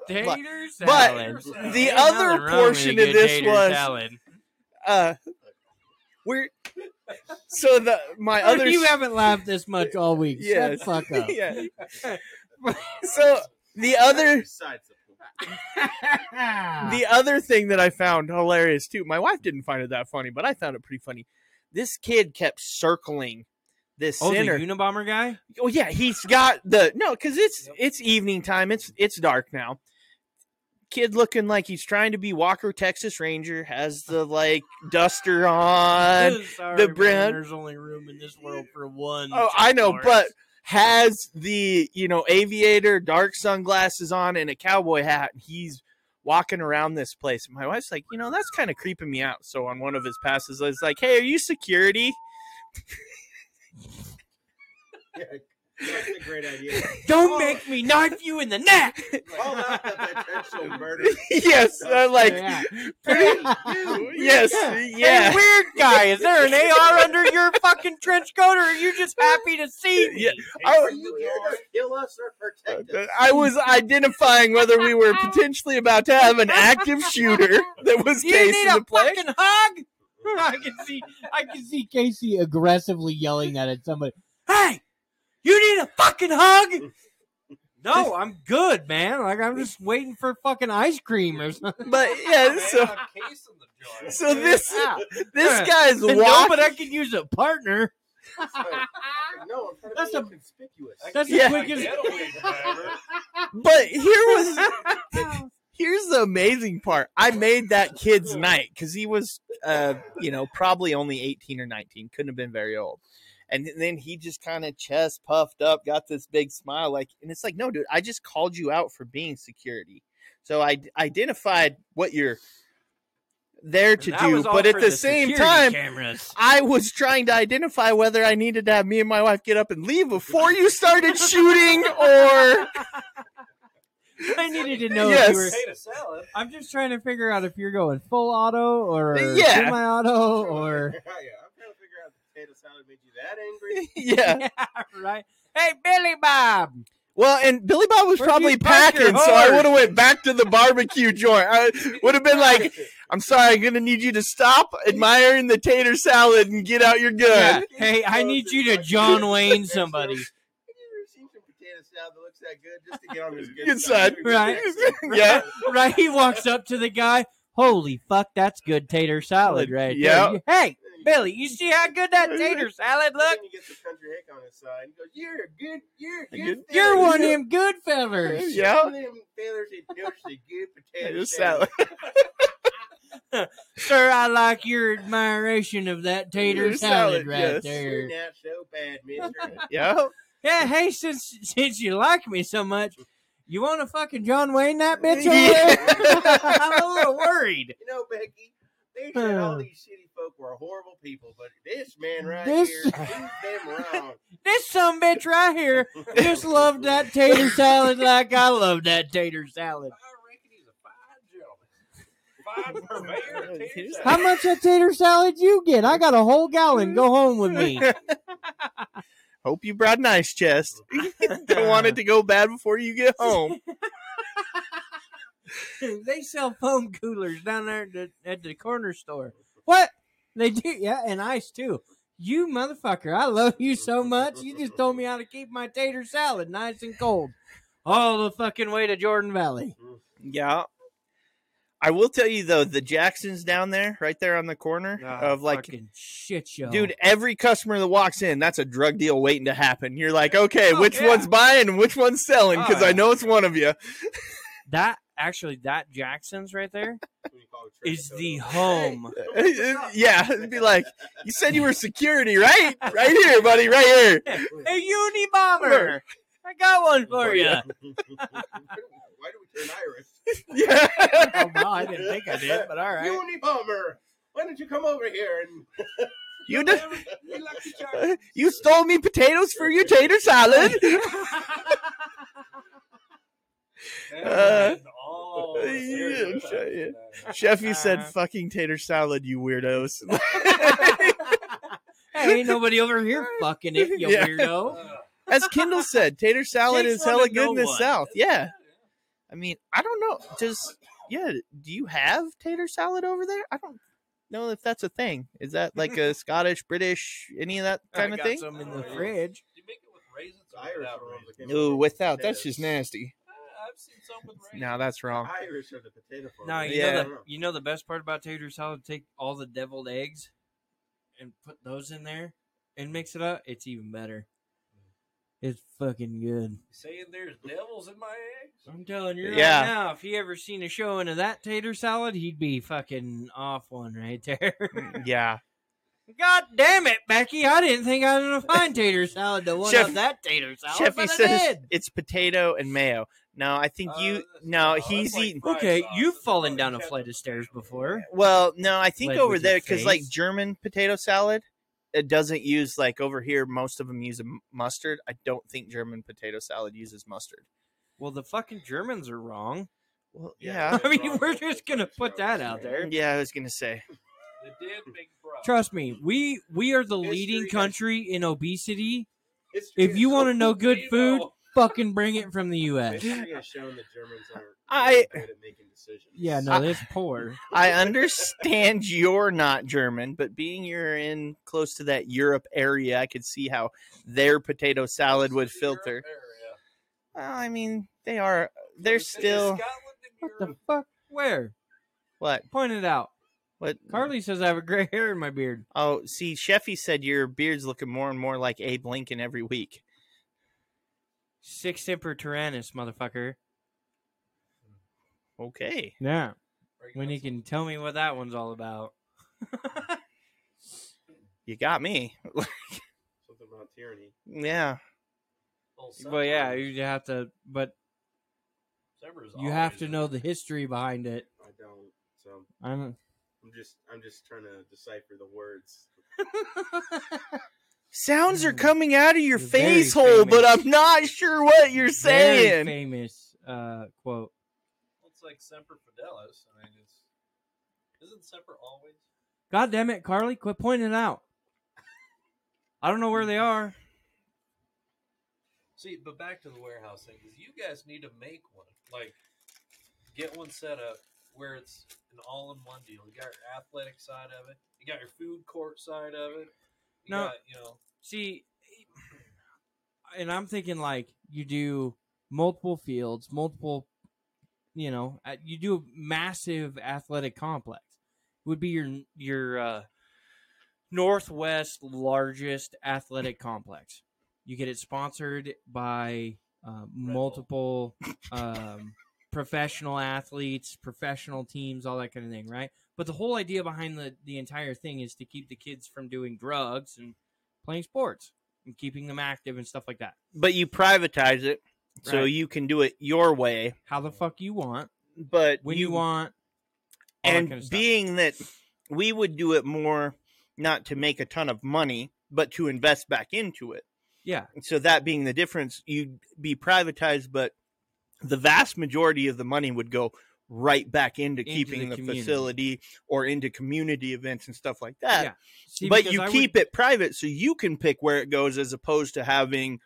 A: Okay, how many times can you say tater salad?
C: tater
B: but
C: salad.
D: the
C: Ain't
B: other
C: nothing wrong with a
B: portion of
C: good
B: this
C: tater
B: was-
C: salad.
B: Uh, we're so the my
C: Brody,
B: other
C: you haven't laughed this much all week. Shut
B: Yes.
C: the fuck up.
B: yeah. So the other
A: Besides the point.
B: the other thing that I found hilarious too, my wife didn't find it that funny, but I found it pretty funny. This kid kept circling this
C: oh, the
B: center.
C: Unabomber guy.
B: Oh yeah, he's got the no, because it's
D: Yep.
B: it's evening time. It's it's dark now. Kid looking like he's trying to be Walker Texas Ranger has the like duster on.
C: Sorry,
B: Uh, the
C: man,
B: brand-
C: There's only room in this world for one.
B: Oh, I know,
C: Chuck
B: but
C: Norris.
B: has the you know aviator dark sunglasses on and a cowboy hat. And he's walking around this place. And my wife's like, you know, that's kind of creeping me out. So on one of his passes, I was like, hey, are you security?
A: Yeah, that's a great idea.
C: don't make me knife you in the neck.
A: Call out the potential murder.
B: yes, i like
C: Yeah.
B: pretty.
A: You.
B: Yes,
C: Hey,
B: yeah.
C: weird guy, is there an AR under your fucking trench coat, or are you just happy to see me?
B: Yeah.
A: Are
B: I-
A: you here to kill us or protect us?
B: I was identifying whether we were potentially about to have an active shooter that was
C: Do you need
B: casing
C: a
B: the place.
C: fucking hug? I can see, I can see Casey aggressively yelling that at somebody. Hey, you need a fucking hug? No, I'm good, man. Like I'm just waiting for fucking ice cream or something.
B: But yeah, Oh, so
D: Man, I'm casing the jar.
B: so this
C: Yeah.
B: this guy's
C: No, but
B: walking.
C: I could use a partner.
A: Like, no, I'm trying to
C: That's
A: be
C: a-
A: conspicuous.
C: That's
B: Yeah.
C: the quickest.
B: But here was here's the amazing part. I made that kid's night because he was, uh, you know, probably only eighteen or nineteen. Couldn't have been very old. And then he just kind of chest puffed up, got this big smile, like, and it's like, no, dude, I just called you out for being security. So I d- identified what you're there to
C: That
B: do,
C: was all
B: but at
C: for
B: the same
C: security
B: time,
C: cameras.
B: I was trying to identify whether I needed to have me and my wife get up and leave before you started shooting or
C: I needed to know if
B: Yes.
C: you were.
D: Potato salad.
C: I'm just trying to figure out if you're going full auto or
B: Yeah.
C: semi-auto or
A: yeah, yeah, I'm trying to figure out if potato salad made you that angry.
B: yeah.
C: yeah, right. Hey, Billy Bob.
B: Well, and Billy Bob was
C: Where'd
B: probably
C: you park your
B: packing, so I
C: horse?
B: would have went back to the barbecue joint. I would have been like, "I'm sorry, I'm gonna need you to stop admiring the tater salad and get out your
C: Yeah.
B: gun."
C: Hey, I need you to John Wayne somebody.
A: Have you ever seen some potato salad that looks that good just to get on his good,
B: Good
A: side?
B: side,
C: Right.
B: yeah.
C: Right? He walks up to the guy. Holy fuck, that's good tater salad right
B: Yeah.
C: there. Hey, Billy, you see how good that tater salad
A: Look.
C: look?
A: Then you get the country hick on his side. He goes, "You're a good, you're a
B: A
A: good,
B: good-
A: fella.
C: You're one of
A: You're
C: them good fellers.
B: Yeah.
A: One of them fellas that knows the good potato
B: Tater
A: salad.
B: salad.
C: Sir, I like your admiration of that tater
B: Tater
C: salad,
B: salad,
C: right
B: yes.
A: You're
C: there.
A: not so bad, Mister.
B: Yeah.
C: Yeah, hey, since since you like me so much, you want to fucking John Wayne that bitch over
B: Yeah.
C: there? I'm a little worried.
A: You know, Becky, they said all
C: Hmm.
A: these city folk were horrible people, but this man right
C: This-
A: here proved them wrong.
C: This some bitch right here just loved that tater salad like I love that tater salad.
D: I reckon he's a fine gentleman. Fine purveyor of tater
B: Tater
D: salad.
C: How much of tater salad you get? I got a whole gallon. Go home with me.
B: Hope you brought an ice chest. Don't want it to go bad before you get home.
C: they sell foam coolers down there at the, at the corner store. What? They do, yeah, and ice too. You motherfucker, I love you so much. You just told me how to keep my tater salad nice and cold. All the fucking way to Jordan Valley.
B: Yeah. I will tell you though, the Jacksons down there, right there on the corner of like
C: Ah, fucking shit show.
B: Dude, every customer that walks in, that's a drug deal waiting to happen. You're like, okay,
C: Oh,
B: which
C: yeah.
B: one's buying and which one's selling?
C: Oh,
B: Because
C: yeah.
B: I know it's one of you.
C: that actually that Jackson's right there
A: What do you call it, Trader
C: is the
A: Joe's?
C: home.
B: yeah, it'd be like, you said you were security, right? Right here, buddy, right here.
C: A uni bomber. I got one for you.
A: Why do we turn Irish?
B: Yeah.
C: Oh, wow, I didn't think I did, but all right.
A: Unibomber, why don't you come over here and
B: You did, you stole me potatoes for your tater salad. Uh,
D: And all the cereal
B: yeah,
D: types,
B: yeah.
D: you know.
B: Chefy said,
C: Uh-huh.
B: fucking tater salad, you weirdos.
C: hey, ain't nobody over here fucking it, you
B: Yeah.
C: weirdo.
D: Uh,
B: As Kendall said, tater salad
C: Takes
B: is hella
C: one to
B: good in
C: know
B: the
C: one.
B: South. Yeah. I mean, I don't know. Does yeah? Do you have tater salad over there? I don't know if that's a thing. Is that like a Scottish, British, any of that kind of
C: I got
B: thing?
C: some in the
D: Oh, yeah.
C: fridge.
D: Do you make it with raisins or
A: Irish
D: without
A: are the ones
D: raisins?
A: that came
B: No,
A: up with
B: without
A: potatoes.
B: that's just nasty.
D: Uh, I've seen some with raisins.
B: No, that's wrong.
A: Irish are the potato farmers.
C: No, you
B: Yeah.
C: know the you know the best part about tater salad. Take all the deviled eggs and put those in there and mix it up. It's even better. It's fucking good.
D: Saying there's devils in my eggs?
C: I'm telling you
B: Yeah.
C: right now. If he ever seen a showing of that tater salad, he'd be fucking off one right there.
B: Yeah,
C: God damn it, Becky! I didn't think I was gonna find tater salad to one
B: Chef-
C: up that tater salad,
B: Chefy
C: but I
B: says
C: did.
B: it's potato and mayo. No, I think you.
D: Uh,
B: no,
D: that's
B: he's
D: like
B: eating.
D: fried
C: Okay,
D: sauce.
C: you've
D: It's
C: fallen
D: like
C: down a
D: ketchup.
C: flight of stairs before.
B: Well, no, I think
C: Like
B: over
C: with your
B: there because like
C: face?
B: German potato salad, it doesn't use like over here. Most of them use a m- mustard. I don't think German potato salad uses mustard.
C: Well, the fucking Germans are wrong.
B: Well,
A: Yeah.
B: yeah,
C: I mean, we're just gonna put that out there.
B: yeah. I was gonna say.
D: They did make fries.
C: Trust me, we we are the
A: History
C: leading
A: has-
C: country in obesity.
A: History
C: If
A: has
C: you
A: shown-
C: want to know good
D: You
C: food,
D: know,
C: fucking bring it from the U.S.
A: history has shown the Germans are
B: I-
A: good at making decisions.
C: Yeah,
B: I-
C: no, it's poor.
B: I understand you're not German, but being you're in close to that Europe area, I could see how their potato salad would
D: Europe
B: filter.
D: area.
B: Well, I mean, they are
D: They
B: they're
D: say
B: still
D: Scotland and
C: What
D: Europe.
C: the fuck? Where?
B: what?
C: Point it out.
B: What?
C: Carly says I have a gray hair in my beard.
B: Oh, see, Sheffy said your beard's looking more and more like Abe Lincoln every week.
C: Six Emperor Tyrannus, motherfucker.
B: Okay.
C: Yeah.
D: Breaking
C: When
D: out
C: you
D: some-
C: can tell me what that one's all about.
B: You got me.
A: Something about tyranny.
B: yeah.
D: Well,
C: Well, yeah,
D: Subaru-
C: you have to, but
D: Subaru's
C: you have
D: always
C: to
D: in
C: know
D: it.
C: the history behind it.
A: I don't. So
C: I'm.
A: I'm just I'm just trying to decipher the words.
B: Sounds are
C: Mm.
B: coming out of your
C: You're very
B: face hole, but
C: famous.
B: I'm not sure what you're
C: Very
B: saying.
C: famous uh, quote.
D: Well, It's like Semper Fidelis. I mean, it's isn't Semper always?
C: God damn it, Carly, quit pointing it out. I don't know where they are.
D: See, but back to the warehouse thing because you guys need to make one. Like, get one set up where it's an all-in-one deal. You got your athletic side of it. You got your food court side of it. You
C: No.
D: got, you know,
C: See, and I'm thinking like you do multiple fields, multiple, you know, uh, you do a massive athletic complex. Would be your your uh, northwest largest athletic complex. You get it sponsored by uh,
D: Bull.
C: multiple um, professional athletes, professional teams, all that kind of thing, right? But the whole idea behind the the entire thing is to keep the kids from doing drugs and playing sports and keeping them active and stuff like that.
B: But you privatize it so
C: Right.
B: you can do it your way.
C: How the fuck you want,
B: But
C: when you, want, all that
B: and
C: kinda stuff.
B: being that we would do it more not to make a ton of money, but to invest back into it.
C: yeah,
B: So that being the difference, you'd be privatized, but the vast majority of the money would go right back into,
C: Into
B: keeping
C: the
B: the,
C: community.
B: facility or into community events and stuff like that.
C: Yeah. See,
B: but
C: because
B: you
C: I would-
B: keep it private so you can pick where it goes as opposed to having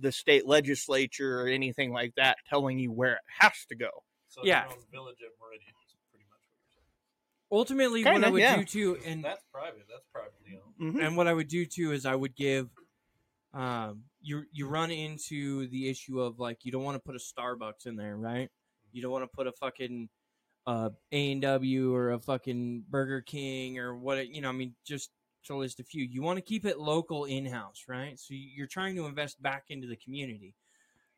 B: the state legislature or anything like that telling you where it has to go.
D: so it's your
C: Yeah.
D: own village at Meridian is pretty much what you're saying.
C: ultimately what
B: Kinda,
C: I would
B: yeah.
C: do too,
D: 'Cause
C: and
D: that's private. That's privately owned.
B: Mhm.
C: and what I would do too is I would give, um, you you run into the issue of like you don't want to put a Starbucks in there, right? You don't want to put a fucking uh A and W or a fucking Burger King or what it, you know. I mean, just to list a few, you want to keep it local in house, right? So you- you're trying to invest back into the community.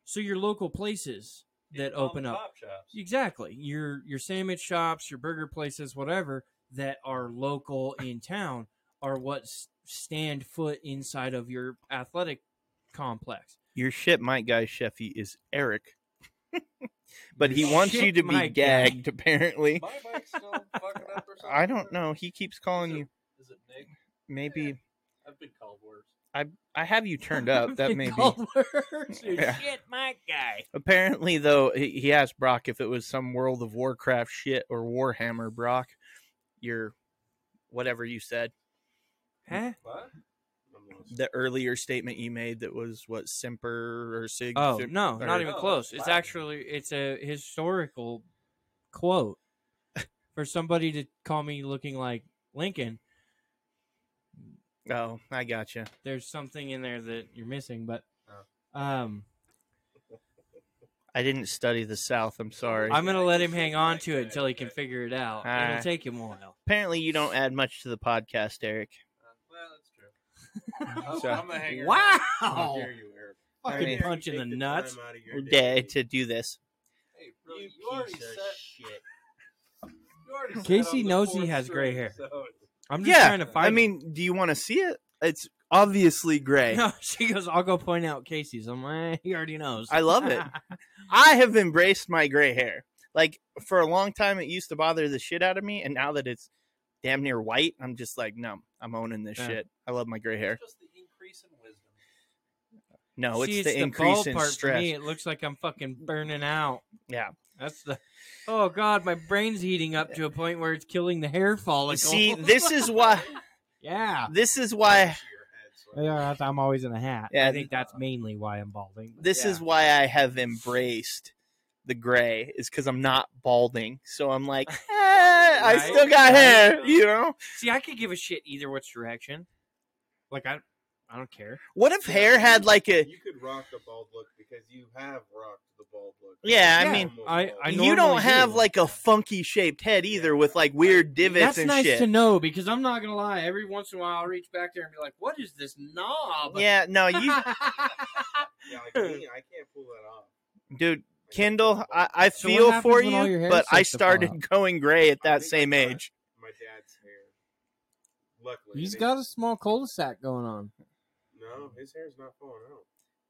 C: So your local places that
D: Even mom
C: open
D: and
C: up,
D: pop shops.
C: Exactly. Your your sandwich shops, your burger places, whatever that are local in town are what s- stand foot inside of your athletic complex.
B: Your shit, Mike guy, Sheffy, is Eric. but he
C: Your
B: wants
C: shit,
B: you to be
C: my guy.
B: gagged, apparently.
D: My bike's still fucking up or something.
B: I don't know. He keeps calling
D: Is it-
B: you.
D: Is it Nick?
B: Maybe
D: I've been called worse.
B: I have you turned up. That may be. Yeah.
C: Shit, my guy.
B: Apparently, though, he he asked Brock if it was some World of Warcraft shit or Warhammer, Brock. Your whatever you said.
C: Huh?
D: What?
A: I'm lost.
B: The earlier statement you made that was what Simper or Sig.
C: Oh
B: Sim-
C: no, not
B: or-
C: even
D: Oh,
C: close.
D: that's
C: It's
D: Latin.
C: actually it's a historical quote for somebody to call me looking like Lincoln.
B: Oh, I gotcha.
C: There's something in there that you're missing, but
D: Oh.
C: um.
B: I didn't study the South. I'm sorry.
C: I'm gonna let him hang on to it until he can figure it out. It'll
B: Alright.
C: take him a while.
B: Apparently, you don't add much to the podcast, Eric.
D: Uh, well, that's true.
C: Oh,
D: I'm,
B: So-
D: Oh, I'm a hanger.
A: How
C: Wow!
A: dare you, Eric?
B: Fucking
A: How dare you
C: Oh, punch in
A: take
C: the
A: time
C: nuts.
A: out of your
B: We're
A: day
B: dead to do this.
D: Hey, bro,
A: You,
D: you, already
A: piece of
D: said.
A: shit.
D: You already said
C: Casey
D: I'm the
C: knows he
D: fourth
C: has gray
D: string,
C: hair.
D: So it's-
C: I'm just
B: Yeah,
C: trying to find.
B: I
C: him.
B: mean, do you want to see it? It's obviously gray.
C: no. She goes, "I'll go point out Casey's." I'm like, he already knows.
B: I love it. I have embraced my gray hair. Like for a long time, it used to bother the shit out of me, and now that it's damn near white, I'm just like, no, I'm owning this
C: Yeah.
B: shit. I love my gray hair.
D: It's just the increase in wisdom.
B: No, it's
C: See,
B: the
C: bald
B: increase in
C: part For
B: stress.
C: me, it looks like I'm fucking burning out.
B: Yeah.
C: That's the. Oh God, my brain's heating up to a point where it's killing the hair follicle.
B: See, this is why.
C: yeah.
B: This is why.
A: Punch your head, so I-
C: Yeah, that's- I'm always in a hat.
B: Yeah,
C: I think that's mainly why I'm balding.
B: This is why I have embraced the gray is because I'm not balding. So I'm like, eh, I
C: Right,
B: still got
C: right.
B: hair. You know.
C: See, I could give a shit either which direction. Like I, I don't care.
B: What if hair had like a?
A: You could rock the bald look because you have rocked the bald look.
B: Yeah, I
C: Yeah.
B: mean,
A: Almost
C: I-
A: bald.
C: I
B: you don't
C: normally do.
B: have like a funky shaped head either with like weird divots
C: That's
B: and
C: nice
B: shit.
C: to know because I'm not gonna lie. Every once in a while, I'll reach back there and be like, "What is this knob?"
B: yeah, no, you,
A: Yeah, like me, I can't pull that off.
B: dude, Kindle, I, I
C: So what
B: feel
C: happens
B: for
C: when all your
B: you,
C: hair
B: but I
C: starts to fall
B: started going gray at
A: I
B: that
A: think
B: same
A: I got
B: age.
A: My dad's hair. Luckily,
C: he's
A: they-
C: got a small cul-de-sac going on.
A: no. His hair's not falling out.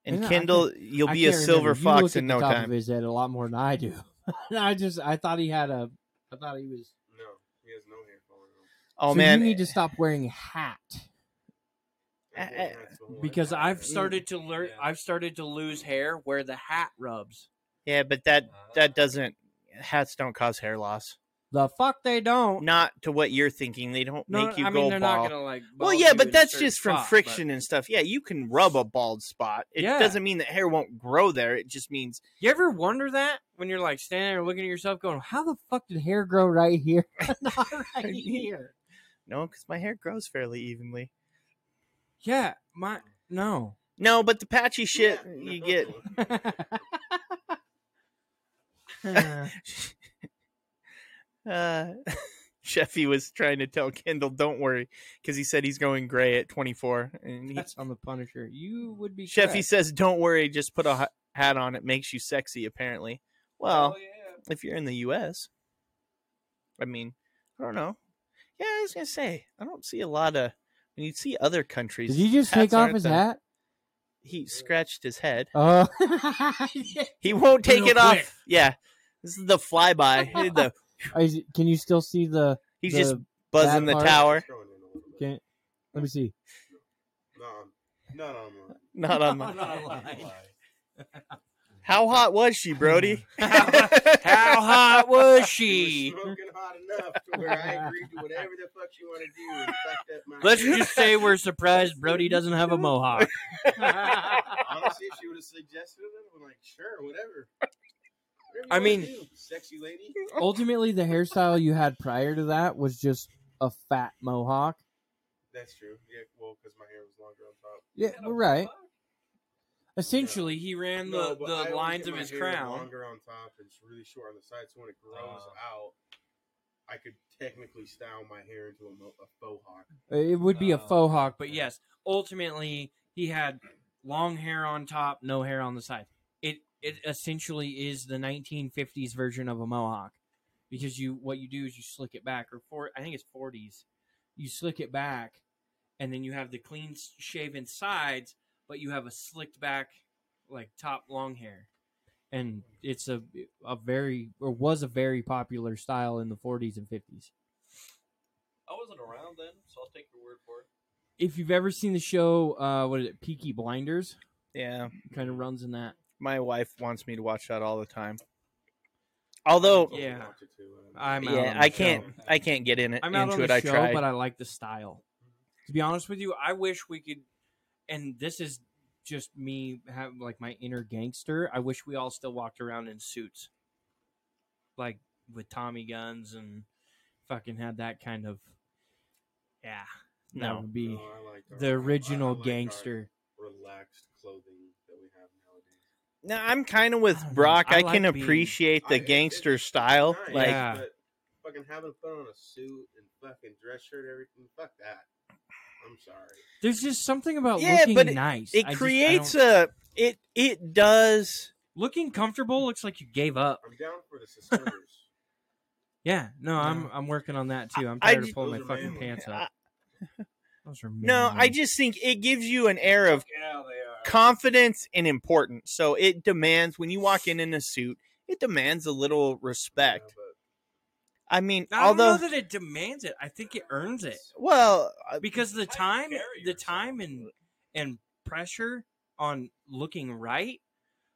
B: And
C: Yeah, I
B: Kindle, you'll
C: I
B: be a
C: can't
B: silver
C: remember. You
B: fox
C: look
B: in
C: at
B: no
C: the top
B: time.
C: Of his head a lot more than I do. I just I thought he had a. I thought he was.
A: No, he has no hair falling out.
B: Oh
C: So
B: man,
C: you need to stop wearing a hat
A: I've
C: Uh,
B: I-
A: worn
B: I-
A: hats the whole
C: because
A: entire
C: I've
A: time.
C: started to learn.
D: Yeah.
C: I've started to lose hair where the hat rubs.
B: yeah, but that
D: Uh,
B: that doesn't hats don't cause hair loss.
C: The fuck they don't.
B: Not to what you're thinking. They don't
C: No,
B: make you
C: I mean
B: go
C: they're
B: bald.
C: not gonna like.
B: well,
C: bald
B: yeah,
C: you in
B: but
C: a
B: that's
C: certain
B: just from
C: spot, but-
B: friction and stuff. Yeah, you can rub a bald spot. It
C: Yeah.
B: doesn't mean that hair won't grow there. It just means
C: You ever wonder that when you're like standing there looking at yourself, going, "How the fuck did hair grow right here, not right here?"
B: no, because my hair grows fairly evenly.
C: Yeah, my no.
B: No, but the patchy shit
A: Yeah,
B: you
A: no.
B: get. Uh, Sheffy was trying to tell Kendall, "Don't worry," because he said he's going gray at 24, and he,
C: That's on the Punisher. You would be
B: Sheffy
C: correct.
B: says, "Don't worry, just put a ha- hat on. It makes you sexy." Apparently, well,
D: Hell yeah.
B: if you're in the U.S., I mean, I don't know. Yeah, I was gonna say I don't see a lot of when you see other countries.
C: Did he just
B: hats
C: take off
B: aren't
C: his
B: the-
C: hat?
B: He scratched his head.
C: Oh,
B: He won't take
C: Real
B: it
C: quick.
B: off. Yeah, this is the flyby. He did the-
C: Oh, Is it- can you still see the?
B: he's
C: the-
B: just buzzing
C: bad
B: the
C: part-
B: tower.
A: It's growing in a little bit.
C: Can, let me see.
A: No, I'm- not online.
B: Not on my.
D: Lie.
B: How hot was she, Brody?
C: How hot was
A: She
C: she?
A: was smoking hot enough to where I agreed to whatever the fuck you want to do. And fucked up my
C: Let's just say we're surprised Brody doesn't have a mohawk.
A: Honestly, if she would have suggested it, I'm like, sure, whatever. Whatever you
C: I
A: wanna
C: mean-
A: do, sexy lady.
C: Ultimately, the hairstyle you had prior to that was just a fat mohawk.
A: That's true. Yeah, well, because my hair was longer on top.
C: Yeah,
D: What the
C: we're right.
D: fuck?
C: Essentially, he ran
A: No,
C: the,
A: but I always
C: the lines
A: get
C: of
A: my
C: his
A: hair
C: crown.
A: longer on top and it's really short on the side. So when it grows
D: Oh.
A: out, I could technically style my hair into a, mo- a faux hawk.
C: It would be a
D: No.
C: faux hawk, but yes, ultimately he had long hair on top, no hair on the side. It it essentially is the 1950s version of a mohawk because you what you do is you slick it back or for I think it's 40s. You slick it back and then you have the clean s- shaven sides, but you have a slicked back like top long hair. And it's a a very or was a very popular style in the 40s and 50s.
D: I wasn't around then, so I'll take your word for it.
C: if you've ever seen the show, uh, what is it, Peaky Blinders?
B: yeah,
C: Kind of runs in that.
B: my wife wants me to watch that all the time. Although
A: I'll
C: Yeah.
A: watch it too, uh,
C: I'm out.
B: yeah,
C: on the
B: I can't
C: show.
B: I can't get in it
C: I'm out
B: into
C: on the
B: it. I
C: show,
B: tried.
C: but I like the style. To be honest with you, I wish we could. And this is just me having like my inner gangster. I wish we all still walked around in suits, like with Tommy guns and fucking had that kind of. Yeah, that
B: no.
C: would be
A: no, I like our-
C: the
A: I- I
C: original
A: like our
C: gangster.
A: relaxed clothing that we have nowadays.
B: No, I'm kind of with
C: I don't know.
B: Brock.
C: I
B: I,
C: like
B: can
C: being-
B: appreciate
A: I-
B: the
A: it-
B: gangster
A: it's
B: style.
A: nice,
B: Oh, Like
C: Yeah.
A: but fucking having put on a suit and fucking dress shirt, everything. Fuck that. I'm sorry.
C: There's just something about
B: Yeah,
C: looking
B: but it-
C: nice. I
B: it
C: just- I
B: creates
C: don't-
B: a it it does.
C: looking comfortable. Looks like you gave up.
A: I'm down for the suspenders.
C: Yeah, no, I'm
B: No.
C: I'm working on that too. I'm
B: I- I
C: tired
B: ju-
C: of pulling my
A: Those are
C: fucking
A: manly.
C: pants
B: I-
C: up. Those are
B: No, I
C: manly.
B: just think it gives you an air of
D: Yeah, they are.
B: confidence and importance. So it demands when you walk in in a suit, it demands a little
A: Yeah,
B: respect.
A: but
B: I mean,
C: I don't
B: although
C: know that it demands it. I think it earns it
B: well, uh, I-
C: because the
D: How do you
C: time,
D: carry
C: the
D: yourself?
C: time and and pressure on looking right,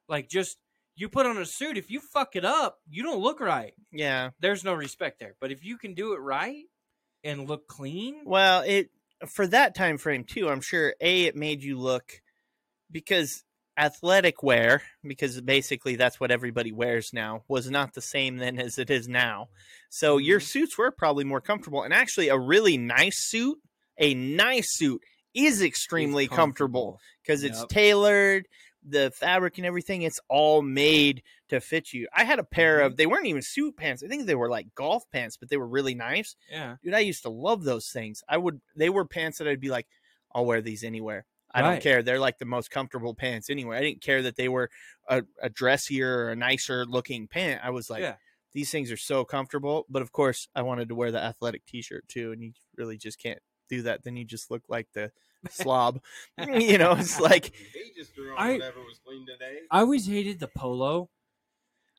C: like just you put on a suit. If you fuck it up, you don't look right.
B: yeah.
C: There's no respect there. But if you can do it right and look clean,
B: Well, it for that time frame too. I'm sure a it made you look because athletic wear because basically that's what everybody wears now was not the same then as it is now. So your suits were probably more comfortable and actually a really nice suit, a nice suit is extremely
C: It's
B: comfortable because it's
C: Yep.
B: tailored, the fabric and everything, it's all made to fit you. I had a pair of, they weren't even suit pants. I think they were like golf pants, but they were really nice.
C: Yeah.
B: Dude, I used to love those things. I would, they were pants that I'd be like, I'll wear these anywhere. I don't
C: Right.
B: care. They're like the most comfortable pants anywhere. I didn't care that they were a, a dressier or a nicer looking pant. I was like,
C: Yeah.
B: these things are so comfortable. But of course, I wanted to wear the athletic t shirt too. And you really just can't do that. Then you just look like the slob. you know, it's like,
A: He just threw on
C: I-
A: whatever was clean today.
C: I always hated the polo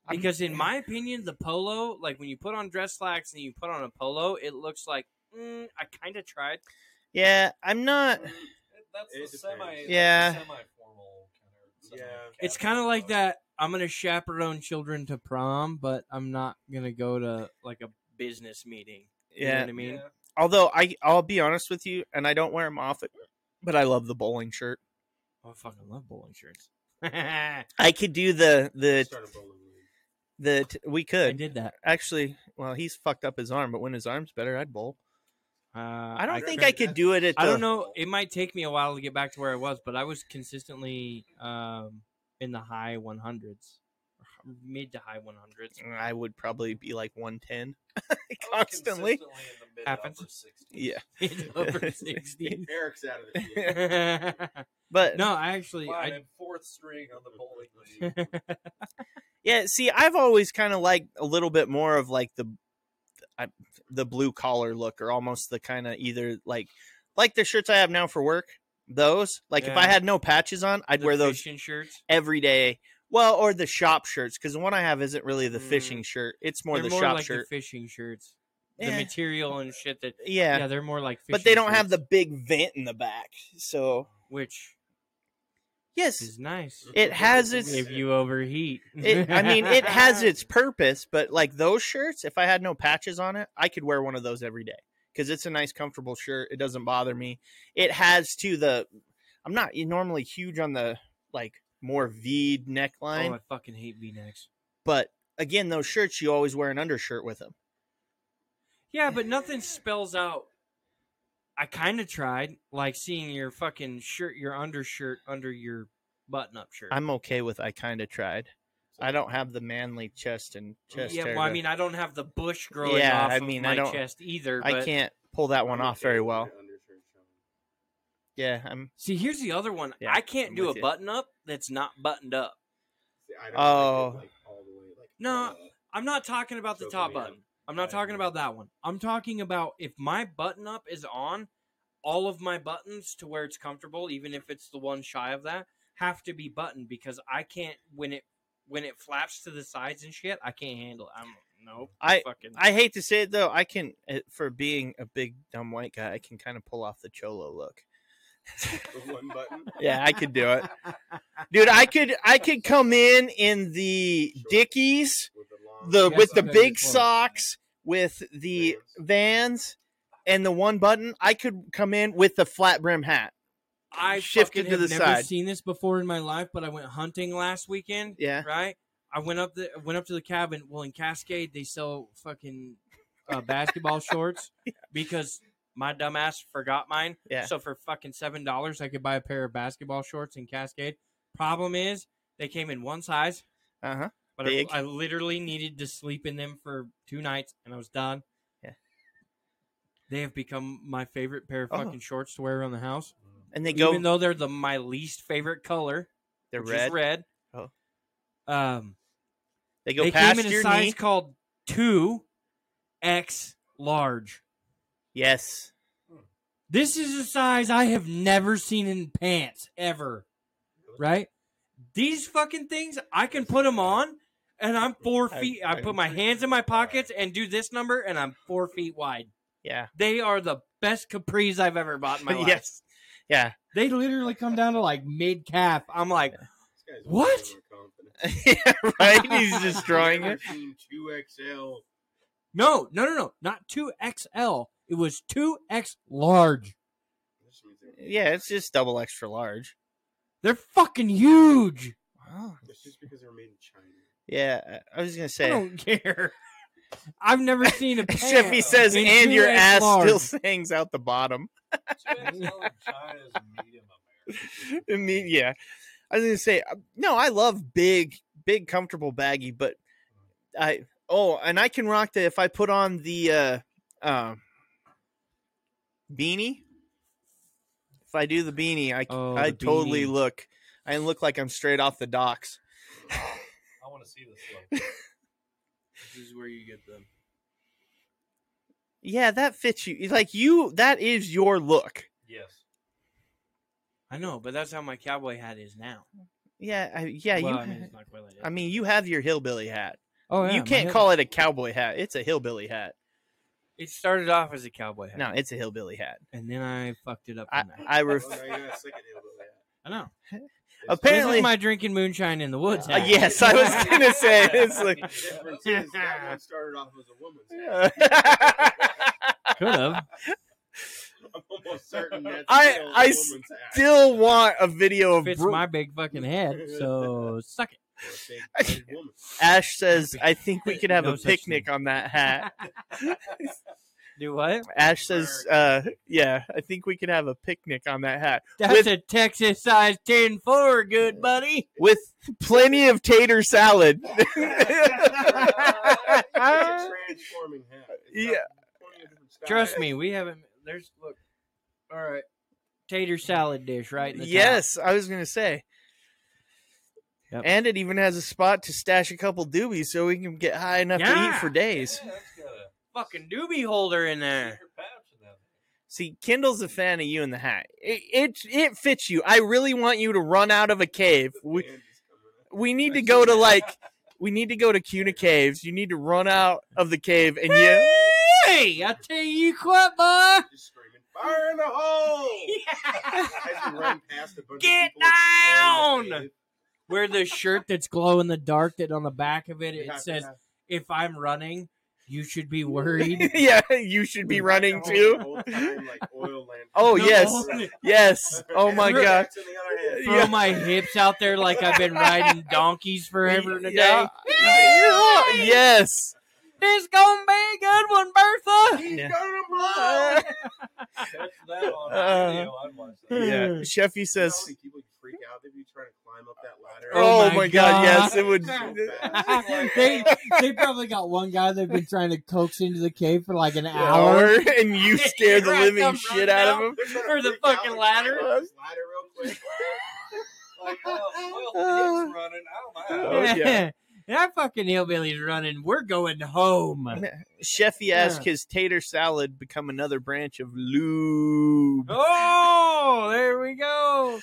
B: I'm-
C: because, in my opinion, the polo, like when you put on dress slacks and you put on a polo, it looks like mm, I kind of tried.
B: yeah, I'm not.
D: That's
A: It
D: the
A: depends.
D: semi. that's the
B: Yeah.
D: Semi-formal kind of.
A: Yeah.
C: It's kind of like that. I'm gonna chaperone children to prom, but I'm not gonna go to like a business meeting. You know
B: Yeah.
C: what I mean,
B: Although I, I'll be honest with you, and I don't wear them often, but I love the bowling shirt.
C: Oh, I fucking love bowling shirts. I
B: I could do the, the,
A: Started bowling league.
B: the, t- we could.
C: did that.
B: Actually, well, he's fucked up his arm, but when his arm's better, I'd bowl.
C: Uh,
B: I don't think
A: could-
B: I could do it at
C: I
B: the-
C: don't know. It might take me a while to get back to where I was, but I was consistently um, in the high 100s, mid to high 100s.
B: I would probably be like 110 constantly.
C: Happens.
B: Yeah.
C: In upper 60s.
A: Eric's out of the team.
B: But
C: no, I actually,
D: Fine,
C: I,
D: and fourth string on the bowling league.
B: yeah, see, I've always kind of liked a little bit more of like the I, the blue collar look or almost the kind of either like like the shirts I have now for work, those. Like if I
C: Yeah.
B: had no patches on, I'd
C: the
B: wear those
C: fishing shirts.
B: every day. Well, or the shop shirts cuz the one I have isn't really the
C: Mm.
B: fishing shirt. It's more
C: They're
B: the
C: more
B: shop
C: like
B: shirt.
C: the fishing shirts, the
B: Yeah.
C: material and shit that.
B: yeah.
C: Yeah, they're more like. Fishing
B: But they don't have the
C: shirts,
B: big vent in the back. So,
C: which
B: yes,
C: is nice
B: it has its
C: if you overheat.
B: It, I mean, it has its purpose, but like those shirts, if I had no patches on it, I could wear one of those every day because it's a nice, comfortable shirt. It doesn't bother me. It has to the. I'm not normally huge on the like more V
C: Oh,
B: neckline,
C: I fucking hate V necks.
B: but again, those shirts you always wear an undershirt with them.
C: Yeah, but nothing spells out. I kind of tried, like seeing your fucking shirt, your undershirt under your button-up shirt.
B: I'm okay with. I kind of tried. I don't have the manly chest and chest.
C: yeah,
B: hair
C: well, I
B: to-
C: mean, I don't have the bush growing
B: Yeah,
C: off
B: I
C: of
B: mean,
C: my
B: I don't-
C: chest either.
B: I
C: but-
B: can't pull that one
A: I'm
B: off
A: okay
B: very
A: with
B: well.
A: my undershirt showing.
B: Yeah, I'm.
C: See, here's the other one.
B: Yeah,
C: I can't
B: I'm
C: do a
B: with you.
C: button-up that's not buttoned up.
A: See, I don't
B: Oh.
A: like it, like, all the way, like,
C: No,
A: uh,
C: I'm not talking about the
A: Choking
C: top
A: me up.
C: button. I'm not
A: I
C: talking
A: agree.
C: about that one. I'm talking about if my button up is on, all of my buttons to where it's comfortable, even if it's the one shy of that, have to be buttoned because I can't when it when it flaps to the sides and shit, I can't handle it. I'm nope. fucking
B: I hate to say it though. I can, uh, for being a big dumb white guy, I can kind of pull off the cholo look.
A: the one button.
B: Yeah, I could do it, dude. I could, I could come in in the Dickies,
A: With the long
B: the
C: Yes,
B: with the
C: I'm very
B: big
C: close.
B: socks, with the Vans, and the one button. I could come in with the flat brim hat.
C: I
B: shifted to
C: shifted to have
B: the
C: never
B: side.
C: seen this before in my life, but I went hunting last weekend.
B: Yeah,
C: right? I went up the went up to the cabin. Well, in Cascade, they sell fucking uh, basketball shorts because my dumbass forgot mine.
B: Yeah.
C: So for fucking seven dollars, I could buy a pair of basketball shorts in Cascade. Problem is, they came in one size,
B: uh huh.
C: but I,
B: Big.
C: I literally needed to sleep in them for two nights, and I was done.
B: Yeah.
C: They have become my favorite pair of
B: Oh.
C: fucking shorts to wear around the house,
B: And they go,
C: even though they're the my least favorite color.
B: they're
C: which
B: red.
C: is red.
B: Oh.
C: Um
B: They go
C: they
B: past
C: came in a
B: your
C: size
B: knee.
C: called two X large.
B: Yes,
C: This is a size I have never seen in pants ever. Right? These fucking things, I can put them on, and I'm four
B: I-
C: feet. I,
B: I-
C: put my hands in my pockets and do this number, and I'm four feet wide.
B: yeah,
C: They are the best capris I've ever bought in my life.
B: yes, yeah.
C: They literally come down to like mid calf. I'm like,
A: This guy's way
C: What?
A: more confident.
B: yeah, right. He's destroying it.
A: I've seen two XL.
C: no, no, no, no, not two XL. It was two X large.
A: This means they're-
B: Yeah, it's just double extra large.
C: They're fucking huge.
B: Wow.
A: It's just because they're made in China.
B: Yeah, I I was gonna
C: I
B: say.
C: don't care. I've never seen a
B: Except he
C: pant
B: says,
C: in
B: and your
C: 2X
B: ass
C: large."
B: still hangs out the bottom.
D: 2XL in China is medium American.
B: I mean, yeah. I was gonna say uh, no. I love big, big, comfortable baggy, but I oh, and I can rock that if I put on the uh, uh, beanie. If I do the beanie, I
C: Oh,
B: I
C: the
B: totally
C: beanie.
B: look. I look like I'm straight off the docks.
D: I want to see this look. this is where you get them.
B: Yeah, that fits you. It's Like you, that is your look.
D: Yes.
C: I know, but that's how my cowboy hat is now.
B: Yeah, I, yeah.
C: Well,
B: you,
C: I mean, it's not quite like that.
B: I mean, you have your hillbilly hat.
C: oh, yeah,
B: you
C: my
B: can't
C: hat-
B: call it a cowboy hat. It's a hillbilly hat.
C: It started off as a cowboy hat,
B: No, it's a hillbilly hat.
C: and then I fucked it up.
B: I
C: From there.
B: I ref-
A: Oh, now you got a second hillbilly hat.
C: I know.
A: It's-
B: Apparently-
C: this is my drinking moonshine in the woods.
B: Uh,
C: hat.
B: yes, I was gonna say it's like.
A: the difference is that one started off as a woman's hat.
C: could have.
A: I'm almost certain that's
B: I-
A: still
B: I
A: a woman's hat.
B: Still want a video of
C: Fits
B: Bru-
C: my big fucking head, so suck it.
A: Or a big headed woman.
B: Ash says, "I think we could have
C: No
B: a
C: such thing.
B: picnic on that hat."
C: Do what?
B: Ash says, uh, "Yeah, I think we could have a picnic on that hat
C: That's
B: With-
C: a Texas size 10 4, good buddy.
B: with plenty of tater salad."
A: it's a transforming hat. It's got
B: Uh, Yeah.
A: 20 different styles.
C: Trust me, we haven't. There's, look. All right. Tater salad dish, right? In the top.
B: yes, I was gonna say.
C: Yep.
B: And it even has a spot to stash a couple doobies so we can get high enough to eat
C: Yeah.
B: for
D: Yeah,
B: days.
D: that's got a
C: Fucking doobie holder in there.
D: secret pouch in that.
B: See, Kendall's a fan of you in the hat. It, it it fits you. I really want you to run out of a cave. We
A: Band is coming up.
B: we need to go to like we need to go to Cuna Caves. You need to run out of the cave and you
C: Hey, I tell you what, boy.
A: Just screaming, fire in the hole! As you run past a bunch
C: Get
A: of people exploring the
C: down!
A: cave.
C: Wear the shirt that's glow in the dark that on the back of it,
A: You
C: it
A: have to
C: says,
A: have-
C: if I'm running, you should be worried.
B: Yeah, you should be running
A: Like an
B: too.
A: old time, like, oil lantern.
B: Oh,
C: No.
B: yes. Yes. Oh my
A: That's
B: god.
A: on the other hand.
C: Throw my hips out there like I've been riding donkeys forever and a
B: Yeah.
C: day.
B: Yeah. Yes.
C: It's gonna be a good one, Bertha.
A: He's
B: Yeah.
A: gonna blow!
D: Catch that on
B: Uh,
D: video. I'd watch that.
B: Yeah. Sheffy
A: You know
B: says
A: how many people would freak out if you try to climb up that ladder.
B: Oh, my, god.
C: God.
B: yes, it would
C: they they probably got one guy they've been trying to coax into the cave for like an hour.
B: hour and you scare the
C: Here I
B: living
C: come
B: shit
C: running
B: out of
C: out.
B: him.
A: They're trying to
C: Or the
A: freak out
C: fucking
A: and climb
C: ladder.
A: up this Ladder real quick.
D: Like, well, well, it's running. I don't
B: Oh,
D: know.
B: yeah.
C: that fucking hillbilly's running. We're going home.
B: Sheffy asked his tater salad become another branch of lube.
C: Oh, there we go.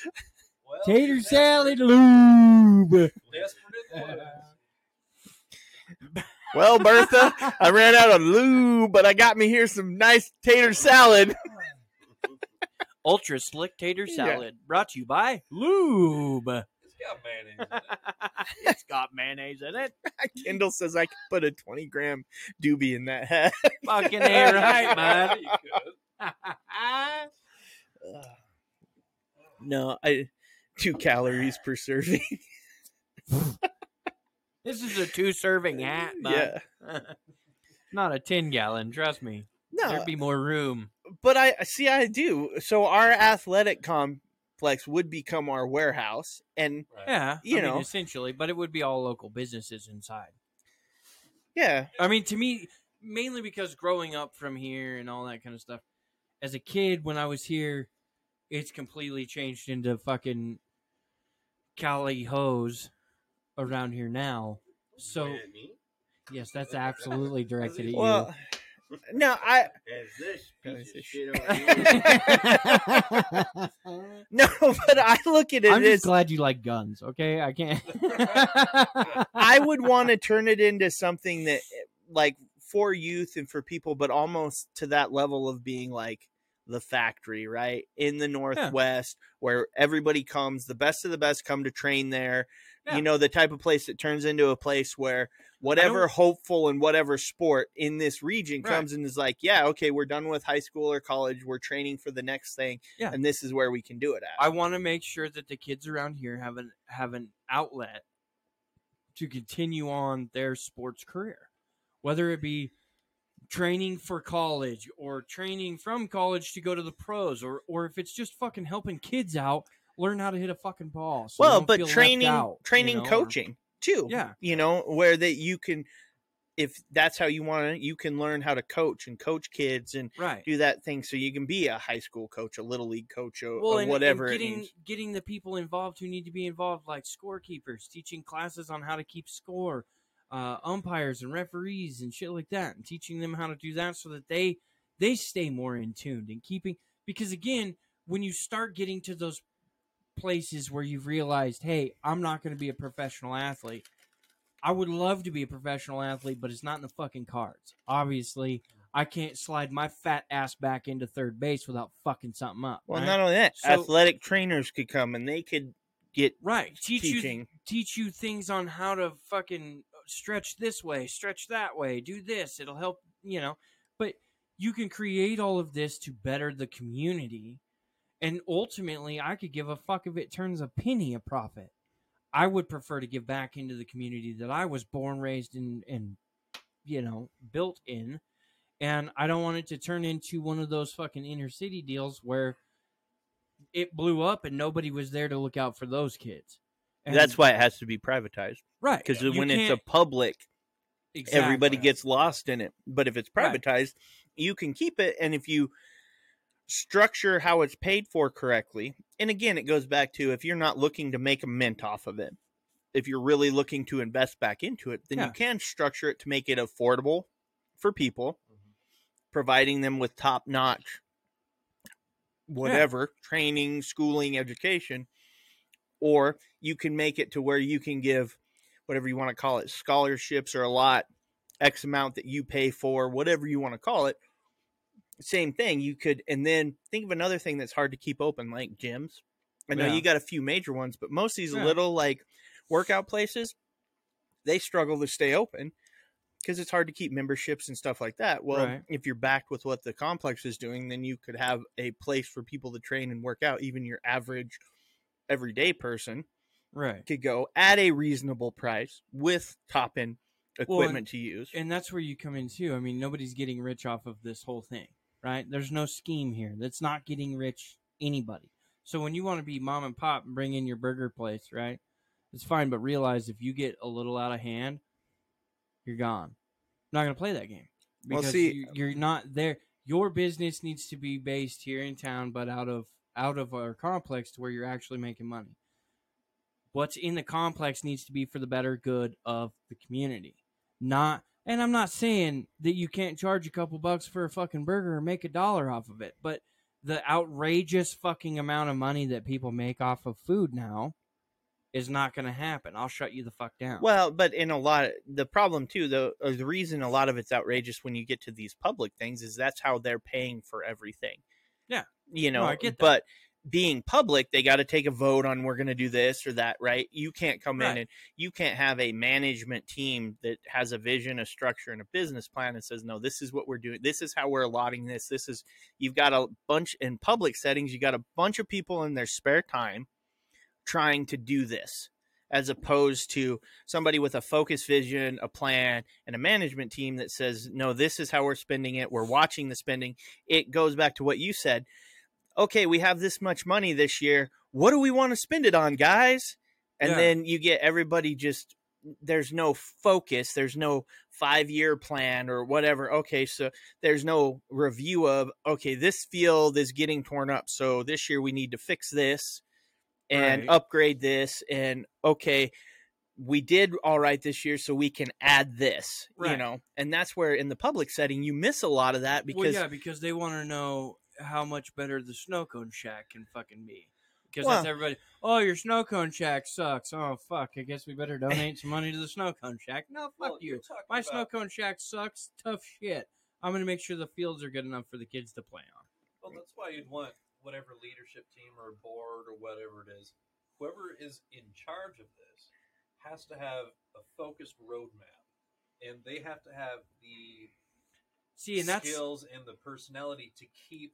D: Well,
C: Tater
D: that's
C: salad lube.
D: Desperate it was.
B: Well, Bertha, I ran out of lube, but I got me here some nice tater salad.
C: Ultra slick tater
B: Yeah.
C: salad brought to you by lube.
D: It's got mayonnaise in it.
C: it's got mayonnaise in it.
B: Kendall says I could put a 20 gram doobie in that hat.
C: Fucking ain't right, bud.
D: You could.
B: No, I two calories per serving.
C: this is a two serving hat, bud.
B: yeah.
C: Not a 10 gallon, trust me.
B: No,
C: There'd be more room.
B: but I see I do. So our athletic complex would become our warehouse and
D: Right.
C: Yeah.
B: You
C: I mean,
B: know.
C: essentially, but it would be all local businesses inside.
B: yeah,
C: I mean, to me, mainly because growing up from here and all that kind of stuff, as a kid, when I was here, it's completely changed into fucking Cali hose around here now. So,
A: Man, me?
C: yes, that's absolutely directed at you.
B: well no, I
A: Is this
B: Let me
A: piece
B: see.
A: of shit over here?
B: no, but I look at it
C: I'm
B: as
C: just glad you like guns, okay? I can't.
B: I would want to turn it into something that eh, like for youth and for people, but almost to that level of being like the factory, right? In the Northwest where everybody comes, the best of the best come to train there.
C: Yeah.
B: You know, the type of place that turns into a place where whatever hopeful and whatever sport in this region
C: Right.
B: comes and is like, yeah, okay, we're done with high school or college. We're training for the next thing.
C: Yeah.
B: And this is where we can do it at.
C: I want to make sure that the kids around here have an have an outlet to continue on their sports career, whether it be training for college or training from college to go to the pros or or if it's just fucking helping kids out learn how to hit a fucking ball so they
B: well,
C: don't
B: but
C: feel left
B: training,
C: out, you
B: training,
C: know, or-
B: coaching too.
C: Yeah.
B: you know where that you can, if that's how you want to, you can learn how to coach and coach kids and
C: right
B: do that thing, so you can be a high school coach, a little league coach, or,
C: well
B: or
C: and,
B: whatever.
C: and
B: it
C: getting
B: means.
C: getting the people involved who need to be involved like scorekeepers teaching classes on how to keep score uh, umpires and referees and shit like that and teaching them how to do that so that they they stay more in tuned and keeping because again when you start getting to those places where you've realized hey i'm not going to be a professional athlete i would love to be a professional athlete but it's not in the fucking cards obviously i can't slide my fat ass back into third base without fucking something up
B: Well,
C: right?
B: not only that,
C: So-
B: athletic trainers could come and they could get
C: Right. Teach
B: teaching.
C: you teach you things on how to fucking stretch this way, stretch that way, do this. It'll help, you know. But you can create all of this to better the community. And ultimately, I could give a fuck if it turns a penny a profit. I would prefer to give back into the community that I was born, raised, and, and you know, built in. And I don't want it to turn into one of those fucking inner city deals where it blew up and nobody was there to look out for those kids. And-
B: That's why it has to be privatized
C: right?
B: because
C: You
B: when it's a
C: can't-
B: public,
C: Exactly.
B: everybody gets lost in it. But if it's
C: Right.
B: privatized, you can keep it, and if you structure how it's paid for correctly, and again, it goes back to if you're not looking to make a mint off of it, if you're really looking to invest back into it, then
C: Yeah.
B: you can structure it to make it affordable for people,
C: Mm-hmm.
B: providing them with top notch whatever training, schooling, education, or you can make it to where you can give whatever you want to call it scholarships or a lot, X amount that you pay for, whatever you want to call it. Same thing. You could, and then think of another thing that's hard to keep open, like gyms. I know
C: Yeah.
B: you got a few major ones, but most of these
C: Yeah.
B: little like workout places, they struggle to stay open because it's hard to keep memberships and stuff like that. Well,
C: Right.
B: if you're backed with what the complex is doing, then you could have a place for people to train and work out. Even your average everyday person
C: right,
B: could go at a reasonable price with top end
C: Well,
B: equipment
C: and-
B: to use.
C: and that's where you come in too. I mean, nobody's getting rich off of this whole thing, right? There's no scheme here. That's not getting rich anybody. So when you want to be mom and pop and bring in your burger place, right? It's fine, but realize if you get a little out of hand, you're gone. Not gonna play that game
B: Well,
C: because
B: see-
C: you, you're not there. Your business needs to be based here in town, but out of out of our complex to where you're actually making money. what's in the complex needs to be for the better good of the community. Not, and I'm not saying that you can't charge a couple bucks for a fucking burger and make a dollar off of it, but the outrageous fucking amount of money that people make off of food now is not going to happen. I'll shut you the fuck down.
B: Well, but in a lot, the problem too, though, or the reason a lot of it's outrageous when you get to these public things is that's how they're paying for everything.
C: Yeah.
B: you know,
C: No, I get that.
B: but being public, they got to take a vote on we're going to do this or that, right? You can't come in
C: Right.
B: and you can't have a management team that has a vision, a structure, and a business plan and says, no, this is what we're doing. This is how we're allotting this. This is you've got a bunch in public settings you got a bunch of people in their spare time trying to do this as opposed to somebody with a focus vision a plan and a management team that says no this is how we're spending it we're watching the spending it goes back to what you said okay we have this much money this year what do we want to spend it on guys and
C: Yeah.
B: then you get everybody just there's no focus there's no five year plan or whatever okay so there's no review of okay this field is getting torn up so this year we need to fix this and
C: Right.
B: upgrade this and okay we did all right this year so we can add this you
C: Right.
B: know and that's where in the public setting you miss a lot of that because
C: well, yeah, because they want to know how much better the snow cone shack can fucking be. Because that's
B: Well-
C: everybody. Oh, your snow cone shack sucks. Oh fuck! I guess we better donate some money to the snow cone shack. No, fuck
D: Well,
C: you.
D: you're talking
C: My
D: about-
C: snow cone shack sucks. Tough shit. I'm gonna make sure the fields are good enough for the kids to play on.
D: Well, that's why you'd want whatever leadership team or board or whatever it is, whoever is in charge of this has to have a focused roadmap, and they have to have the
C: See, and that's
D: skills and the personality to keep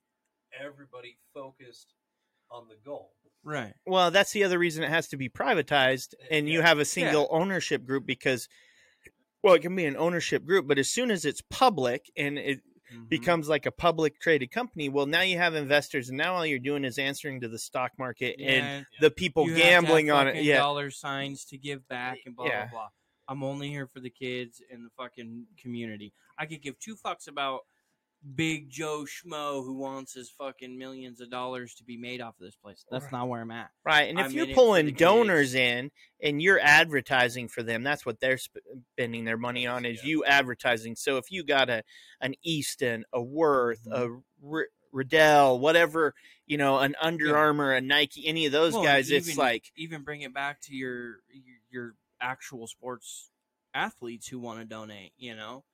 D: everybody focused on the goal.
C: right.
B: Well,
C: Eh,
B: that's the other reason it has to be privatized,
D: Uh,
B: and you
D: yeah.
B: have a single ownership group because Well, it can be an ownership group, but as soon as it's public and it
C: Mm-hmm.
B: becomes like a public traded company, well, now you have investors, and now all you're doing is answering to the stock market and the people
C: you have to have
B: gambling on it.
C: fucking
B: Yeah,
C: dollar signs to give back and blah
B: Yeah.
C: blah blah. I'm only here for the kids and the fucking community. I could give two fucks about Big Joe Schmo who wants his fucking millions of dollars to be made off of this place. That's
B: Right.
C: not where I'm at.
B: right. And if
C: I'm
B: you're
C: in it for the
B: pulling
C: kids.
B: donors in and you're advertising for them, that's what they're sp- spending their money on is
D: Yeah.
B: you advertising. So if you got a an Easton, a Worth,
C: Mm-hmm.
B: a R- Riddell, whatever, you know, an Under
C: Yeah.
B: Armour, a Nike, any of those
C: Well,
B: guys, it's
C: even-
B: like
C: Even bring it back to your your- your actual sports athletes who want to donate. You know,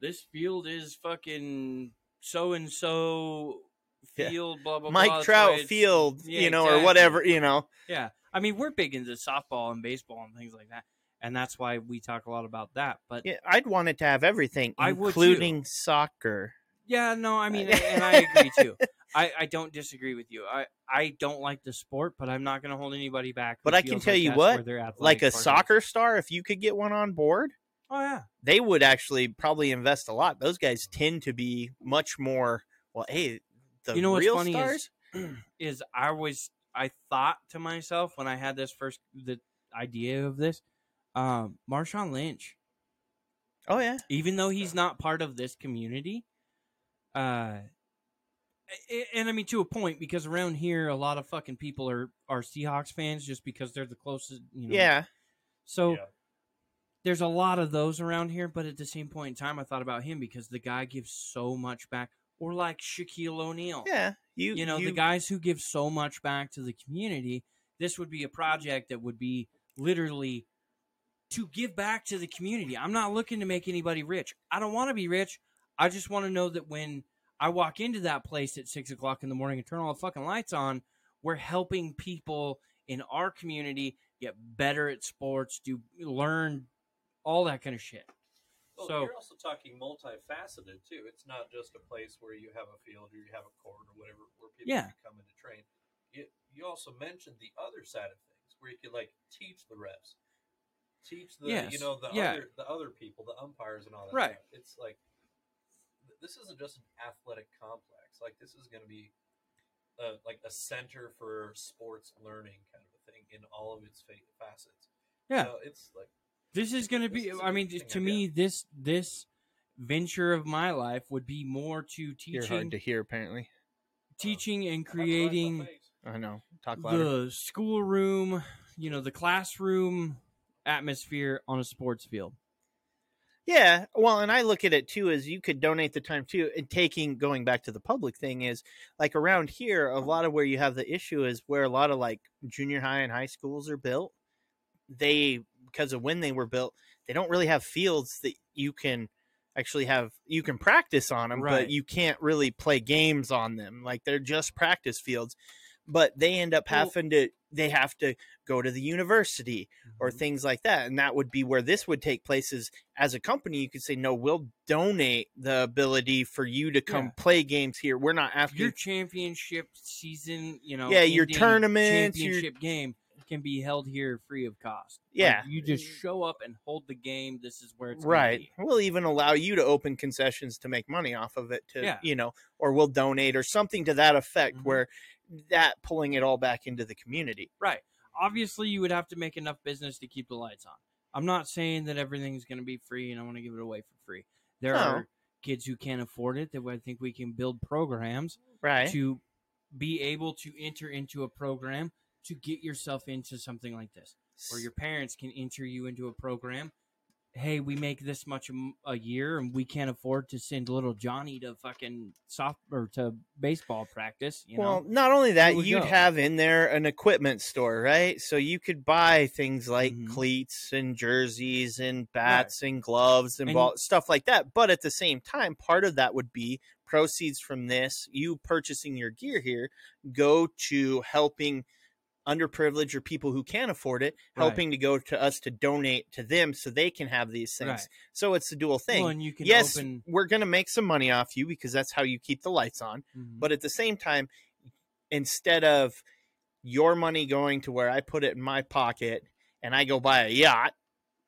C: this field is fucking so and so
B: Yeah.
C: field. Blah blah. blah.
B: Mike
C: That's why
B: Trout
C: it's-
B: Field,
C: Yeah,
B: you know, or
C: exactly.
B: whatever, you know.
C: Yeah. I mean, we're big into softball and baseball and things like that. And that's why we talk a lot about that. But yeah,
B: Yeah, I'd want it to have everything,
C: I would too.
B: including soccer.
C: no, I
B: Uh,
C: mean, and I agree too. I, I don't disagree with you. I, I don't like the sport, but I'm not going to hold anybody back. who
B: But I can
C: feels
B: tell
C: like
B: you
C: that's
B: what,
C: where their athletic
B: Like a
C: part is.
B: soccer star, if you could get one on board,
C: Oh, yeah.
B: they would actually probably invest a lot. Those guys tend to be much more well. Hey, the
C: You know what's
B: real
C: funny is-
B: stars.
C: Is I was, I thought to myself when I had this first the idea of this, um, Marshawn Lynch,
B: oh yeah,
C: even though he's not part of this community uh a- and i mean to a point because around here a lot of fucking people are are seahawks fans just because they're the closest you know
B: yeah.
C: so
D: Yeah.
C: there's a lot of those around here but at the same point in time i thought about him because the guy gives so much back or like shaquille o'neal
B: Yeah, you
C: you know the guys who give so much back to the community this would be a project that would be literally to give back to the community i'm not looking to make anybody rich i don't want to be rich i just want to know that when i walk into that place at six o'clock in the morning and turn all the fucking lights on we're helping people in our community get better at sports do learn all that kind of shit
D: Well,
C: So-
D: you're also talking multifaceted too. It's not just a place where you have a field or you have a court or whatever where people
C: Yeah.
D: can come in to train. You, you also mentioned the other side of things where you could like teach the refs, teach the you
C: Yes,
D: know the
C: yeah.
D: other the other people, the umpires and all that.
C: Right.
D: stuff. It's like th- this isn't just an athletic complex. Like this is going to be uh like a center for sports learning kind of a thing in all of its fa- facets.
C: Yeah.
D: So it's like
C: This is going to
D: This
C: be.
D: is a
C: I mean,
D: interesting
C: to me, this this venture of my life would be more to
B: you're hard to
C: teaching,
B: hear. Apparently,
C: teaching and
D: that's what I saw
C: creating
D: face.
B: I know. Talk louder.
C: the schoolroom, you know, the classroom atmosphere on a sports field.
B: Yeah, well, and I look at it too as you could donate the time too, and taking going back to the public thing is like around here, a lot of where you have the issue is where a lot of like junior high and high schools are built. They because of when they were built, they don't really have fields that you can actually have you can practice on them,
C: Right.
B: but you can't really play games on them. Like they're just practice fields, but they end up
C: Well-
B: having to they have to go to the university or
C: Mm-hmm.
B: things like that. And that would be where this would take place is as a company, you could say, no, we'll donate the ability for you to come
C: Yeah.
B: play games here. We're not after
C: Your championship season, you know,
B: Yeah, your
C: ending
B: tournaments, your-
C: championship game can be held here free of cost. Like,
B: Yeah.
C: you just show up and hold the game. This is where it's gonna
B: right.
C: be.
B: We'll even allow you to open concessions to make money off of it to,
C: Yeah.
B: you know, or we'll donate or something to that effect
C: Mhm.
B: where that pulling it all back into the community.
C: Right. Obviously, you would have to make enough business to keep the lights on. I'm not saying that everything's going to be free and I want to give it away for free. There
B: No.
C: are kids who can't afford it that I think we can build programs
B: Right.
C: to be able to enter into a program to get yourself into something like this, or your parents can enter you into a program. Hey, we make this much a m- a year, and we can't afford to send little Johnny to fucking soft or to baseball practice. You
B: well,
C: know,
B: not only that,
C: Here we
B: you'd
C: go.
B: have in there an equipment store, right? So you could buy things like
C: Mhm.
B: cleats and jerseys and bats and gloves and,
C: And-
B: ball, stuff like that. But at the same time, part of that would be proceeds from this, you purchasing your gear here, go to helping underprivileged or people who can't afford it,
C: Right.
B: helping to go to us to donate to them so they can have these things.
C: Right.
B: So it's a dual thing.
C: Well, and you can
B: yes,
C: open.
B: we're going to make some money off you because that's how you keep the lights on.
C: Mhm.
B: But at the same time, instead of your money going to where I put it in my pocket and I go buy a yacht,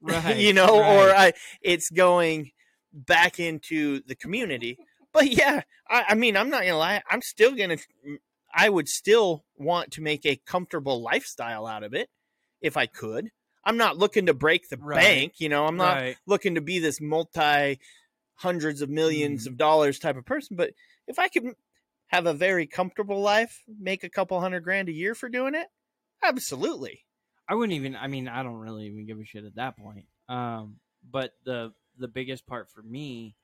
C: Right,
B: you know, or
C: right.
B: I, it's going back into the community. But yeah, I, I mean, I'm not gonna lie. I'm still gonna. I would still want to make a comfortable lifestyle out of it if I could. I'm not looking to break the
C: Right.
B: bank. You know, I'm not
C: Right.
B: looking to be this multi hundreds of 1000000s
C: Mhm.
B: of dollars type of person. But if I could have a very comfortable life, make a couple hundred grand a year for doing it, absolutely.
C: I wouldn't even. I mean, I don't really even give a shit at that point. Um, but the the biggest part for me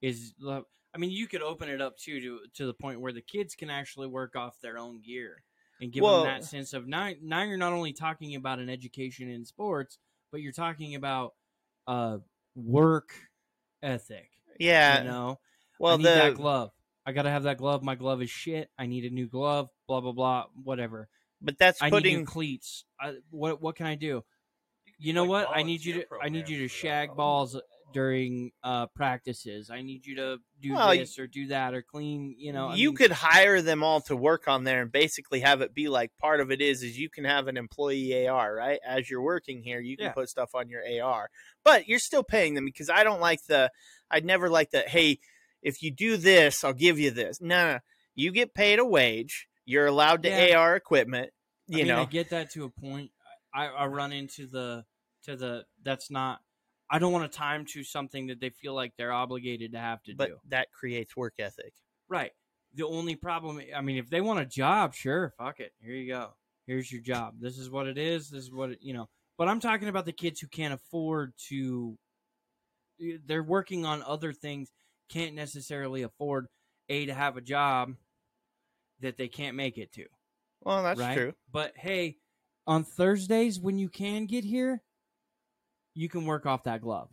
C: is love. I mean, you could open it up too to to the point where the kids can actually work off their own gear and give
B: Well-
C: them that sense of now. Now you're not only talking about an education in sports, but you're talking about uh work ethic.
B: Yeah.
C: you know,
B: Well,
C: I need that
B: the
C: glove. I gotta have that glove. My glove is shit. I need a new glove. Blah blah blah. Whatever.
B: but that's
C: I need
B: putting
C: new cleats. I, what what can I do?
D: could
C: you
D: do,
C: know
D: like,
C: what? I need you to
D: volunteer
C: I need
D: programs
C: you to
D: for that.
C: shag balls during uh practices. I need you to do
B: Well,
C: this or do that or clean, you
B: you,
C: know. I mean,
B: could hire them all to work on there and basically have it be like part of it is is you can have an employee AR, right? As you're working here, you can
C: Yeah.
B: put stuff on your AR. But you're still paying them because I don't like the I'd never like the hey, if you do this, I'll give you this. No, no. You get paid a wage. You're allowed to
C: Yeah.
B: AR equipment, you
C: I mean, I
B: know.
C: get that to a point. I, I run into the to the that's not I don't want to time to something that they feel like they're obligated to have to
B: But
C: do.
B: that creates work ethic.
C: Right. The only problem I mean, if they want a job, sure, fuck it. Here you go. Here's your job. This is what it is. This is what it, you know. But I'm talking about the kids who can't afford to they're working on other things, can't necessarily afford a to have a job that they can't make it to.
B: Well, that's
C: right?
B: true.
C: But hey, on Thursdays when you can get here, you can work off that glove.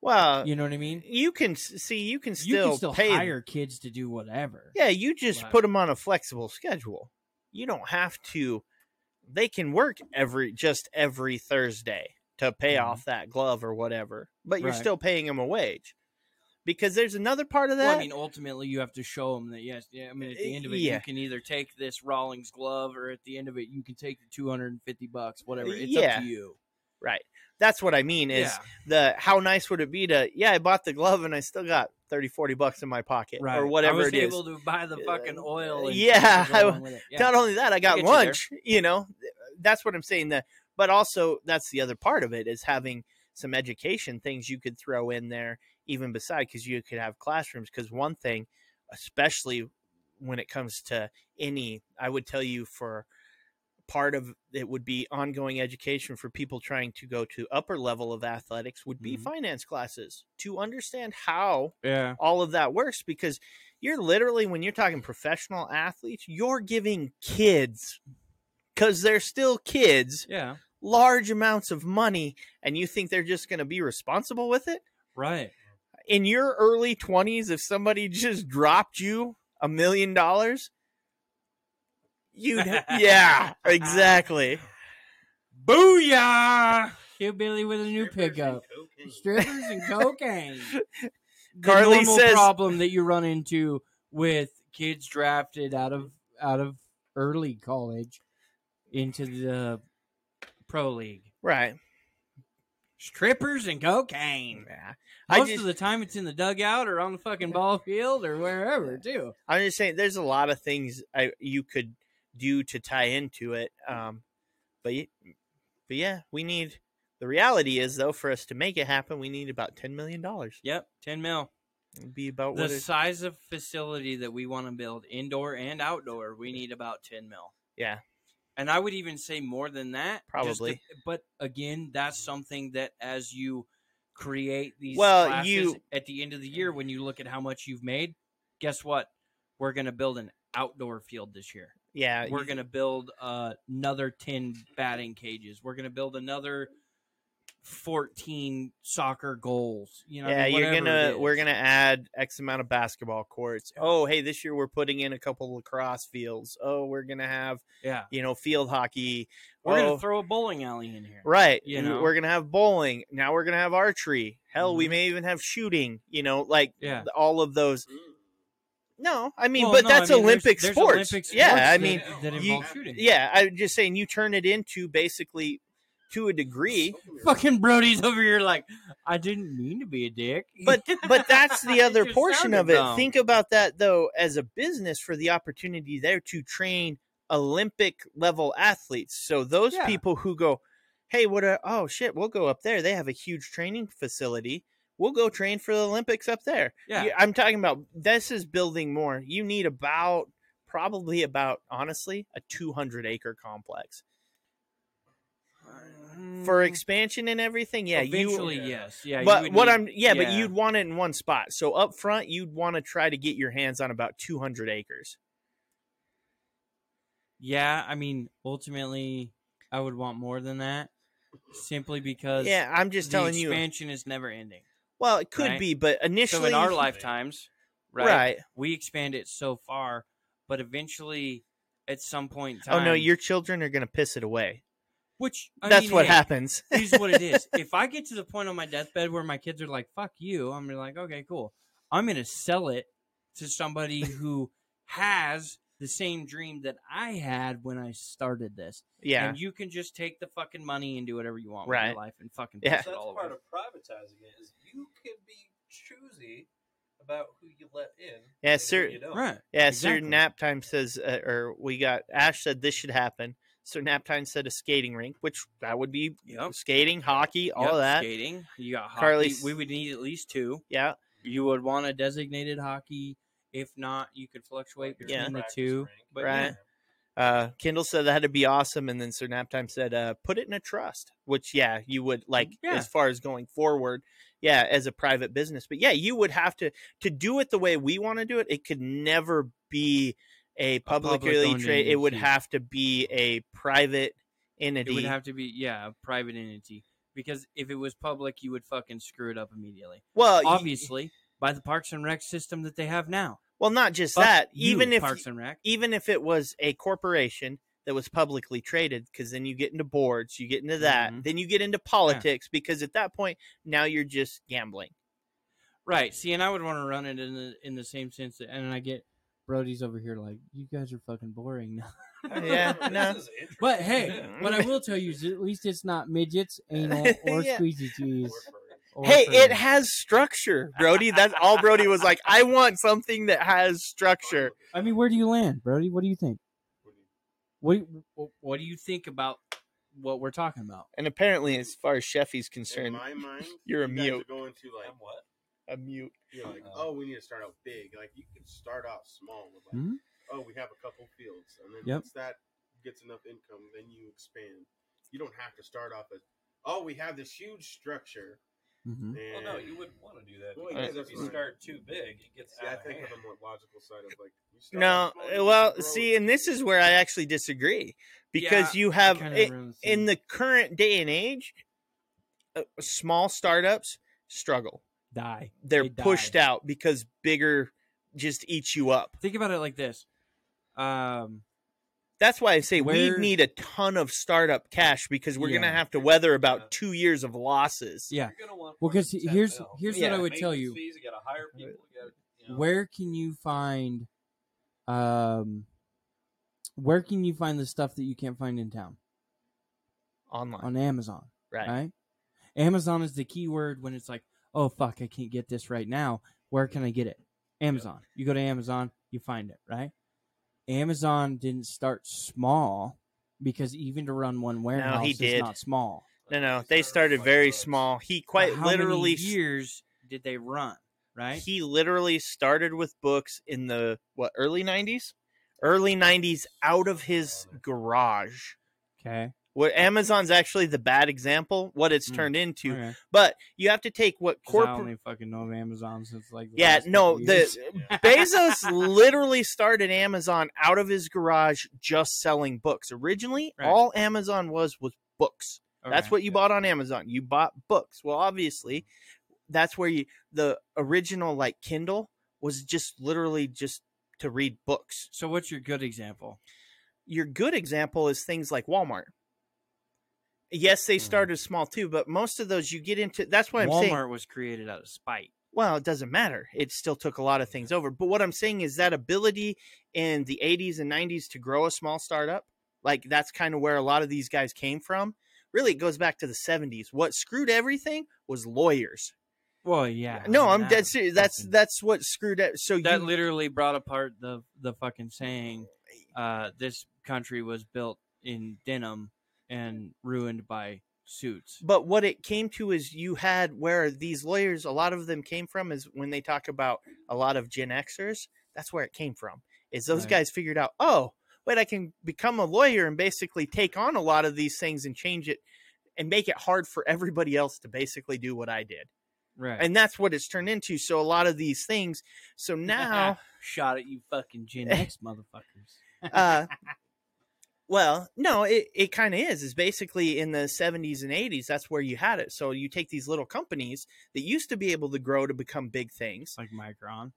B: Well,
C: You know what I mean?
B: you can s- see you can
C: you
B: Uh, still,
C: can still
B: pay
C: hire kids to do whatever.
B: Yeah, you just
C: Right.
B: put them on a flexible schedule. You don't have to. They can work every just every Thursday to pay
C: Mhm.
B: off that glove or whatever, but you're
C: Right.
B: still paying them a wage. Because there's another part of that.
C: Well, I mean, ultimately, you have to show them that yes, yeah. I mean, at the end of it,
B: Yeah.
C: you can either take this Rawlings glove, or at the end of it, you can take the two hundred and fifty bucks, whatever. It's
B: Yeah.
C: up to you.
B: right. That's what I mean is the how nice would it be to yeah, I bought the glove and I still got 30 40 bucks in my pocket
C: right.
B: or whatever
C: I was
B: it is. Uh,
C: able to buy the fucking oil. And
B: Yeah,
C: things that go along with it. yeah.
B: Not only that, I got
C: get you there.
B: lunch. You, know, that's what I'm saying. That, but also that's the other part of it is having some education things you could throw in there, even beside because you could have classrooms. Because one thing, especially when it comes to any, I would tell you for part of it would be ongoing education for people trying to go to upper level of athletics would be
C: Mhm.
B: finance classes to understand how
C: yeah,
B: all of that works because you're literally when you're talking professional athletes you're giving kids because they're still kids
C: yeah,
B: large amounts of money and you think they're just going to be responsible with it
C: right.
B: in your early 20s if somebody just dropped you a million dollars you'd yeah exactly
C: Booyah! Hillbilly with a new
A: Strippers and
C: pickup.
A: cocaine.
C: Strippers and cocaine. The
B: Carly
C: normal
B: says-
C: problem that you run into with kids drafted out of out of early college into the pro league.
B: right
C: Strippers and cocaine.
B: yeah. I
C: Most
B: just,
C: of the time, it's in the dugout or on the fucking ball field or wherever, too.
B: I'm just saying, there's a lot of things I, you could do to tie into it. Um, but y- but yeah, we need. The reality is, though, for us to make it happen, we need about ten million dollars.
C: Yep, ten mil.
B: It'd be about
C: The
B: what? It,
C: size of facility that we want to build, indoor and outdoor, we need about ten mil.
B: yeah,
C: and I would even say more than that. just to-
B: Probably.
C: but again, that's something that as you create these
B: Well,
C: classes
B: you-
C: at the end of the year, when you look at how much you've made, guess what? We're going to build an outdoor field this year.
B: yeah.
C: We're going to build uh, another 10 batting cages. We're going to build another 14 soccer goals. You know, I
B: yeah,
C: mean,
B: you're
C: whatever
B: gonna.
C: it
B: We're
C: is.
B: gonna add X amount of basketball courts. Oh, hey, this year we're putting in a couple lacrosse fields. Oh, we're gonna have
C: yeah,
B: you know field hockey.
C: we're
B: Oh,
C: going to throw a bowling alley in here.
B: Right.
C: You
B: You
C: know?
B: We're going to have bowling. Now we're going to have archery. Hell, we
C: Mhm.
B: may even have shooting, you know, like
C: Yeah.
B: th- all of those. No, I mean,
C: Well,
B: but
C: no,
B: that's
C: I mean, there's-
B: Olympic
C: there's
B: sports.
C: Olympic
B: yeah,
C: sports
B: I
C: that-
B: mean,
C: that
A: you-
C: involve shooting.
B: yeah, I'm just saying you turn it into basically to a degree.
C: Fucking Brody's over here like, I didn't mean to be a dick.
B: But but that's the
C: It
B: other
C: just
B: portion
C: sounded
B: of it.
C: dumb.
B: Think about that though as a business for the opportunity there to train Olympic level athletes. So those
C: Yeah.
B: people who go, "Hey, what a oh shit, we'll go up there. They have a huge training facility. We'll go train for the Olympics up there."
C: yeah.
B: You- I'm talking about this is building more. You need about probably about honestly a 200 acre complex
C: Mm.
B: for expansion and everything. Yeah, you
C: Eventually,
D: Yeah.
C: yes. Yeah. you
B: but
C: would
B: what
C: need-
B: I'm yeah, but
C: yeah.
B: you'd want it in one spot. So up front, you'd want to try to get your hands on about 200 acres.
C: Yeah, I mean, ultimately, I would want more than that, simply because
B: Yeah, I'm just
C: the
B: telling you.
C: expansion is never ending.
B: Well, it could
C: right?
B: be, but initially,
C: So in our lifetimes, right,
B: right?
C: we expand it so far, but eventually, at some point, in
B: Oh
C: time,
B: no, your children are gonna piss it away.
C: which I
B: That's
C: mean,
B: what
C: hey,
B: happens.
C: Here's what it is: if I get to the point on my deathbed where my kids are like, "Fuck you," I'm like, "Okay, cool." I'm gonna sell it to somebody who has the same dream that I had when I started this.
B: yeah,
C: And you can just take the fucking money and do whatever you want with
B: Right.
C: your life and fucking
B: Yeah.
C: piss
D: So
C: it
D: that's
C: all
D: part
C: over.
D: of privatizing it is you can be choosy about who you let in.
B: Yeah,
D: and who
B: cer-
D: you don't.
C: Right.
B: yeah.
C: exactly.
B: Certain nap time says, uh, or we got Ash said this should happen. So nap time said a skating rink, which that would be
C: Yep.
B: skating, hockey, all
C: Oh, Yep,
B: that.
C: Skating. You got hockey.
B: Carly s-
C: We would need at least two.
B: Yeah,
C: You would want a designated hockey. If not, you could fluctuate between
B: Yeah.
C: the
D: Practice
C: two.
D: rink.
C: But
B: Right.
C: yeah.
B: Uh, Kendall said that'd be awesome, and then Sir Naptime said, uh, "Put it in a trust." Which, yeah, you would like
C: Mm, Yeah.
B: as far as going forward, yeah, as a private business. But yeah, you would have to to do it the way we want to do it. It could never be a
C: public
B: publicly
C: owned
B: traded. It would
C: entity.
B: have to be a private
C: It
B: entity.
C: would have to be, yeah, a private entity. Because if it was public, you would fucking screw it up immediately.
B: well, y-
C: Obviously, by the Parks and Rec system that they have now.
B: well, not just
C: Fuck
B: that.
C: you,
B: even if e
C: Parks and Rec.
B: even if it was a corporation that was publicly traded, because then you get into boards, you get into that,
C: Mhm.
B: then you get into politics, because at that point now you're just gambling.
C: Right. See, and I would want to run it in the in the same sense. That, and I get Brody's over here like, you guys are fucking boring now.
B: Yeah,
D: This
B: no.
D: is interesting.
C: But hey,
D: Yeah.
C: what I will tell you is at least it's not midgets, anal, or
B: Yeah.
C: squeezy cheese.
D: We're furry.
C: or
B: hey, it
C: furries.
B: has structure, Brody. That's all Brody was like. I want something that has structure.
C: I mean, where do you land, Brody? What do you think?
A: What do you-
C: What What, what do you think about what we're talking about?
B: And apparently, as far as Sheffy's
A: In
B: concerned,
A: my mind,
B: you're a
A: you guys are
B: mute.
A: going to like
D: I'm what?
B: a mute.
A: you're like,
D: Uh,
A: oh, we need to start out big. Like you can start off small with like,
C: Mhm.
A: oh, we have a couple fields, and then
C: Yep.
A: once that gets enough income, then you expand. You don't have to start off as, oh, we have this huge structure.
C: Mm-hmm.
A: And
D: Well, no, you wouldn't want to do that.
A: Well,
D: Because
A: yeah,
D: if you
A: that's
D: start too big, it gets
A: See, I
D: out of
A: think of
D: hand.
A: the more logical side of like you start
B: No,
A: off small, you
B: well,
A: grow.
B: see, and this is where I actually disagree because
C: Yeah,
B: you have it,
C: Mm.
B: in the current day and age, uh, small startups struggle.
C: die.
B: They're
C: They die.
B: pushed out because bigger just eats you up.
C: Think about it like this. Um,
B: That's why I say
C: Where-
B: we need a ton of startup cash because we're
C: Yeah.
B: going to have to weather
D: Yeah.
B: about two years of losses.
C: yeah.
D: You're gonna want
C: Well,
D: more
C: 'cause
D: than 10
C: here's-
D: mil.
C: here's
B: what I
D: gotta
C: would
D: maintenance
C: tell you.
D: Fees, you gotta hire people. You gotta, you know,
C: Where can you find, um, where can you find the stuff that you can't find in town
B: Online.
C: on Amazon?
B: right.
C: right? Amazon is the keyword when it's like, oh fuck, I can't get this right now. Where can I get it? Amazon. You go to Amazon, you find it, right? Amazon didn't start small because even to run one warehouse
B: he
C: is
B: did.
C: not small.
B: No, no.
D: like,
B: They
D: you
B: started
D: like
B: very
D: drugs.
B: small. He quite
C: But how
B: literally,
C: many years did they run, right?
B: he literally started with books in the, what, early 90s? Early 90s out of his garage.
C: Okay.
B: Where Amazon's actually the bad example, what it's
C: Mm.
B: turned into.
C: okay. 'Cause
B: But you have to take what
C: I
B: corporate.
C: only fucking know of Amazon since like the
B: Yeah,
C: last
B: no,
C: couple
B: the-
C: years.
D: Yeah.
B: Bezos literally started Amazon out of his garage just selling books. Originally,
C: Right.
B: all Amazon was was books. That's
C: Okay.
B: what you bought on Amazon. You bought books. Well, obviously, that's where you the original like Kindle was just literally just to read books.
C: So what's your good example?
B: Your good example is things like Walmart. Yes, they
C: Mhm.
B: started small too, but most of those you get into that's what I'm
C: Walmart
B: saying.
C: was created out of spite.
B: Well, it doesn't matter. It still took a lot of things over. But what I'm saying is that ability in the 80s and 90s to grow a small startup, like that's kind of where a lot of these guys came from, really it goes back to the 70s. What screwed everything was lawyers.
C: Well, yeah.
B: No,
C: I
B: I'm
C: mean,
B: dead
C: that
B: serious. That's
C: fucking-
B: that's what screwed up. So
C: that
B: you
C: literally brought apart the the fucking saying. Uh, this country was built in denim and ruined by suits.
B: But what it came to is you had where these lawyers, a lot of them came from, is when they talk about a lot of Gen Xers, that's where it came from. Is those
C: Right.
B: guys figured out, oh, wait, I can become a lawyer and basically take on a lot of these things and change it and make it hard for everybody else to basically do what I did.
C: Right.
B: And that's what it's turned into. So a lot of these things. So now
C: shot at you, fucking Gen X motherfuckers.
B: uh, well, no, it, it kind of is. It's basically in the 70s and 80s, that's where you had it. So you take these little companies that used to be able to grow to become big things.
C: It's like Micron,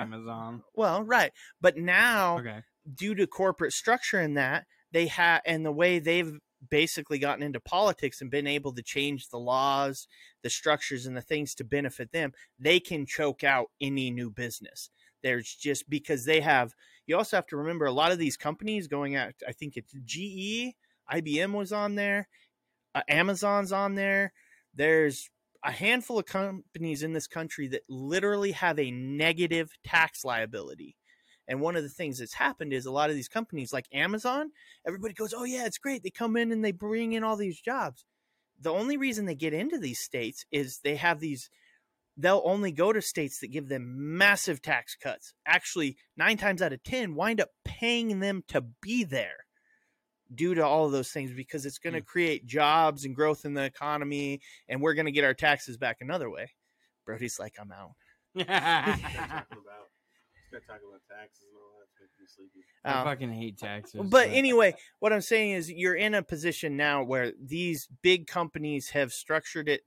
C: Amazon.
B: Well, right. But now,
C: Okay.
B: due to corporate structure and that, they have, and the way they've basically gotten into politics and been able to change the laws, the structures, and the things to benefit them, they can choke out any new business. There's just because they have, you also have to remember a lot of these companies going out, I think it's E, GE, IBM was on there, uh, Amazon's on there. There's a handful of companies in this country that literally have a negative tax liability. And one of the things that's happened is a lot of these companies, like Amazon, everybody goes, "Oh yeah, it's great." They come in and they bring in all these jobs. The only reason they get into these states is they have these. They'll only go to states that give them massive tax cuts. Actually, nine times out of ten, wind up paying them to be there due to all of those things because it's going to
C: Hmm.
B: create jobs and growth in the economy, and we're going to get our taxes back another way. Brody's like, "I'm out."
C: I
A: talking about start talking about taxes and all that. It's making me sleepy.
B: Um,
C: fucking hate taxes.
B: But anyway, what I'm saying is you're in a position now where these big companies have structured it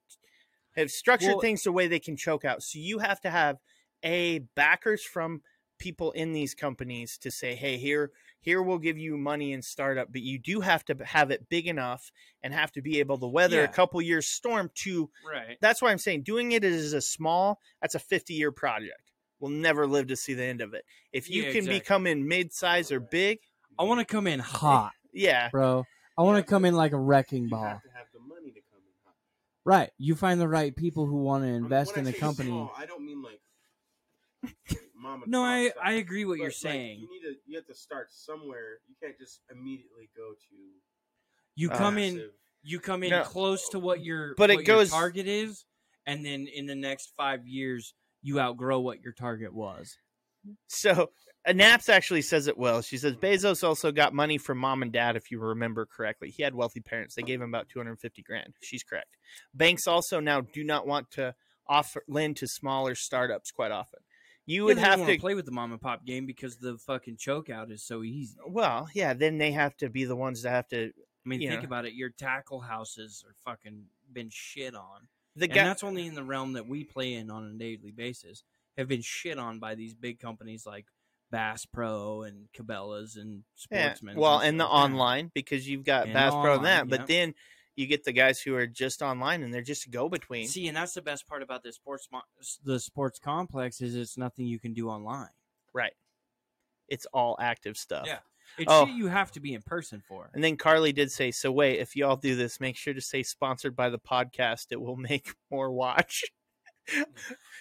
B: have structured
C: Well-
B: things the way they can choke out. So you have to have a backers from people in these companies to say, "Hey, here here we'll give you money and startup, but you do have to have it big enough and have to be able to weather a
C: Yeah.
B: couple years storm to
C: right.
B: That's why I'm saying doing it as a small, that's a 50-year project. We'll never live to see the end of it. If you
C: Yeah,
B: can
C: exactly.
B: become in mid-size or big,
C: I want to come in hot,
B: yeah,
C: bro. I want
A: Yeah,
C: to come
A: but
C: in like a wrecking
A: You
C: ball.
A: have to have the money to come in. hot.
C: Right. You find the right people who want to invest
A: When
C: in
A: I
C: the
A: say
C: company.
A: small, I don't mean like mom and
C: No,
A: pop
C: I,
A: size,
C: I agree what you're
A: but, like,
C: saying.
A: you need to you have to start somewhere. You can't just immediately go to
C: you
B: Uh,
C: come in
A: massive-
C: you come in
B: No.
C: close to what your
B: But it
C: what your
B: goes-
C: target is, and then in the next five years you outgrow what your target was.
B: So uh, Naps actually says it well. She says Bezos also got money from mom and dad, if you remember correctly. He had wealthy parents. They gave him about 250 grand. She's correct. Banks also now do not want to offer lend to smaller startups quite often. You
C: You
B: would have to
C: play with the mom and pop game because the fucking choke out is so easy.
B: well, yeah, then they have to be the ones that have to
C: I mean,
B: you
C: think
B: know.
C: about it. Your tackle houses are fucking been shit on,
B: the
C: and
B: guy
C: that's only in the realm that we play in on a daily basis. Have been shit on by these big companies like Bass Pro and Cabela's and
B: yeah,
C: Sportsman.
B: well, and the online because you've got
C: And
B: Bass Pro
C: online,
B: and that, but
C: yep.
B: then you get the guys who are just online and they're just a go between.
C: See, and that's the best part about the sports mo- the sports complex is it's nothing you can do online.
B: Right. It's all active stuff.
C: Yeah. It's
B: Oh.
C: shit you have to be in person for.
B: And then Carly did say, "So wait, if y'all do this, make sure to say sponsored by the podcast. It will make more watch."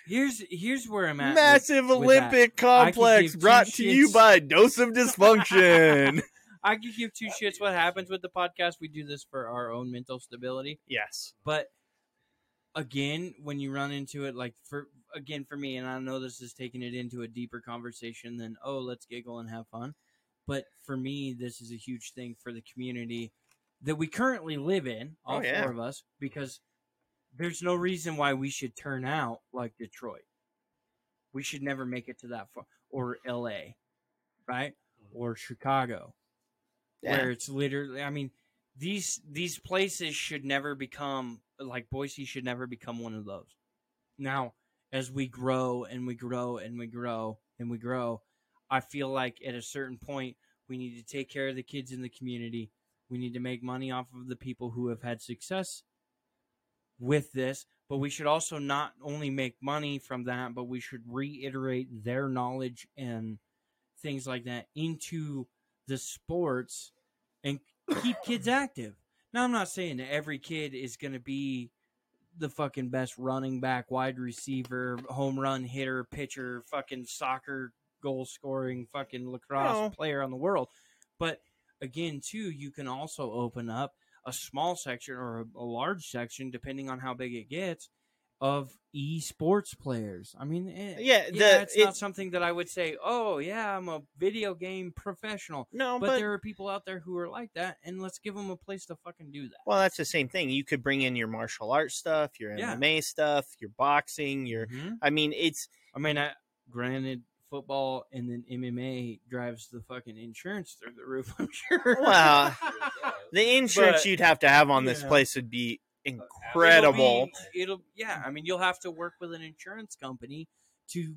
C: Here's here's where I'm at. with-
B: Massive
C: with that.
B: Olympic
C: I could
B: complex
C: give two
B: brought to you
C: shits.
B: by Dose of Dysfunction.
C: I could give two shits what happens with the podcast. We do this for our own mental stability.
B: yes.
C: But again, when you run into it, like for again for me, and I know this is taking it into a deeper conversation than oh, let's giggle and have fun. But for me, this is a huge thing for the community that we currently live in, all
B: Oh, yeah.
C: four of us, because there's no reason why we should turn out like Detroit. We should never make it to that far, or L.A., right,
B: Mm-hmm.
C: or Chicago
B: Yeah.
C: where it's literally i mean these these places should never become like boise should never become one of those now as we grow and we grow and we grow and we grow i feel like at a certain point we need to take care of the kids in the community we need to make money off of the people who have had success with this but we should also not only make money from that but we should reiterate their knowledge and things like that into the sports and keep kids active Now I'm not saying that every kid is going to be the fucking best running back, wide receiver, home run hitter, pitcher, fucking soccer goal scoring, fucking lacrosse
B: No.
C: player on the world. But again, too, you can also open up a small section or a, a large section, depending on how big it gets, of esports players. I mean, eh,
B: Yeah,
C: yeah,
B: the-
C: it's
B: it-
C: not something that I would say, oh, yeah, I'm a video game professional.
B: No,
C: But,
B: Um, but
C: there are people out there who are like that, and let's give them a place to fucking do that.
B: Well, that's the same thing. You could bring in your martial arts stuff, your
C: Yeah. Mm-hmm.
B: MMA stuff, your boxing, your I mean, it's
C: I mean, I, granted, football and then MMA drives the fucking insurance through the roof, I'm sure.
B: Well, the insurance
C: But-
B: you'd have to have on this
C: Yeah.
B: place would be
C: It'll
B: incredible.
C: be- It'll, yeah, I mean, you'll have to work with an insurance company to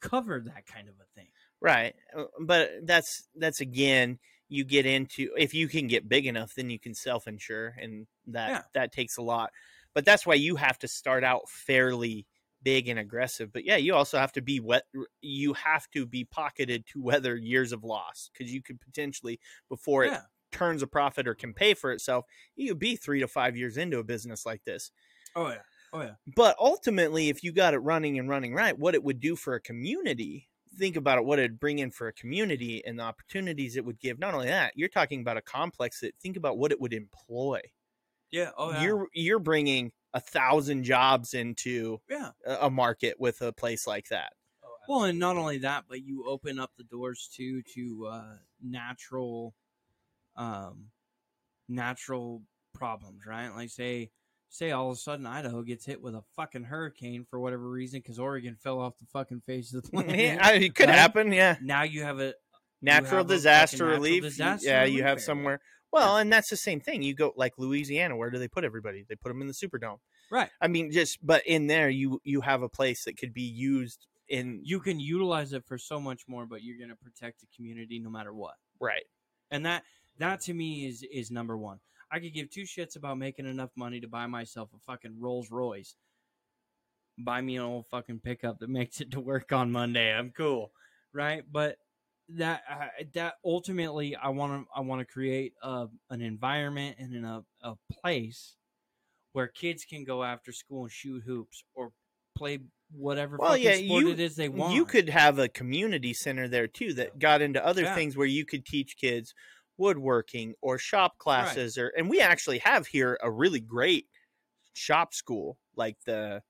C: cover that kind of a thing.
B: Right. Uh, But that's that's again you get into if you can get big enough then you can self-insure and that
C: Yeah.
B: that takes a lot. But that's why you have to start out fairly big and aggressive. But yeah, you also have to be wet you have to be pocketed to weather years of loss cuz you could potentially before it
C: Yeah.
B: turns a profit or can pay for itself, you could be 3 to 5 years into a business like this.
C: Oh, yeah.
B: But ultimately, if you got it running and running right, what it would do for a community, think about it, what it'd bring in for a community and the opportunities it would give. Not only that, you're talking about a complex that think about what it would employ.
C: Yeah. Oh, yeah.
B: You're you're bringing a thousand jobs into
C: yeah.
B: a a market with a place like that.
D: Oh,
C: Well, and not only that, but you open up the doors too to uh, natural, um, natural problems, right? Like say, say all of a sudden Idaho gets hit with a fucking hurricane for whatever reason because Oregon fell off the fucking face of the planet.
B: Yeah, I- it could
C: Right?
B: happen, yeah.
C: Now you have a You have
B: Natural
C: a fucking
B: disaster
C: natural
B: relief. you-
C: disaster
B: yeah, you
C: relief
B: have
C: area.
B: somewhere. Well, and that's the same thing. You go like Louisiana. Where do they put everybody? They put them in the Superdome.
C: right.
B: I mean, just but in there, you you have a place that could be used in
C: You can utilize it for so much more, but you're going to protect the community no matter what.
B: right.
C: and that that to me is is number one. I could give two shits about making enough money to buy myself a fucking Rolls Royce. Buy me an old fucking pickup that makes it to work on Monday. I'm cool, right? But that I, that ultimately, I want to I want to create a, an environment and in a, a place where kids can go after school and shoot hoops or play whatever
B: Well,
C: fucking
B: yeah,
C: sport
B: you-
C: it is they want.
B: You could have a community center there too that got into other
C: Yeah.
B: things where you could teach kids woodworking or shop classes or and we actually have here a really great shop school like the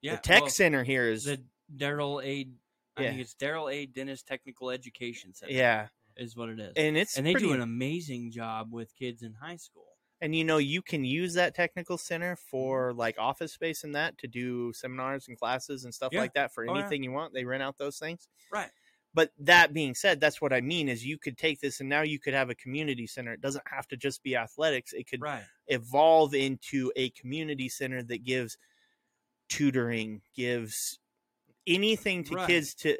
C: yeah,
B: the tech
C: well-
B: center here is
C: the Daryl A. I
B: Yeah.
C: think it's Daryl A. Dennis Technical Education Center.
B: yeah
C: is what it is. And,
B: and it's
C: they
B: pretty-
C: do an amazing job with kids in high school.
B: and you know you can use that technical center
C: Mm-hmm.
B: for like office space and that to do seminars and classes and stuff
C: Yeah.
B: like that for
C: Oh, yeah.
B: anything you want they rent out those things
C: Right.
B: but that being said that's what i mean is you could take this and now you could have a community center it doesn't have to just be athletics it could
C: Right.
B: evolve into a community center that gives tutoring gives anything to
C: Right.
B: kids to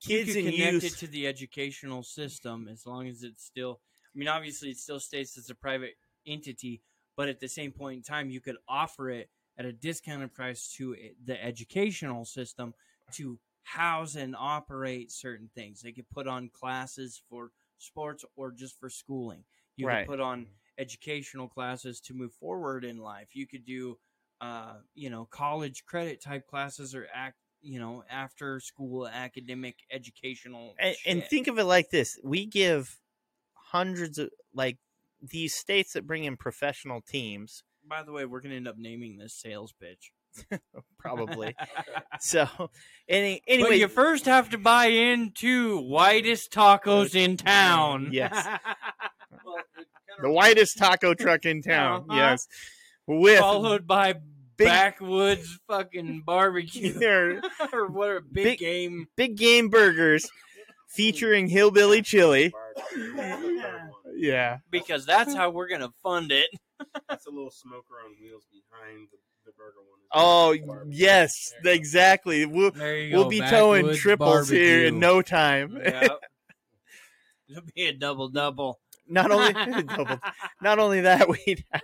B: kids
C: you could
B: and
C: connect
B: youth
C: it to the educational system as long as it's still. I mean, obviously, it still states it's a private entity, but at the same point in time, you could offer it at a discounted price to it- the educational system to house and operate certain things. They could put on classes for sports or just for schooling. You
B: Right.
C: could put on educational classes to move forward in life. You could do, uh, you know, college credit type classes or act, you know, after school academic educational.
B: and, and
C: shit.
B: think of it like this we give hundreds of like these states that bring in professional teams
C: By the way, we're gonna end up naming this sales pitch.
B: probably so any anyway
C: but you first have to buy into whitest tacos in town.
B: Yes.
D: Well, it kinda
B: the whitest taco truck in town
C: Uh-huh.
B: yes with
C: followed by
B: big-
C: backwoods fucking barbecue
B: their
C: or what a big,
B: Big-
C: game.
B: big game burgers featuring hillbilly chili yeah
C: Because that's how we're gonna fund it.
A: That's a little smoker on wheels behind the, the burger one.
B: oh
A: Barbecue.
B: yes
A: There you go.
B: exactly we'll,
C: There you
B: we'll
C: go,
B: be towing
C: backwoods
B: triples here in
C: barbecue.
B: no time
C: Yep. It'll be a double double.
B: not only double not only that we'd have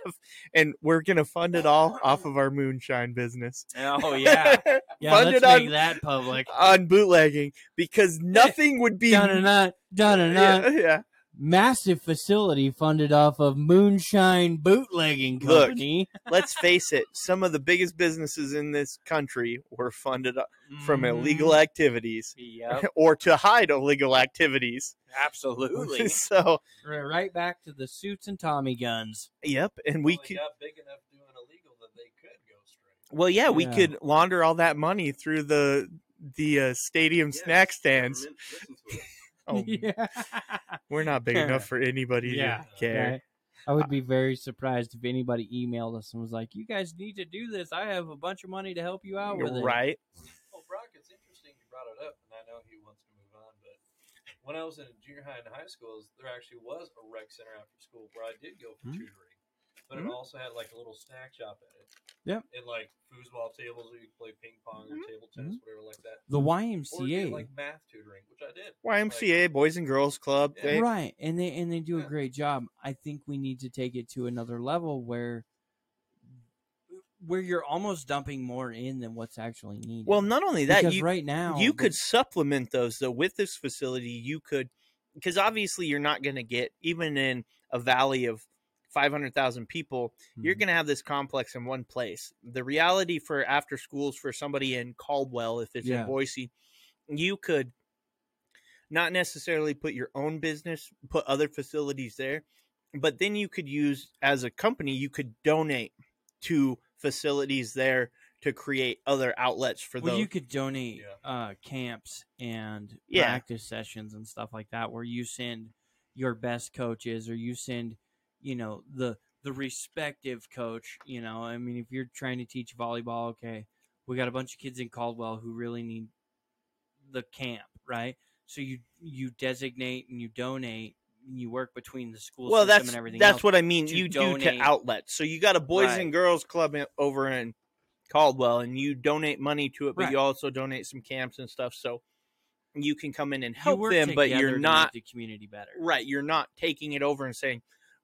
B: and we're gonna fund it all off of our moonshine business
C: Oh yeah, yeah.
B: Fund
C: let's
B: it on-
C: make that public.
B: on bootlegging because nothing would be
C: Dun dun dun dun dun.
B: yeah, yeah.
C: massive facility funded off of moonshine bootlegging
B: Look.
C: company
B: Let's face it, some of the biggest businesses in this country were funded from
C: Mhm.
B: illegal activities
C: Yep,
B: or to hide illegal activities.
C: absolutely.
B: so,
C: We're right back to the suits and Tommy guns.
B: yep, and we
D: Well,
B: could
D: they got big enough doing illegal that they could go straight.
B: well, yeah, we
C: Yeah.
B: could launder all that money through the the uh, stadium
A: Yeah,
B: snack
A: government,
B: stands.
A: listen to us.
B: Oh,
C: yeah.
B: We're not big enough for anybody
C: Yeah.
B: to care.
C: Right. I would be very surprised if anybody emailed us and was like, "You guys need to do this. I have a bunch of money to help you out with it."
B: Right?
D: Well, Brock, it's interesting you brought it up, and I know he wants to move on, but when I was in junior high and high school, there actually was a rec center after school where I did go
C: Hmm.
D: for tutoring, but
B: Hmm.
D: it also had like a little snack shop at it.
C: Yep. Hmm.
D: And like foosball tables where you could play ping pong or table tennis, whatever like that.
C: The
D: Or you
C: YMCA,
D: did, like math tutoring, which I did.
B: YMCA, Boys and Girls Club. They,
C: right? And they and they do a
D: Yeah.
C: great job. I think we need to take it to another level where where you're almost dumping more in than what's actually needed.
B: Well, not only that,
C: Because
B: you
C: right now
B: you
C: the-
B: could supplement those though with this facility. You could because obviously you're not going to get even in a valley of 500,000 people you're
C: Mhm.
B: going to have this complex in one place. The reality for after schools for somebody in Caldwell, if it's
C: Yeah.
B: in Boise, you could not necessarily put your own business, put other facilities there, but then you could use as a company, you could donate to facilities there to create other outlets for
C: Well,
B: those.
C: you could donate
D: Yeah.
C: uh, camps and
B: Yeah.
C: practice sessions and stuff like that, where you send your best coaches or you send, you know, the the respective coach. You know, I mean, if you're trying to teach volleyball, okay, we got a bunch of kids in Caldwell who really need the camp, right? So you you designate and you donate and you work between the school
B: well,
C: system
B: that's
C: and everything.
B: that's
C: else.
B: what I mean.
C: to
B: You do
C: donate.
B: to outlets. So you got a Boys
C: Right.
B: and Girls Club in, over in Caldwell, and you donate money to it, but
C: Right.
B: you also donate some camps and stuff. So you can come in and
C: You
B: help
C: work
B: them, but
C: together to
B: you're
C: make
B: not
C: the community better.
B: right. You're not taking it over and saying,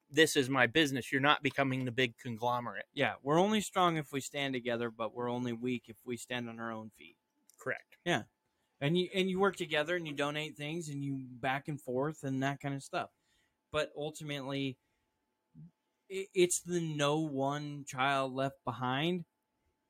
B: "This is my business." You're not becoming the big conglomerate.
C: Yeah, we're only strong if we stand together, but we're only weak if we stand on our own feet.
B: Correct.
C: And you and you work together and you donate things and you back and forth and that kind of stuff. But ultimately i- it's the no one child left behind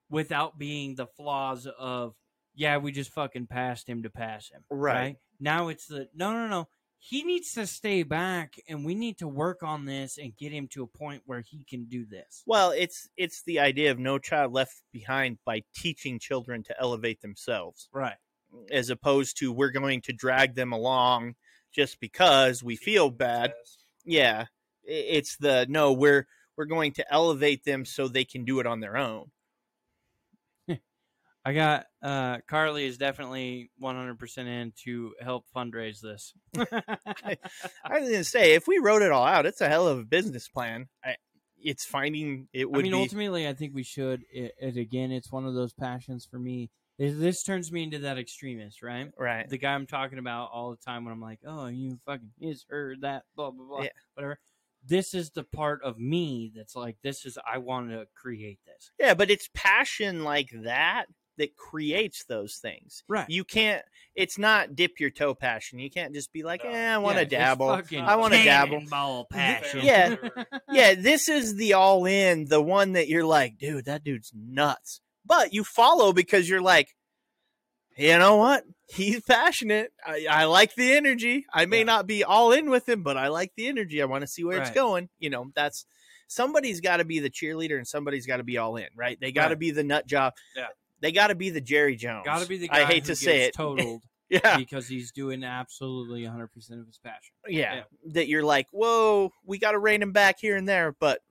C: without being the flaws of yeah, we just fucking passed him to pass him.
B: Right.
C: Now it's the no no no. He needs to stay back and we need to work on this and get him to a point where he can do this.
B: Well, it's it's the idea of no child left behind by teaching children to elevate themselves.
C: Right.
B: as opposed to we're going to drag them along just because we feel bad. Yeah, I- it's the no, we're we're going to elevate them so they can do it on their own.
C: I got uh Carly is definitely 100% in to help fundraise this. Ah.
B: I was going to say if we wrote it all out, it's a hell of a business plan. I, it's finding it would
C: I mean,
B: be
C: ultimately, I think we should. It, it again, it's one of those passions for me. This- This turns me into that extremist, right?
B: right.
C: The guy I'm talking about all the time when I'm like, "Oh, you fucking his, her, that, blah, blah, blah,
B: Yeah.
C: whatever." This is the part of me that's like, "This is I want to create this."
B: Yeah, but it's passion like that that creates those things.
C: Right.
B: You can't. It's not dip your toe passion. You can't just be like,
D: No.
B: eh, I want to
C: it's
B: dabble.
C: fucking
B: I wanna dabble.
C: cannonball passion.
B: Yeah. yeah, this is the all in, the one that you're like, dude, that dude's nuts. But you follow because you're like, you know what? He's passionate. I, I like the energy. I may
C: Yeah.
B: not be all in with him, but I like the energy. I want to see where it's
C: Right.
B: going. You know, that's somebody's got to be the cheerleader and somebody's got to be all in, right? They got to
C: Right.
B: be the nut job.
C: Yeah.
B: They got to be the Jerry Jones.
C: Got to be the guy
B: I hate
C: who
B: to say
C: gets
B: it.
C: totaled
B: Yeah.
C: because he's doing absolutely 100% of his passion.
B: yeah.
C: Yeah.
B: That you're like, whoa, we got to rein him back here and there, but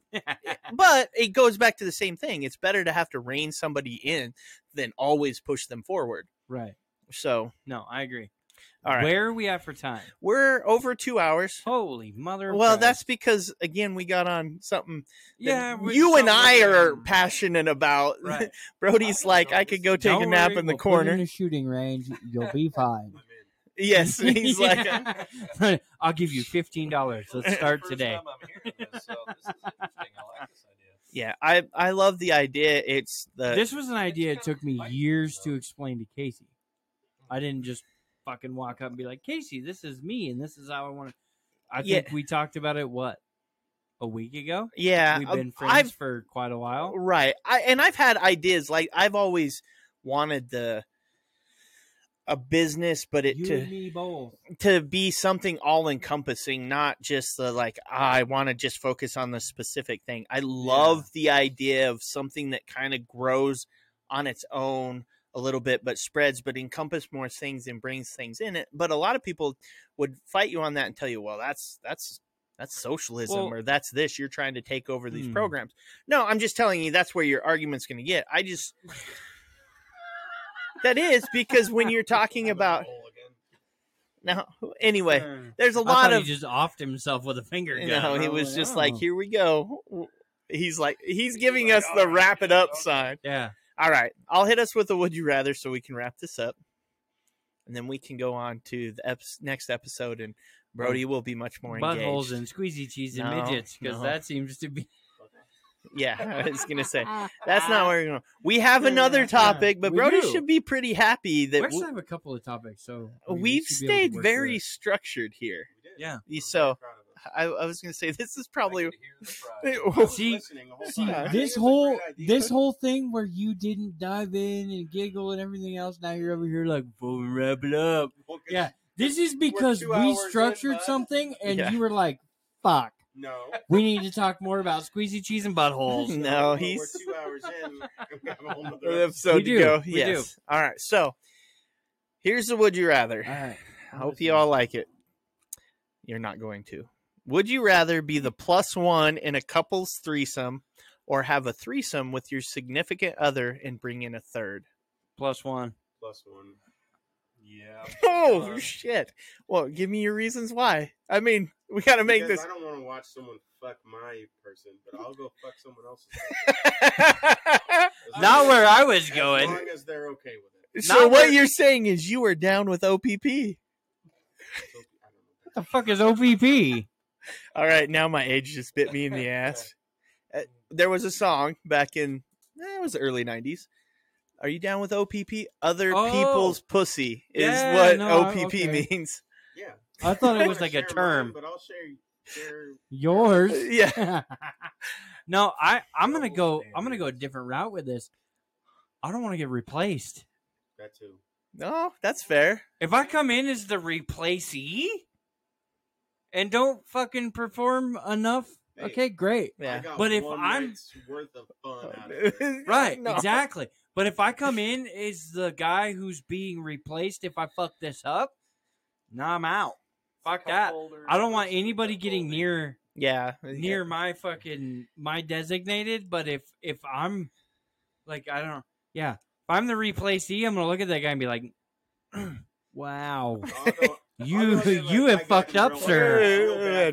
B: but it goes back to the same thing. It's better to have to rein somebody in than always push them forward.
C: right.
B: So,
C: No, I agree.
B: all right,
C: Where are we at for time?
B: we're over two hours.
C: Holy mother! of
B: Well,
C: Christ.
B: that's because again we got on something that
C: yeah. we-
B: you and
C: so
B: I
C: we're
B: are
C: done.
B: passionate about.
C: Right.
B: Brody's
D: I
B: like,
D: know.
B: I could go take a
C: Don't
B: nap
C: worry,
B: in the
C: we'll put it
B: corner.
C: in a shooting range. You'll be fine.
B: yes, and he's like,
C: like, I'll give you fifteen dollars. Let's start today.
B: yeah, I I love the idea. It's the
C: This was an idea. It took me
D: Like,
C: years
D: you
C: to
D: know.
C: explain to Casey. I didn't just fucking walk up and be like, Casey, this is me, and this is how I want to. I
B: Yeah.
C: think we talked about it what a week ago.
B: Yeah,
C: We've
B: uh,
C: been friends
B: I've
C: for quite a while.
B: right. I and I've had ideas like I've always wanted the a business, but it
C: you
B: to
C: and me both.
B: to be something all encompassing, not just the like, ah, I want to just focus on the specific thing. I love the idea of something that kind of grows on its own a little bit, but spreads, but encompass more things and brings things in it. But a lot of people would fight you on that and tell you, well, that's, that's, that's socialism
C: Well-
B: or that's this. You're trying to take over these
C: Hmm.
B: programs. No, I'm just telling you, that's where your argument's going to get. I just, that is because when you're talking about, now, anyway, there's a
C: I thought
B: lot of
C: he just offed himself with a finger
B: you
C: gun.
B: know
C: I
B: he was just like
C: oh.
B: here we go he's like he's giving
D: like,
B: us the
D: "Alright,
B: wrap it
D: yeah,
B: up
D: okay."
B: sign
C: yeah.
B: all right i'll hit us with a would you rather so we can wrap this up and then we can go on to the ep- next episode and brody will be much more engaged
C: Buttholes and squeezy cheese and
B: No,
C: midgets because
B: no.
C: that seems to be.
B: yeah i was gonna say that's not where we're going we have another topic but
C: We
B: brody
C: do.
B: should be pretty happy
C: We
B: that
C: actually
B: w- Uh,
C: have a couple of topics, so I mean, we
B: we've
C: should be able to
B: stayed
C: work through
B: very
C: it.
B: structured here
C: Yeah.
B: so I, I was gonna say this is probably
C: See- See
B: uh,
C: this whole this whole thing where you didn't dive in and giggle and everything else. Now you're over here like "Boom, wrap it up. Yeah, this is because
A: two
C: we
A: hours in,
C: structured
A: bud.
C: something and
B: Yeah.
C: you were like, "Fuck,
A: No.
C: we need to talk more about squeezy cheese and buttholes."
B: no
A: we're-
B: he's
A: We're two hours in. We have a whole nother
B: the
A: episode.
B: episode
C: We
B: to
C: do.
B: go.
C: We
B: yes. All right. So here's the would you rather.
C: All right,
B: I hope you all like it. You're not going to. Would you rather be the plus one in a couple's threesome or have a threesome with your significant other and bring in a third?
C: plus one.
A: Plus one.
D: Yeah.
B: Oh, shit. Well, give me your reasons why. I mean, we got to make
A: Because
B: this.
A: I don't want to watch someone fuck my person, but I'll go fuck someone else's. As
C: Not
A: long
C: where
A: as-
C: I was
A: as
C: going.
A: long as they're okay with it.
B: so,
C: Not
B: what
C: where-
B: you're saying is you are down with OPP.
A: So, I don't know.
C: What the fuck is OPP?
B: All right, now my age just bit me in the ass. Uh, there was a song back in eh, it was the early '90s. Are you down with OPP? Other
C: Oh.
B: people's pussy is
C: Yeah,
B: what
C: no, I-
B: OPP
C: okay.
B: means.
A: Yeah.
C: I thought
A: I
C: it was like a
A: share mine,
C: term.
A: but I'll share share
C: Yours.
B: Yeah,
C: no, I I'm gonna
A: Double
C: go. I'm gonna go a
A: standards.
C: different route with this. I don't want to get replaced.
A: that too.
B: no, that's fair.
C: If I come in as the replacee and don't fucking perform enough,
A: Hey,
C: okay, great.
A: I
B: Yeah,
A: got
C: But if
A: one
C: I'm-
A: night's worth of fun out of it.
C: Right,
B: No.
C: exactly. But if I come in as the guy who's being replaced, if I fuck this up, nah, I'm out. Fuck that. I don't want anybody getting near
B: Yeah,
C: near my fucking my designated. But if if I'm like I don't, yeah, if I'm the replacee, I'm gonna look at that guy and be like, wow. You you have fucked up, sir.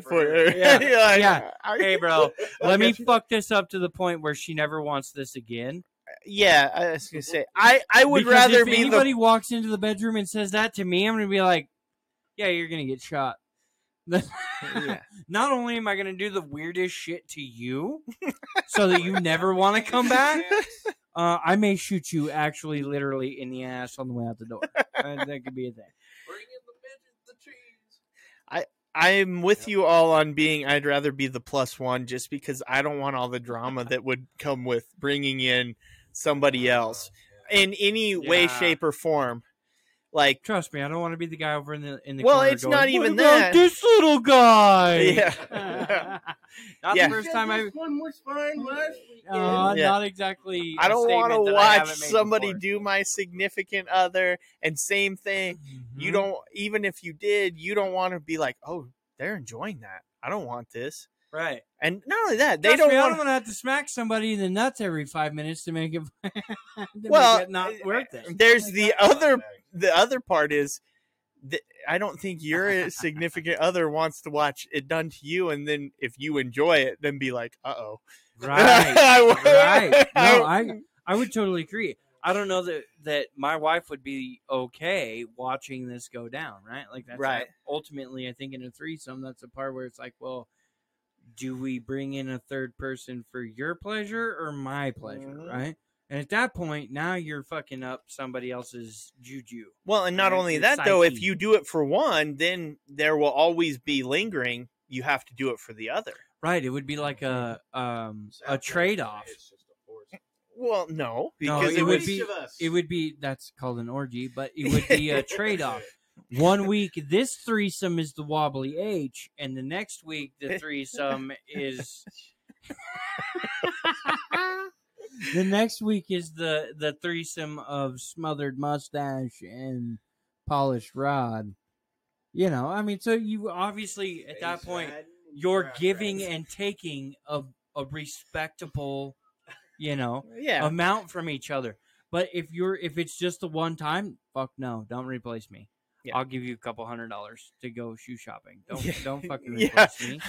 B: Yeah,
C: Yeah.
B: yeah.
C: Yeah.
B: I-
C: Hey, bro, let me
B: got you.
C: fuck this up to the point where she never wants this again.
B: yeah, I was gonna say I. I would
C: Because
B: rather
C: if
B: be
C: anybody walks into the bedroom and says that to me, I'm gonna be like, "Yeah, you're gonna get shot."
B: the. Yeah.
C: Not only am I gonna do the weirdest shit to you, so that you never want to come back, uh, I may shoot you actually, literally in the ass on the way out the door. Uh, that could be a thing.
D: Bring in the midget, the cheese.
B: I'm with
A: Yep.
B: you all on being I'd rather be the plus one just because I don't want all the drama that would come with bringing in somebody else in any way
C: Uh, Yeah.
B: shape or form. Like
C: Trust me, I don't want to be the guy over in the in the
B: Well,
C: corner
B: it's
C: going,
B: not
C: "What
B: even
C: about
B: that."
C: this little guy.
B: yeah.
C: not
B: Yeah.
C: the first time I.
A: one was fine last weekend.
C: Uh,
B: Yeah.
C: Not exactly.
B: I
C: a
B: don't want to
C: statement that I
B: watch
C: haven't made
B: somebody
C: before.
B: do my significant other and same thing. You
C: Mhm.
B: don't even if you did, you don't want to be like, "Oh, they're enjoying that. I don't want this."
C: right.
B: And not only that, they
C: Trust
B: don't
C: me, I
B: want
C: don't want to have to smack somebody in the nuts every five minutes to make it. to make
B: Well, uh,
C: it not worth it.
B: there's the other the other part is that I don't think your significant other wants to watch it done to you, and then if you enjoy it, then be like, "Uh oh."
C: Right. right. No, I I would totally agree. I don't know that that my wife would be okay watching this go down. Right. Like that's
B: Right.
C: ultimately, I think in a threesome, that's the part where it's like, well. Do we bring in a third person for your pleasure or my pleasure,
B: Mhm.
C: right? And at that point, now you're fucking up somebody else's juju.
B: Well, and not
C: Right,
B: only
C: your
B: that, though, if
C: psyche.
B: you do it for one, then there will always be lingering. You have to do it for the other.
C: Right. It would be like a um a
A: Saturday,
C: trade off.
A: It's just a force.
B: Well, no,
C: No,
B: because
C: it
B: it
C: would
B: was
A: Each
C: be-
A: of us.
C: It would be that's called an orgy, but it would be a trade off. One week this threesome is the wobbly H, and the next week the threesome is the next week is the the threesome of smothered mustache and polished rod. You know, I mean, so you obviously at that point you're giving and taking a a respectable, you know,
B: yeah.
C: amount from each other. But if you're if it's just the one time, fuck no, don't replace me.
B: Yeah.
C: I'll give you a couple hundred dollars to go shoe shopping. Don't
B: Yeah.
C: don't fucking
B: Yeah.
C: replace me.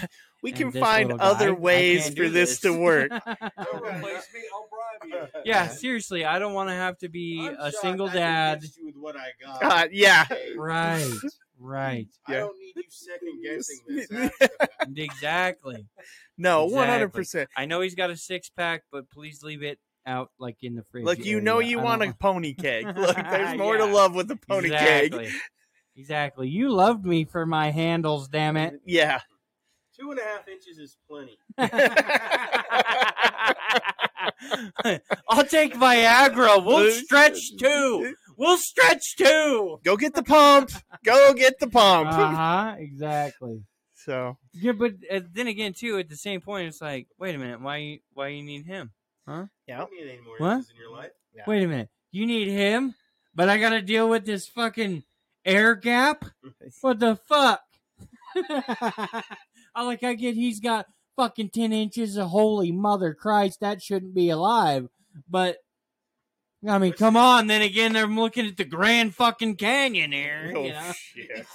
B: we
C: and
B: can
C: this
B: find
C: little guy.
B: other
C: I
B: ways
C: can't
B: for
C: do
B: this to work.
A: All
D: Don't
A: right.
D: replace me. I'll bribe you.
C: yeah, seriously, I don't want to have to be
A: I'm
C: a
A: shocked
C: single
A: I
C: dad.
A: convinced you with what I got.
B: God, yeah.
A: Hey,
C: Right, right,
A: I
B: Yeah.
A: don't need you second guessing this. after that.
C: exactly.
B: No,
C: Exactly.
B: one hundred percent.
C: I know he's got a six pack, but please leave it out like in the fridge.
B: Like you
C: area.
B: know, you
C: I
B: want a
C: don't
B: pony keg. Look, there's more to
C: Yeah.
B: love with the pony
C: exactly. Exactly. You loved me for my handles, damn it.
B: keg. Yeah.
A: Two and a half inches is plenty.
C: I'll take Viagra. We'll stretch two. We'll stretch two.
B: Go get the pump. Go get the pump.
C: Uh huh. Exactly.
B: So
C: Yeah, but uh, then again, too, at the same point, it's like, wait a minute, why, you- why you need him?
A: You don't need any more
C: What?
A: inches in your life.
B: Yeah.
C: Wait a minute, you need him, but I gotta deal with this fucking air gap. What the fuck? I like, I get he's got fucking ten inches of holy mother Christ, that shouldn't be alive, but. I mean, come on. Then again, I'm looking at the Grand fucking Canyon here.
B: Oh,
C: you know?
B: shit.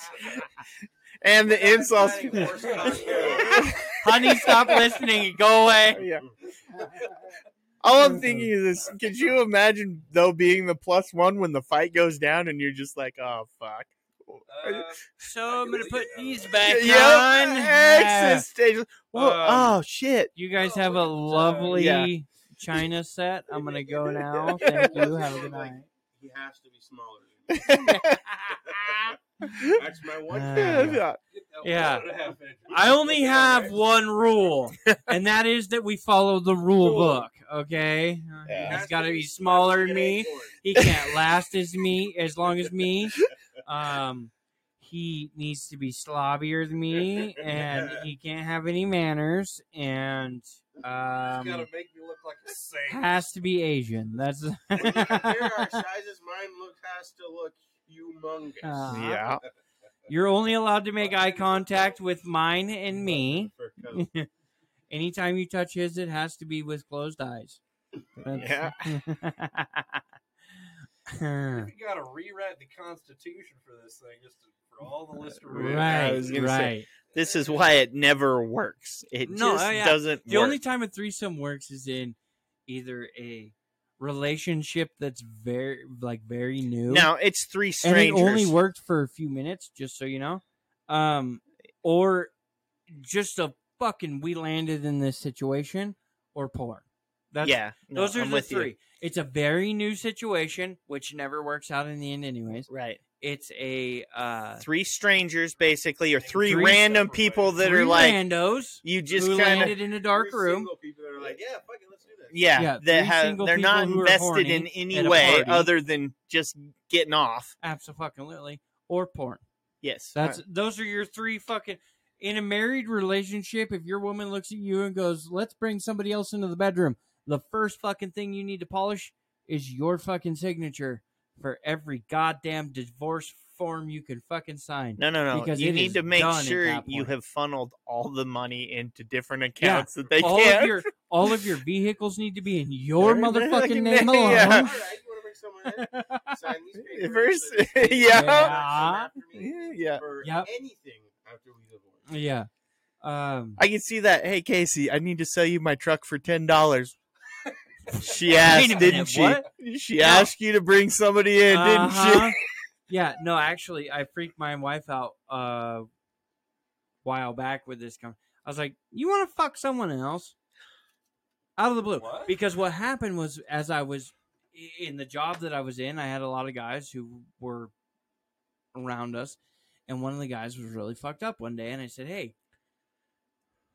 B: and the insults.
A: Fighting horse cocktail.
C: Honey, stop listening and go away.
B: yeah. All I'm thinking is this: Could you imagine though being the plus one when the fight goes down and you're just like, "Oh fuck."
D: Uh,
C: So I'm gonna put these
B: Yeah,
C: back on.
B: Exit stage. Whoa,
C: Um,
B: oh shit!
C: You guys have a
D: Oh,
C: lovely
B: yeah.
C: China set. I'm gonna go now. Thank you. Have a good night.
A: he has to be smaller. Than me. That's my one.
C: Uh,
B: Yeah.
D: get that
C: Yeah.
D: one and a half inch.
C: I only have one rule, and that is that we follow the rule book. Okay,
A: He
B: Yeah.
A: has
C: he's got to be smaller than me. He can't last as me as long as me. Um, he needs to be slobbier than me, and he can't have any manners, and
D: You gotta
C: um,
D: make me look like a saint.
C: has to be Asian. That's
A: When you compare our sizes, mine look has to look humongous.
C: Uh,
B: Yeah.
C: You're only allowed to make eye contact with mine and me.
A: For coat.
C: Anytime you touch his, it has to be with closed eyes. That's-
D: You gotta rewrite the Constitution for this thing, just to, for all the listeners.
B: I
C: right,
B: was gonna say,
C: right.
B: This is why it never works. It
C: No,
B: just
C: uh, yeah.
B: doesn't.
C: The
B: work.
C: only time a threesome works is in either a relationship that's very, like, very new.
B: now it's three
C: and it
B: strangers.
C: only worked for a few minutes, just so you know. Um, or just a fucking we landed in this situation or porn. That's
B: yeah, no,
C: Those are
B: I'm
C: the
B: with you.
C: three. It's a very new situation, which never works out in the end, anyways.
B: Right,
C: It's a uh,
B: three strangers basically, or three,
C: Three
B: random
A: separate
B: people
A: ways.
B: that
C: three
B: are like
C: randos
B: you just
C: who
B: kind of
C: landed in a dark
A: Every
C: room.
A: single People that are like, yeah, fuck it, let's do this.
B: yeah,
C: Yeah,
B: that
C: three
B: have
C: single
B: they're
C: people
B: not
C: who are
B: invested
C: horny
B: in any
C: at a
B: way
C: party.
B: other than just getting off.
C: Absolutely, or porn.
B: Yes,
C: That's
B: Uh,
C: those are your three fucking. In a married relationship, if your woman looks at you and goes, "Let's bring somebody else into the bedroom," the first fucking thing you need to polish is your fucking signature for every goddamn divorce form you can fucking sign.
B: no, no, no.
C: because
B: you
C: it
B: need
C: is
B: to make
C: done at
B: sure
C: that
B: you
C: point.
B: have funneled all the money into different
C: Yeah,
B: accounts that they
C: all
B: can.
C: of your all of your vehicles need to be in your
B: Their
C: motherfucking
B: fucking
C: name
B: name,
C: alone.
A: All right,
B: yeah.
A: you want to bring someone in? Sign these papers.
B: First-
A: so this lady
B: yeah.
A: can come after me
B: yeah,
A: For
C: Yep.
A: anything after we divorce.
C: yeah. Um,
B: I can see that. Hey, Casey, I need to sell you my truck for ten dollars. She asked,
C: minute,
B: didn't she?
C: what?
B: She
C: No.
B: asked you to bring somebody in, didn't
C: uh-huh. yeah, no, actually, I freaked my wife out a uh, while back with this. Com- I was like, "You want to fuck someone else?" out of the blue.
D: What?
C: Because what happened was, as I was i- in the job that I was in, I had a lot of guys who were around us, and one of the guys was really fucked up one day, and I said, "Hey,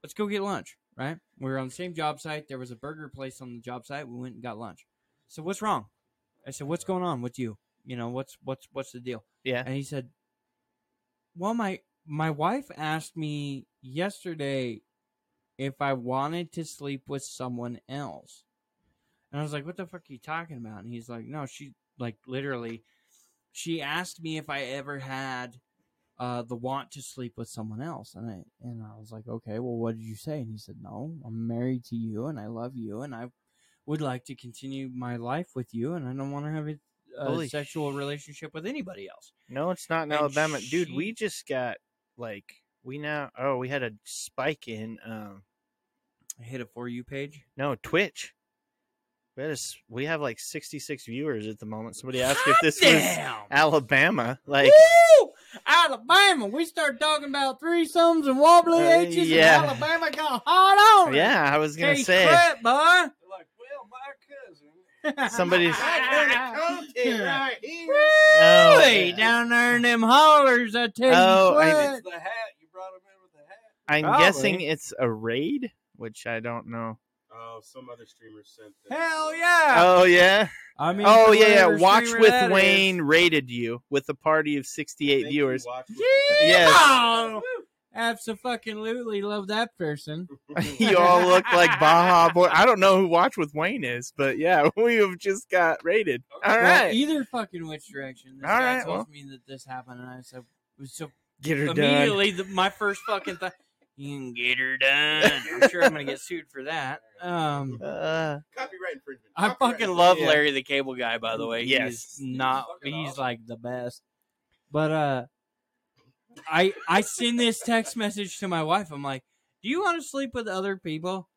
C: let's go get lunch." Right? We were on the same job site. There was a burger place on the job site. We went and got lunch. So what's wrong? I said, "What's going on with you? You know, what's what's what's the deal?"
B: Yeah.
C: And he said, "Well, my my wife asked me yesterday if I wanted to sleep with someone else. And I was like, what the fuck are you talking about? And he's like, no, she, like, literally, she asked me if I ever had uh, the want to sleep with someone else. And I, and I was like, okay, well, what did you say? And he said, no, I'm married to you and I love you and I would like to continue my life with you and I don't want to have a, a
B: Holy
C: sexual
B: sh-
C: relationship with anybody else.
B: No, it's not in
C: And
B: Alabama, dude.
C: she-
B: We just got like we now. Oh, we had a spike in um
C: I hit a For You page.
B: no Twitch. We had a s we have like sixty six viewers at the moment. Somebody asked if this was
C: Damn!
B: Alabama. Like
C: Woo! Alabama, we start talking about threesomes and wobbly
B: Uh,
C: H's,
B: yeah.
C: and Alabama got hot on. it.
B: yeah, I was gonna
C: Hey,
B: say
C: crap, boy.
D: They're like, well, my cousin.
B: Somebody's-
A: here.
B: Oh.
C: Hey, down there in them hollers, I tell
B: Oh,
C: you
B: I-
C: what.
D: It's the hat. You brought him in with the hat.
B: I'm
C: Probably.
B: guessing it's a raid, which I don't know.
A: Oh, some other streamer sent that.
C: Hell yeah!
B: Oh yeah.
C: I mean,
B: Oh yeah, yeah.
C: whatever
B: Watch
C: streamer that
B: with
C: is.
B: Wayne raided you with a party of sixty
A: Thank
B: eight
A: you,
B: viewers.
A: Watch with-
B: Yes.
C: Yeah! Absolutely love that person.
B: you all look like Baja Boy. I don't know who Watch with Wayne is, but yeah, we have just got raided. All
C: Well,
B: right,
C: either fucking which direction. This
B: All
C: guy
B: right,
C: told
B: well.
C: me that this happened, and I said, so
B: get her done.
C: immediately the, my first fucking thought you can get her done i'm sure i'm gonna get sued for that um
B: Uh,
A: Copyright infringement.
C: i
A: Copyright
C: fucking
A: infringement.
C: love
B: Yeah.
C: larry the cable guy by the way
B: Yes.
C: he's not
D: Fucking
C: he's
D: awesome.
C: like the best but uh i i send this text message to my wife i'm like do you want to sleep with other people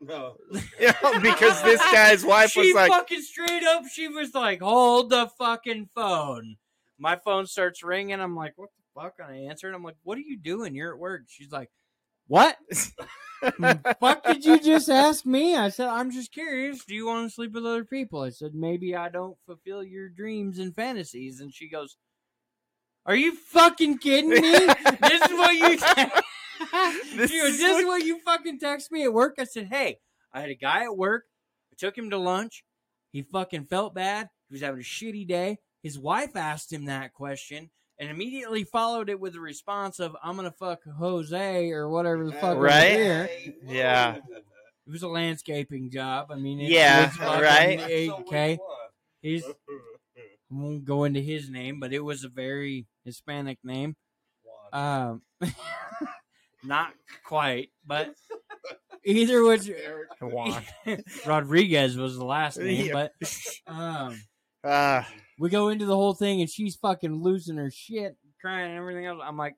A: No.
B: yeah, because this guy's wife
C: she
B: was like,
C: fucking straight up she was like hold the fucking phone my phone starts ringing i'm like what the fuck and i answer and i'm like what are you doing you're at work she's like what fuck did you just ask me? I said, I'm just curious. Do you want to sleep with other people? I said, maybe I don't fulfill your dreams and fantasies. And she goes, Are you fucking kidding me? this is what you.
B: This
C: this, she goes,
B: is
C: this
B: what-
C: is what you fucking text me at work. I said, Hey, I had a guy at work. I took him to lunch. He fucking felt bad. He was having a shitty day. His wife asked him that question. And immediately followed it with a response of "I'm gonna fuck Jose" or whatever the fuck over
B: Right?
C: here.
B: Yeah.
C: It was a landscaping job. I mean, it
B: Yeah,
C: was fucking-
B: right?
C: it-
D: So which
C: okay,
D: one?
C: he's I won't go into his name, but it was a very Hispanic name.
D: One.
C: Um, not quite, but either was
A: Eric,
B: Juan.
C: Rodriguez was the last name.
B: Yeah.
C: But um,
B: Uh,
C: we go into the whole thing, and she's fucking losing her shit, crying, and everything else. I'm like.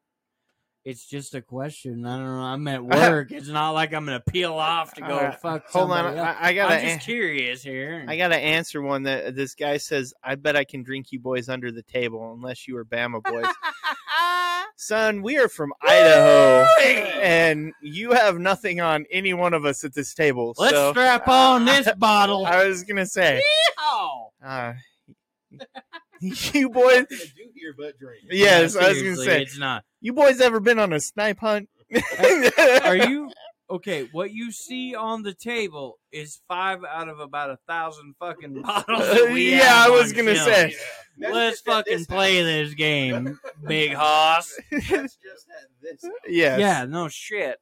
C: It's just a question. I don't know. I'm at work. It's not like I'm gonna peel off to go
B: Uh,
C: fuck.
B: hold on,
C: somebody else.
B: I, I gotta,
C: I'm just
B: an-
C: curious here.
B: I gotta answer one that this guy says. I bet I can drink you boys under the table, unless you were Bama boys. Son, we are from Idaho, and you have nothing on any one of us at this table.
C: Let's
B: so
C: strap on this bottle.
B: I was gonna say,
C: Ow.
B: uh, you boys,
A: nothing to do here but drink.
B: yes,
C: Yeah,
B: I was gonna
C: seriously,
B: say,
C: it's not.
B: you boys ever been on a snipe hunt?
C: Are you okay? What you see on the table is five out of about a thousand fucking bottles. that we
B: Uh, Yeah,
C: have
B: I was
C: on
B: gonna
C: film.
B: say.
A: That's
C: Let's
A: just at
C: fucking
A: this
C: play
A: house.
C: this game, big hoss.
A: That's just at this. house.
B: yes,
C: Yeah, no shit.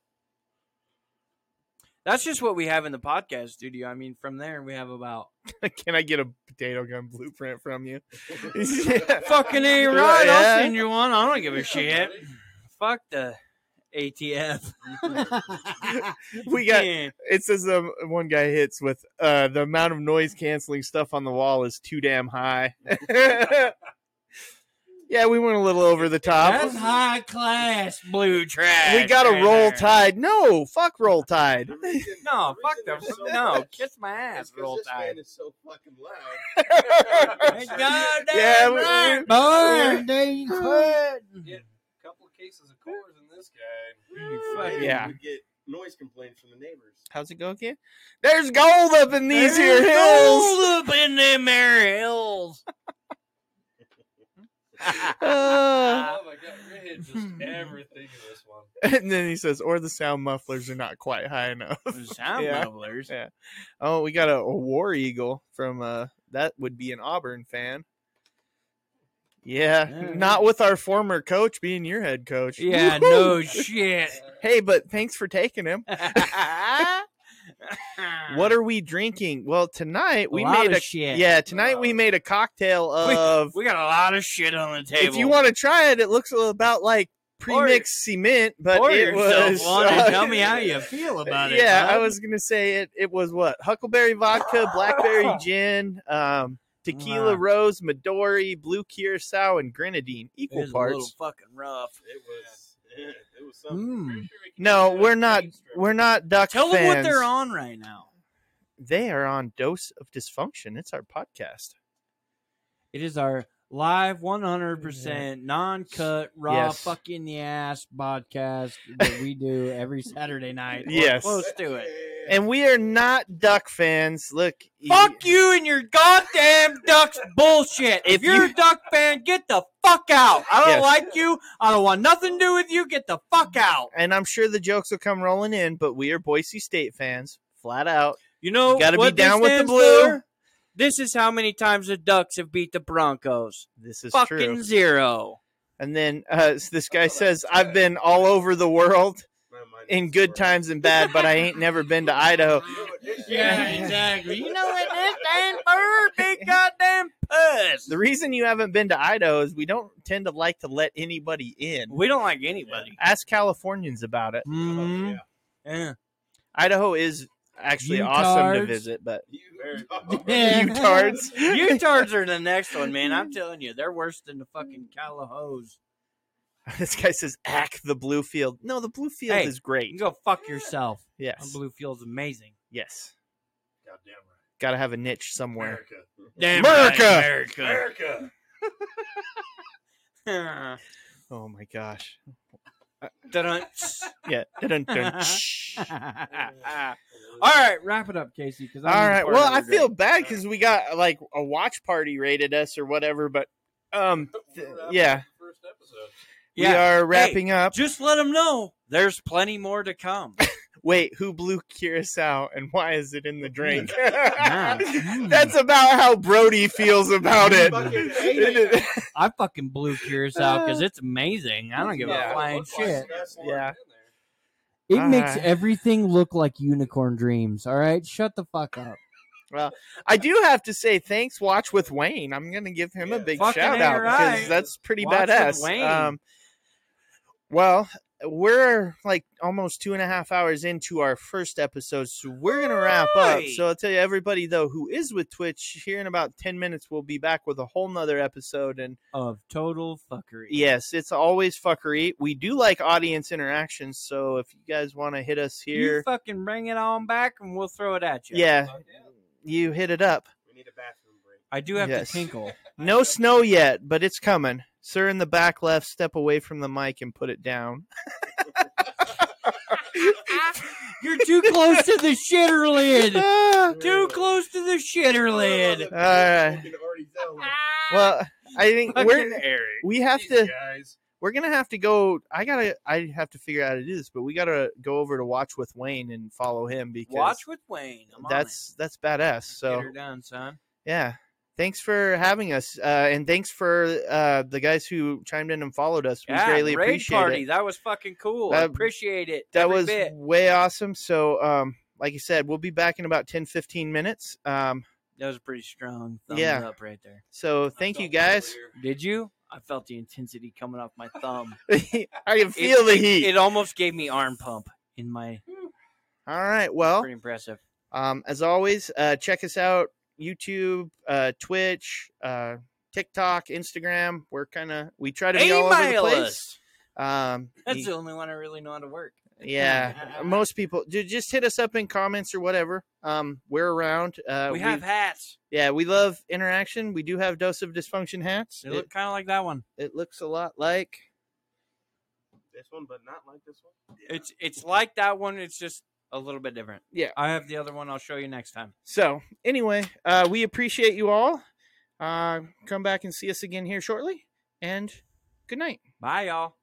C: That's just what we have in the podcast studio. I mean, from there we have about
B: Can I get a potato gun blueprint from you?
C: fucking ain't right.
B: Yeah.
C: I'll send you one. I don't give a
D: Yeah,
C: shit.
D: buddy.
C: Fuck the ATF.
B: We got
C: Yeah.
B: it says um, one guy hits with uh, the amount of noise canceling stuff on the wall is too damn high. yeah, we went a little over the top.
C: That's high class blue trash.
B: We got a
C: right
B: roll
C: there.
B: tide. No, fuck roll tide.
A: The reason-
C: No,
A: the
C: fuck
A: reason
C: them.
A: there's so
C: no,
A: much
C: kiss my
A: is
C: ass,
A: 'cause
C: roll
A: this
C: tide.
A: man is so fucking loud.
C: God
A: is-
B: Yeah,
C: damn
B: we-
C: right,
B: we-
C: boy. They quit.
D: Get a couple of cases of Coors in this guy.
C: fucking-
B: Yeah.
A: We get noise complaints from the neighbors.
B: How's it go again? There's gold up in these
C: There's
B: here hills.
C: gold up in them there hills.
B: Uh,
D: Oh my god, Ray hit just everything in this one.
B: and then he says, or the sound mufflers are not quite high enough.
C: Sound
B: Yeah.
C: bubblers.
B: Yeah. Oh, we got a, a war eagle from uh that would be an Auburn fan. Yeah,
C: Yeah.
B: not with our former coach being your head coach.
C: Yeah,
B: Woo-hoo.
C: no shit.
B: Hey, but thanks for taking him. What
C: what
B: are we drinking? Well, tonight we made a
C: Ah. shit.
B: yeah. Tonight we
D: Wow.
B: made a cocktail of.
C: we got a lot of shit on the table.
B: if you want to try it, it looks about like pre-mixed cement, but
C: pour
B: it
C: yourself
B: was. uh,
C: one and tell me how you feel about it.
B: yeah,
C: bud.
B: I was gonna say it. It was what huckleberry vodka, blackberry gin, um, tequila,
C: Wow.
B: rose, Midori, blue curacao, and grenadine,
C: It was
B: equal
C: a little
B: parts.
C: fucking rough.
A: It was yeah, it was something. I'm pretty
C: Mm.
A: sure we can
B: Hmm. No,
A: do that
B: we're
A: with
B: not.
A: Green Strip.
B: We're not duck
C: Tell them
B: fans.
C: what they're on right now.
B: They are on Dose of Dysfunction. It's our podcast.
C: It is our live 100% non-cut raw
B: Yes.
C: fuck in the ass podcast that we do every Saturday night. or
B: Yes.
C: Close to it.
B: And we are not duck fans. Look, y-
C: Fuck you and your goddamn Ducks bullshit. If,
B: If
C: you're
B: you-
C: a Duck fan, get the fuck out. I don't
B: Yes.
C: like you. I don't want nothing to do with you. Get the fuck out.
B: And I'm sure the jokes will come rolling in, but we are Boise State fans, flat out.
C: You know,
B: You gotta be
C: what this
B: down with the
C: stands
B: blue.
C: for? This is how many times the Ducks have beat the Broncos.
B: This is
C: fucking
B: true.
C: zero.
B: And then uh, s- this guy
A: Oh,
B: says,
A: that's
B: "I've
A: right.
B: been all over the world
A: My mind
B: in
A: is
B: good
A: squirrel.
B: times and bad, but I ain't never been to Idaho."
A: You know what this
B: Yeah,
A: is?
C: exactly. You know what this stands for? Big goddamn puss.
B: The reason you haven't been to Idaho is we don't tend to like to let anybody in.
C: We don't like anybody.
B: Ask Californians about it. Mm-hmm.
C: Mhm.
A: Yeah.
C: Yeah.
B: Idaho is actually
C: You
B: awesome to
C: tards.
B: visit, but
A: You
C: Yeah.
B: you tards.
C: Utards are the next one, man. I'm telling you, they're worse than the fucking Calahos.
B: this guy says, "Ack the blue field." No, the blue field
C: Hey,
B: is
C: You
B: great.
C: can go fuck yourself.
B: Yes,
C: Blue Field's amazing.
B: yes.
D: Goddamn right.
B: Got to have a niche somewhere.
D: America.
C: Damn
B: America!
D: America.
C: America.
B: Oh my gosh.
C: Dun-dun.
B: Yeah. Dun, dun, shh.
C: All right, wrap it up, Casey. Because
B: All right. Well, I feel bad because we got like a watch party rated us or whatever, but um, th- yeah,
D: First episode.
B: we
C: yeah.
B: are wrapping up.
C: Just let them know there's plenty more to come.
B: Wait, who blew curacao and why is it in the drink?
C: Mm.
B: That's about how Brody feels about it.
A: Fucking hate it.
C: I fucking blew Curacao because it's amazing. I don't give
B: Yeah.
C: a flying shit.
B: Yeah.
C: It
B: All
C: makes
B: right.
C: everything look like unicorn dreams. All right, shut the fuck up.
B: I do have to say thanks. Watch with Wayne. I'm gonna give him a
A: Yeah.
B: big
C: Fucking
B: shout out
C: A
B: because
C: right.
B: that's pretty
C: Watch with
B: badass.
C: Wayne.
B: Um, well, we're like almost two and a half hours into our first episode, so we're gonna wrap up.
C: Right.
B: So I'll tell you, everybody though who is with Twitch, here in about ten minutes, we'll be back with a whole nother episode. And
C: Of total fuckery.
B: yes, it's always fuckery. We do like audience interaction, so if you guys want to hit us
C: You
B: here,
C: fucking bring it on back and we'll throw it at you.
B: yeah, you hit it up.
A: We need a bathroom break.
C: I do have
B: Yes.
C: to tinkle.
B: No snow yet, but it's coming. Sir in the back left, step away from the mic and put it down.
C: You're too close to the shitter lid.
B: Ah,
C: Too close to the shitter lid.
B: right.
A: You can already tell.
B: well, I think
C: Fucking
B: we're
C: Eric.
B: we have
D: These
B: to
D: guys.
B: we're gonna have to go. I gotta I have to figure out how to do this, but we gotta go over to watch with Wayne and follow him because
C: Watch with Wayne. I'm on it.
B: that's that's badass. So
C: Get her done, son.
B: yeah, thanks for having us, uh, and thanks for uh, the guys who chimed in and followed us. We greatly
C: raid
B: appreciate it.
C: party. That was fucking cool. I
B: That-
C: appreciate it.
B: that
C: every
B: was
C: bit.
B: way awesome so um like you said we'll be back in about 10 15 minutes um
C: that was a pretty strong thumbs
B: Yeah.
C: up right there.
B: so thank you guys
C: Did you? I felt the intensity coming off my thumb.
B: i can feel the heat
C: It almost gave me arm pump in my
B: all right well
C: pretty impressive.
B: um as always uh check us out youtube uh twitch uh tiktok instagram we're kind of we try to be all over the
C: Email
B: place
C: us.
B: um
C: That's
B: you-
C: the only one I really know how to work.
B: yeah most people ju- just hit us up in comments or whatever um we're around uh
C: we have hats.
B: yeah we love interaction we do have dose of dysfunction hats
C: They look kind of like that one.
B: it, it looks a lot like
A: this one, but not like this one.
C: It's it's like that one. It's just a little bit different.
B: Yeah.
C: I have the other one. I'll show you next time.
B: So anyway, uh, we appreciate you all. Uh, come back and see us again here shortly, and good night.
C: Bye, y'all.